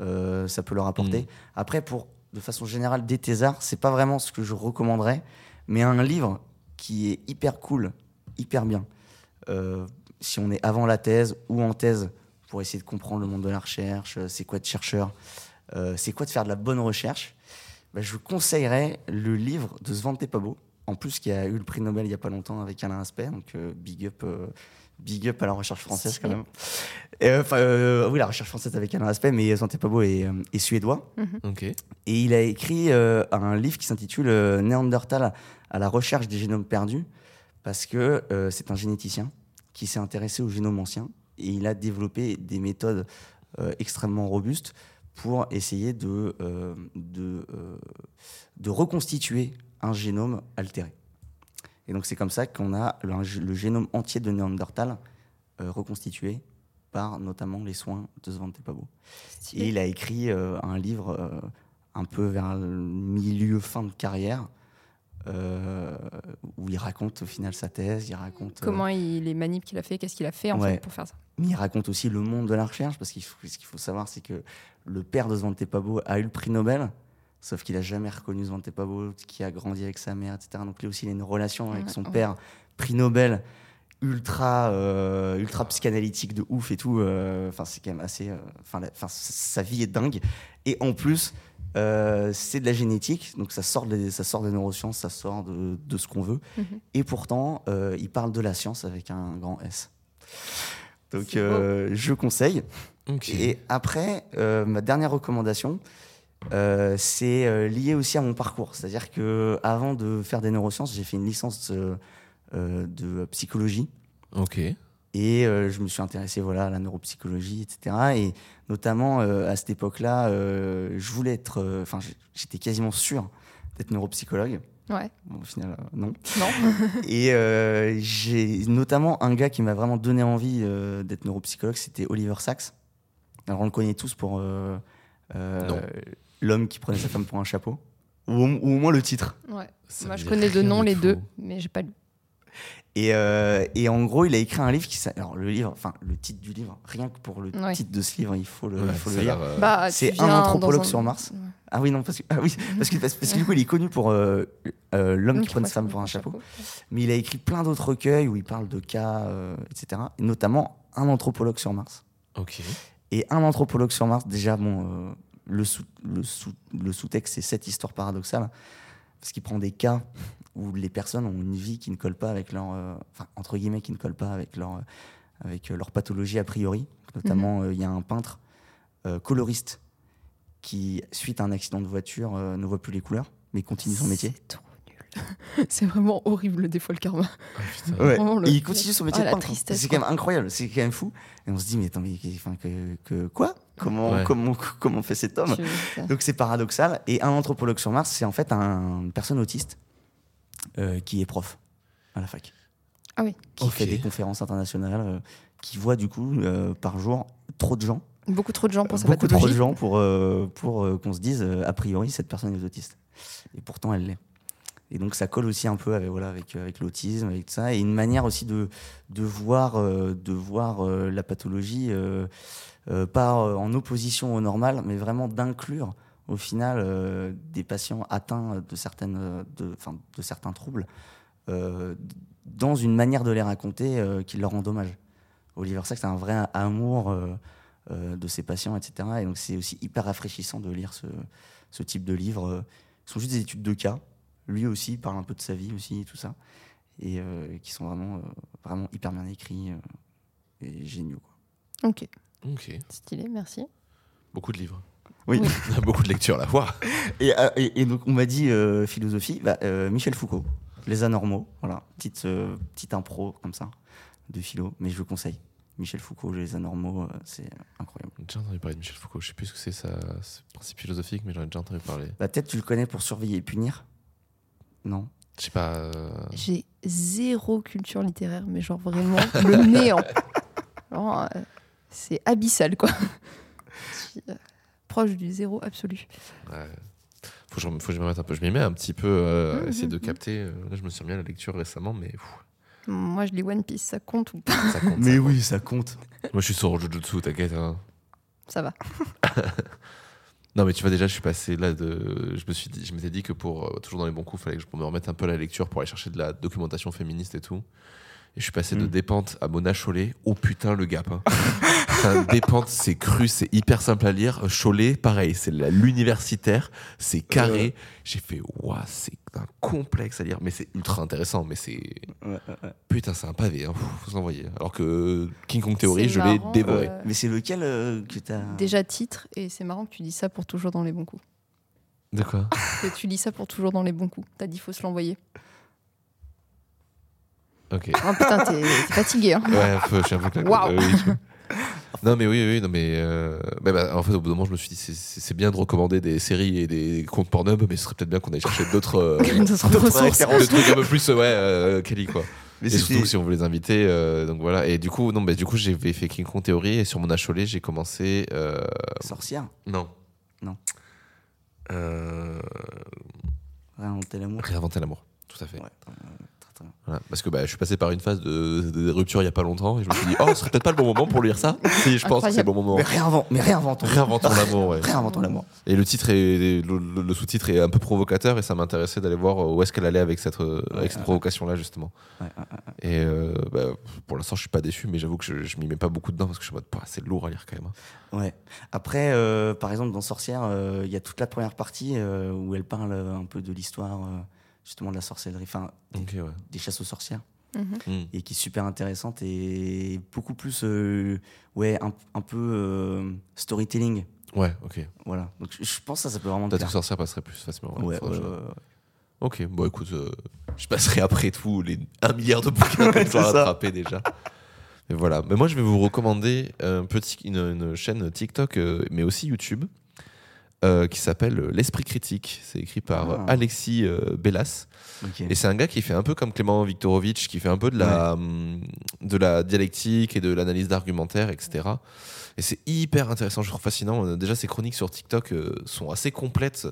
Euh, ça peut leur apporter. Mm. Après pour de façon générale des thésards, c'est pas vraiment ce que je recommanderais, mais un livre qui est hyper cool, hyper bien. Euh, si on est avant la thèse ou en thèse pour essayer de comprendre le monde de la recherche, euh, c'est quoi être chercheur, euh, c'est quoi de faire de la bonne recherche, bah, je vous conseillerais le livre de Svante Pabo, en plus qui a eu le prix Nobel il n'y a pas longtemps avec Alain Aspect, donc euh, big, up, euh, big up à la recherche française quand même. Et, euh, enfin, euh, oui, la recherche française avec Alain Aspect, mais Svante Pabo est, euh, est suédois. Ok. Et il a écrit euh, un livre qui s'intitule euh, Néandertal à la recherche des génomes perdus, parce que euh, c'est un généticien qui s'est intéressé au génome ancien et il a développé des méthodes euh, extrêmement robustes pour essayer de, euh, de, euh, de reconstituer un génome altéré. Et donc c'est comme ça qu'on a le, un g- le génome entier de Néandertal euh, reconstitué par notamment les soins de Svante Pabo. Et Stylé. il a écrit euh, un livre euh, un peu vers le milieu, fin de carrière, euh, où il raconte au final sa thèse, il raconte, euh, Comment il, les manips qu'il a fait, qu'est-ce qu'il a fait en Ouais. fait pour faire ça mais il raconte aussi le monde de la recherche, parce qu'il faut, ce qu'il faut savoir, c'est que le père de Svante Pabo a eu le prix Nobel, sauf qu'il a jamais reconnu Svante Pabo, qui a grandi avec sa mère, etc. Donc lui aussi, il a une relation avec Ouais, son ouais. père, prix Nobel, ultra, euh, ultra psychanalytique de ouf et tout. euh, Enfin, c'est quand même assez. euh, Enfin, la- enfin, sa- sa vie est dingue. Et en plus, euh, c'est de la génétique, donc ça sort, des, ça sort des neurosciences, ça sort de, de ce qu'on veut. Mhm. Et pourtant, euh, il parle de la science avec un grand S. Donc, C'est beau. euh, je conseille. Ok. Et après, euh, ma dernière recommandation, euh, c'est euh, lié aussi à mon parcours. C'est-à-dire que avant de faire des neurosciences, j'ai fait une licence euh, euh, de psychologie. Ok. Et euh, je me suis intéressé voilà, à la neuropsychologie, etc. Et notamment, euh, à cette époque-là, euh, je voulais être. euh, Enfin, j- j'étais quasiment sûr d'être neuropsychologue. Ouais, Bon, au final, euh, non. non Et euh, j'ai notamment un gars qui m'a vraiment donné envie euh, d'être neuropsychologue, c'était Oliver Sacks. Alors on le connaît tous pour euh, euh, Non. l'homme qui prenait sa femme pour un chapeau, ou au, ou au moins le titre. ouais. Ça Moi, me je dit connais de rien nom du les tout. deux, mais j'ai pas lu. Et, euh, et en gros, il a écrit un livre qui s'a- alors le livre, enfin le titre du livre, rien que pour le Ouais. titre de ce livre, il faut le, Ouais, il faut ça le a lire. l'air, euh, Bah, tu c'est un viens dans anthropologue sur Mars. Ouais. Ah oui non parce que ah oui parce que parce, parce que du coup il est connu pour euh, euh, l'homme Donc, qui prend une passe femme pour un chapeau. Mais il a écrit plein d'autres recueils où il parle de cas, euh, etc. Et notamment un anthropologue sur Mars. Ok. Et un anthropologue sur Mars, déjà, bon, euh, le, sous, le, sous, le sous-texte, c'est cette histoire paradoxale, parce qu'il prend des cas où les personnes ont une vie qui ne colle pas avec leur, euh, enfin, entre guillemets, qui ne colle pas avec leur, euh, avec euh, leur pathologie a priori. Mhm. Notamment, euh, il y a un peintre euh, coloriste qui, suite à un accident de voiture, euh, ne voit plus les couleurs, mais continue son métier. C'est trop nul. C'est vraiment horrible des fois le karma. Ah, putain. Ouais. Vraiment, le- Et il continue son métier de Ah, la peintre. tristesse, C'est quand même incroyable, c'est quand même fou. Et on se dit, mais attends, mais enfin, que, que- quoi comment, Ouais. comment, comment fait cet homme Tu- ça- donc c'est paradoxal. Et un anthropologue sur Mars, c'est en fait un- une personne autiste euh, qui est prof à la fac. Ah oui. Qui Ok. fait des conférences internationales, euh, qui voit du coup euh, par jour trop de gens, Beaucoup trop de gens pour sa beaucoup trop de pathologie. gens pour, euh, pour euh, qu'on se dise euh, a priori cette personne est autiste. Et pourtant elle l'est. Et donc ça colle aussi un peu avec voilà avec, euh, avec l'autisme avec ça et une manière aussi de de voir euh, de voir euh, la pathologie euh, euh, pas euh, en opposition au normal mais vraiment d'inclure au final euh, des patients atteints de certaines euh, de, 'fin, de certains troubles euh, dans une manière de les raconter euh, qui leur rend dommage. Oliver Sacks a un vrai amour euh, euh, de ses patients etc et donc c'est aussi hyper rafraîchissant de lire ce, ce type de livre. Ce sont juste des études de cas. Lui aussi il parle un peu de sa vie aussi et tout ça et euh, qui sont vraiment euh, vraiment hyper bien écrits euh, et géniaux. quoi. Ok, Ok. stylé, merci. Ah. Beaucoup de livres. Oui. Oui. On a beaucoup de lectures là. Waouh. Et, euh, et- et donc, on m'a dit euh, philosophie, bah, euh, Michel Foucault, Les Anormaux, voilà, petite, euh, petite impro comme ça, de philo, mais je vous conseille. Michel Foucault, Les Anormaux, euh, c'est incroyable. J'ai déjà entendu parler de Michel Foucault. Je sais plus ce que c'est, ça. ce principe philosophique, mais j'en ai déjà entendu parler. Bah, Peut-être tu le connais pour surveiller et punir Non Je sais pas. euh, J'ai zéro culture littéraire, mais genre vraiment le néant. Genre, euh, c'est abyssal, quoi. Je suis, euh, Proche du zéro absolu. ouais. Faut que, je, faut que je me remette un peu. Je m'y mets un petit peu euh, à Mhm, essayer de mhm. capter. Là, je me suis remis à la lecture récemment, mais pfff, Moi, je lis One Piece, ça compte ou pas ça compte. ça Mais compte. oui, ça compte. Moi, je suis sur Jujutsu, t'inquiète. hein. Ça va. Non, mais tu vois, déjà, je suis passé là de. Je me suis dit, je m'étais dit que pour. euh, toujours dans les bons coups, fallait que je me remette un peu à la lecture pour aller chercher de la documentation féministe et tout. Et je suis passé de Mm. Dépente à Mona Chollet. Oh putain, le gap. hein. Enfin, Dépente, c'est cru, c'est hyper simple à lire. Chollet, pareil, c'est la- l'universitaire, c'est carré. J'ai fait, ouah, c'est un complexe à lire. Mais c'est ultra intéressant, mais c'est. Ouais, ouais, ouais. Putain, c'est un pavé, hein. Pff, faut s'envoyer. Alors que King Kong Theory, C'est je l'ai marrant, dévoré. euh, Mais c'est lequel euh, que t'as Déjà titre, et c'est marrant que tu dis ça pour toujours dans les bons coups. De quoi Que tu lis ça pour toujours dans les bons coups. T'as dit, faut se l'envoyer. Ok. Oh putain, t'es t'es fatigué, hein. Ouais, un peu, je suis un peu claqué. Waouh. Euh, oui, je- Non mais oui, oui, non mais euh, bah, bah, en fait au bout d'un moment je me suis dit c'est- c'est c'est bien de recommander des séries et des comptes Pornhub mais ce serait peut-être bien qu'on aille chercher d'autres euh, D'autres D'autres ressources. références. des trucs un peu plus euh, ouais euh, Kelly quoi. Mais et c'est- surtout si on veut les inviter euh, donc voilà et du coup non mais du coup j'ai fait King Kong Theory et sur mon acholé j'ai commencé euh, Sorcière non Non. Euh, Réinventer l'amour. réinventer l'amour tout à fait Ouais, très, très, très bien. Voilà, parce que bah, je suis passé par une phase de, de rupture il y a pas longtemps et je me suis dit oh ce serait peut-être pas le bon moment pour lire ça si je pense que c'est le bon moment Mais, réinvent, mais réinventons. Réinventons l'amour, ouais. Réinventons l'amour. Et le titre est, le, le- le sous-titre est un peu provocateur et ça m'intéressait d'aller voir où est-ce qu'elle allait avec cette, euh, avec cette provocation-là, justement. Ouais, ouais, Et euh, bah, pour l'instant, je suis pas déçu, mais j'avoue que je, je m'y mets pas beaucoup dedans parce que je suis en mode, Pouah, c'est lourd à lire quand même. hein. Ouais. Après, euh, par exemple, dans Sorcière, euh, il y a toute la première partie euh, où elle parle euh, un peu de l'histoire, euh, justement, de la sorcellerie, enfin, des, Ok, ouais. des chasses aux sorcières, Mhm. et qui est super intéressante et beaucoup plus, euh, ouais, un, un peu euh, storytelling. Ouais, ok. Voilà. Donc, je- je pense que ça, ça peut vraiment te Peut-être que plaire. sorcière passerait plus facilement. ouais. Ouais, Faudrait ouais, que je- ouais, ouais. Ok, bon, écoute, euh, je passerai après tout les 1 milliard de bouquins que Ouais, je c'est dois ça. rattraper déjà. Mais voilà. Mais moi, je vais vous recommander un petit, une, une chaîne TikTok, euh, mais aussi YouTube, euh, qui s'appelle euh, L'Esprit Critique. C'est écrit par euh, Ah. Alexis euh, Bellas. Ok. Et c'est un gars qui fait un peu comme Clément Viktorovitch, qui fait un peu de la, hum, de la dialectique et de l'analyse d'argumentaire, etc. Et c'est hyper intéressant, je trouve fascinant. Euh, Déjà, ses chroniques sur TikTok euh, sont assez complètes.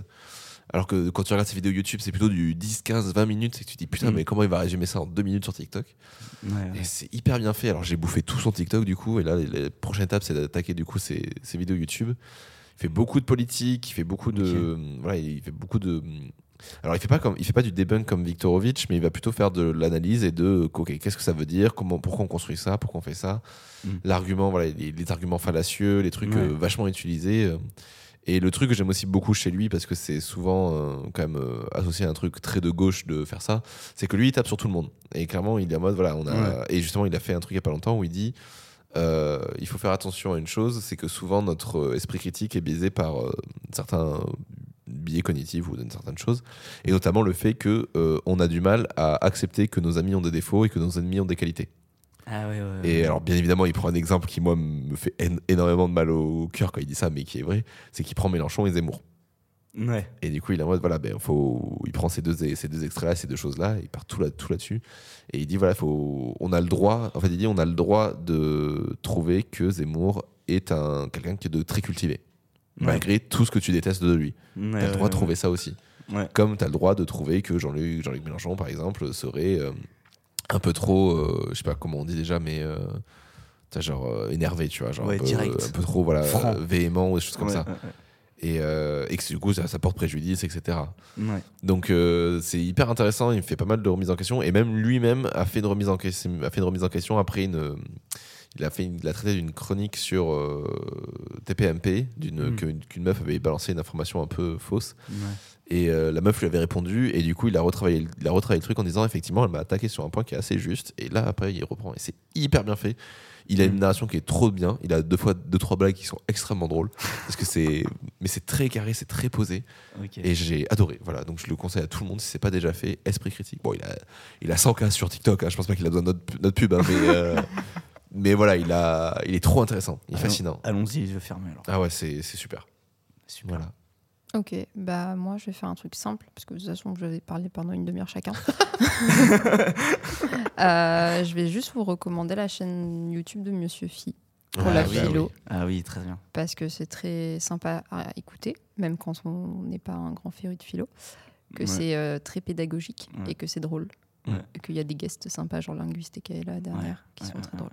Alors que quand tu regardes ces vidéos YouTube, c'est plutôt du 10, 15, 20 minutes et que tu te dis putain, Mm. mais comment il va résumer ça en 2 minutes sur TikTok Ouais, ouais. Et c'est hyper bien fait. Alors j'ai bouffé tout son TikTok du coup, et là la prochaine étape c'est d'attaquer du coup ses, ses vidéos YouTube. Il fait beaucoup de politique, il fait beaucoup de voilà, il fait beaucoup de alors il fait pas comme il fait pas du debunk comme Viktorovitch, mais il va plutôt faire de l'analyse et de ok qu'est-ce que ça veut dire, comment pourquoi on construit ça, pourquoi on fait ça, Mm. l'argument voilà les, les arguments fallacieux, les trucs Ouais. euh, vachement utilisés. euh. et le truc que j'aime aussi beaucoup chez lui, parce que c'est souvent euh, quand même euh, associé à un truc très de gauche de faire ça, c'est que lui il tape sur tout le monde et clairement il est en mode voilà on a et justement il a fait un truc il y a pas longtemps où il dit euh, il faut faire attention à une chose c'est que souvent notre euh, esprit critique est biaisé par euh, certains biais cognitifs ou certaines choses et notamment le fait que euh, on a du mal à accepter que nos amis ont des défauts et que nos ennemis ont des qualités Ah ouais, ouais, ouais. et alors, bien évidemment, il prend un exemple qui, moi, me fait en- énormément de mal au cœur quand il dit ça, mais qui est vrai, c'est qu'il prend Mélenchon et Zemmour. Ouais. Et du coup, il est en mode, voilà, ben, faut, il prend ces deux, ces deux extraits-là, ces deux choses-là, il part tout là- tout là-dessus. et il dit, voilà, faut, on a le droit, en fait, il dit, on a le droit de trouver que Zemmour est un, quelqu'un qui est de très cultivé, malgré tout ce que tu détestes de lui. Ouais, bah, T'as le ouais, droit ouais. de trouver ça aussi. Ouais. Comme t'as le droit de trouver que Jean-Luc Jean Mélenchon, par exemple, serait euh, un peu trop, euh, je sais pas comment on dit déjà, mais euh, t'as genre euh, énervé, tu vois, genre Ouais, un, peu, direct. un peu trop voilà, Franc. euh, véhément ou des choses comme Ouais, ça. ouais, Et, euh, et que du coup, ça, ça porte préjudice, etc. ouais. Ouais. Donc euh, c'est hyper intéressant, il fait pas mal de remises en question et même lui-même a fait une remise en question, a fait une remise en question après une euh, il a fait une- il a traité d'une chronique sur euh, TPMP d'une Mm. que- qu'une meuf avait balancé une information un peu fausse Ouais. et euh, la meuf lui avait répondu et du coup il a retravaillé le- il a retravaillé le truc en disant effectivement elle m'a attaqué sur un point qui est assez juste et là après il reprend et c'est hyper bien fait. Il a une Mm. narration qui est trop bien, il a deux fois deux trois blagues qui sont extrêmement drôles parce que c'est mais c'est très carré, c'est très posé. Ok. Et j'ai adoré. Voilà, donc je le conseille à tout le monde si c'est pas déjà fait. Esprit critique. Bon, il a, il a 100 cas sur TikTok. hein. Je pense pas qu'il a besoin de notre, pu- notre pub, hein, mais, euh, mais voilà, il a, il est trop intéressant. Il est Allons- fascinant. Allons-y, les yeux fermés alors. Ah ouais, c'est c'est super. Super. Voilà. Ok, bah moi je vais faire un truc simple, parce que de toute façon je vais parler pendant une demi-heure chacun. Euh, je vais juste vous recommander la chaîne YouTube de Monsieur Phi pour Ouais, la bah oui. philo, Ah oui, très bien. parce que c'est très sympa à écouter, même quand on n'est pas un grand féru de philo, que Ouais. c'est euh, très pédagogique Ouais. et que c'est drôle. Ouais. Et qu'il y a des guests sympas, genre Linguiste et Kaela derrière, qui Ouais, sont ouais, très drôles.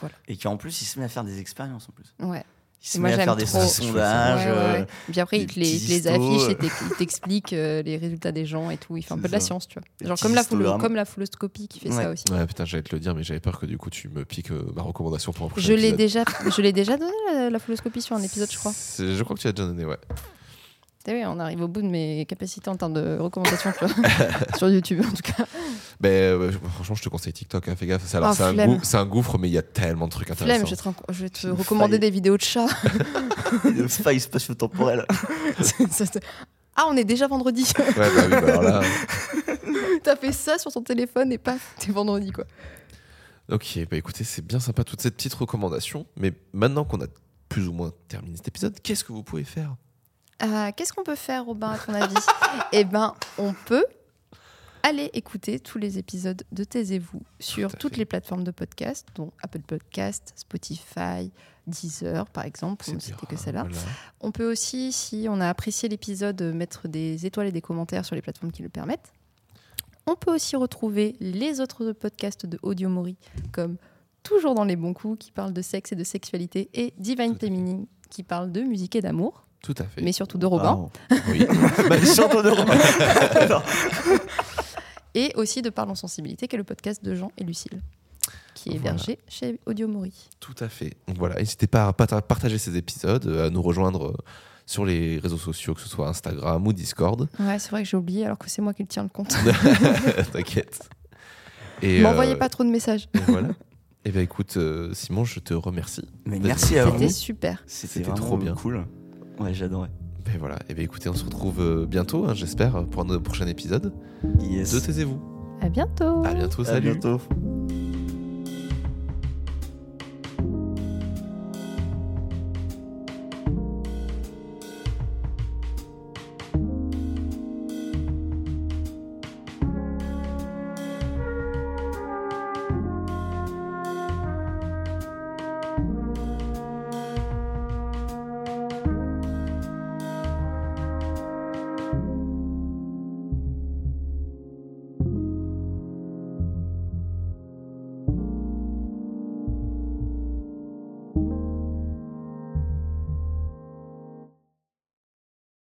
Voilà. Et qu'en plus, il se met à faire des expériences en plus. Ouais. Il se Et moi, met à j'aime faire des trop. sondages. Ouais, ouais, ouais. euh, Puis après, des il te les, petits il te les histo, affiche euh. et t'ex- il t'explique euh, les résultats des gens et tout. Il fait un C'est peu de la ça. science, tu vois. Des Genre petits comme la, pholo, histogrammes. comme la foloscopie qui fait Ouais. ça aussi. Ouais, putain, j'allais te le dire, mais j'avais peur que du coup tu me piques euh, ma recommandation pour un prochain Je l'ai épisode. déjà, je l'ai déjà donné la, la foloscopie sur un épisode, je crois. C'est- Je crois que tu l'as déjà donné, ouais. T'as vu, on arrive au bout de mes capacités en termes de recommandations, tu vois. sur YouTube, en tout cas. Mais euh, ouais, franchement, je te conseille TikTok, hein, fais gaffe. C'est alors, Oh, c'est un, flemme. gou- c'est un gouffre, mais il y a tellement de trucs Flemme, intéressants. je vais te, renco- je vais te Une recommander faille. des vidéos de chats. de euh, failles spatio-temporelles. Ça, ça- ah, on est déjà vendredi. Ouais, bah oui, bah alors là. T'as fait ça sur ton téléphone et pas t'es vendredi, quoi. Ok, bah écoutez, c'est bien sympa toutes ces petites recommandations. Mais maintenant qu'on a plus ou moins terminé cet épisode, qu'est-ce que vous pouvez faire Euh, Qu'est-ce qu'on peut faire, Robin, à ton avis Eh ben, on peut aller écouter tous les épisodes de Taisez-vous sur Tout à toutes fait. les plateformes de podcast, dont Apple Podcast, Spotify, Deezer, par exemple, pour ne dur, citer que hein, celle-là. voilà. On peut aussi, si on a apprécié l'épisode, euh, mettre des étoiles et des commentaires sur les plateformes qui le permettent. On peut aussi retrouver les autres podcasts de Audio Mori, comme Toujours dans les bons coups, qui parle de sexe et de sexualité, et Divine Tout à fait. Feminine, qui parle de musique et d'amour, Tout à fait. mais surtout de Robin. Oui. Bah, je suis en train de remarquer. Non. et aussi de Parlons Sensibilité, qui est le podcast de Jean et Lucille, qui est Voilà. hébergé chez Audio Mori. Tout à fait. Donc voilà, n'hésitez pas à pata- partager ces épisodes, euh, à nous rejoindre euh, sur les réseaux sociaux, que ce soit Instagram ou Discord. Ouais, c'est vrai que j'ai oublié, alors que c'est moi qui le tiens le compte. T'inquiète. Et, M'envoyez euh, pas trop de messages. et voilà. Eh bien écoute, euh, Simon, je te remercie. Mais D'être merci à Ah C'était vous. oui. super. C'était C'était vraiment trop bien. cool. Ouais, j'adorais. Ben voilà. Eh bien écoutez, on se retrouve euh, bientôt, hein, j'espère, pour un prochain épisode Yes. de Taisez-vous. À bientôt. À bientôt, À salut. bientôt.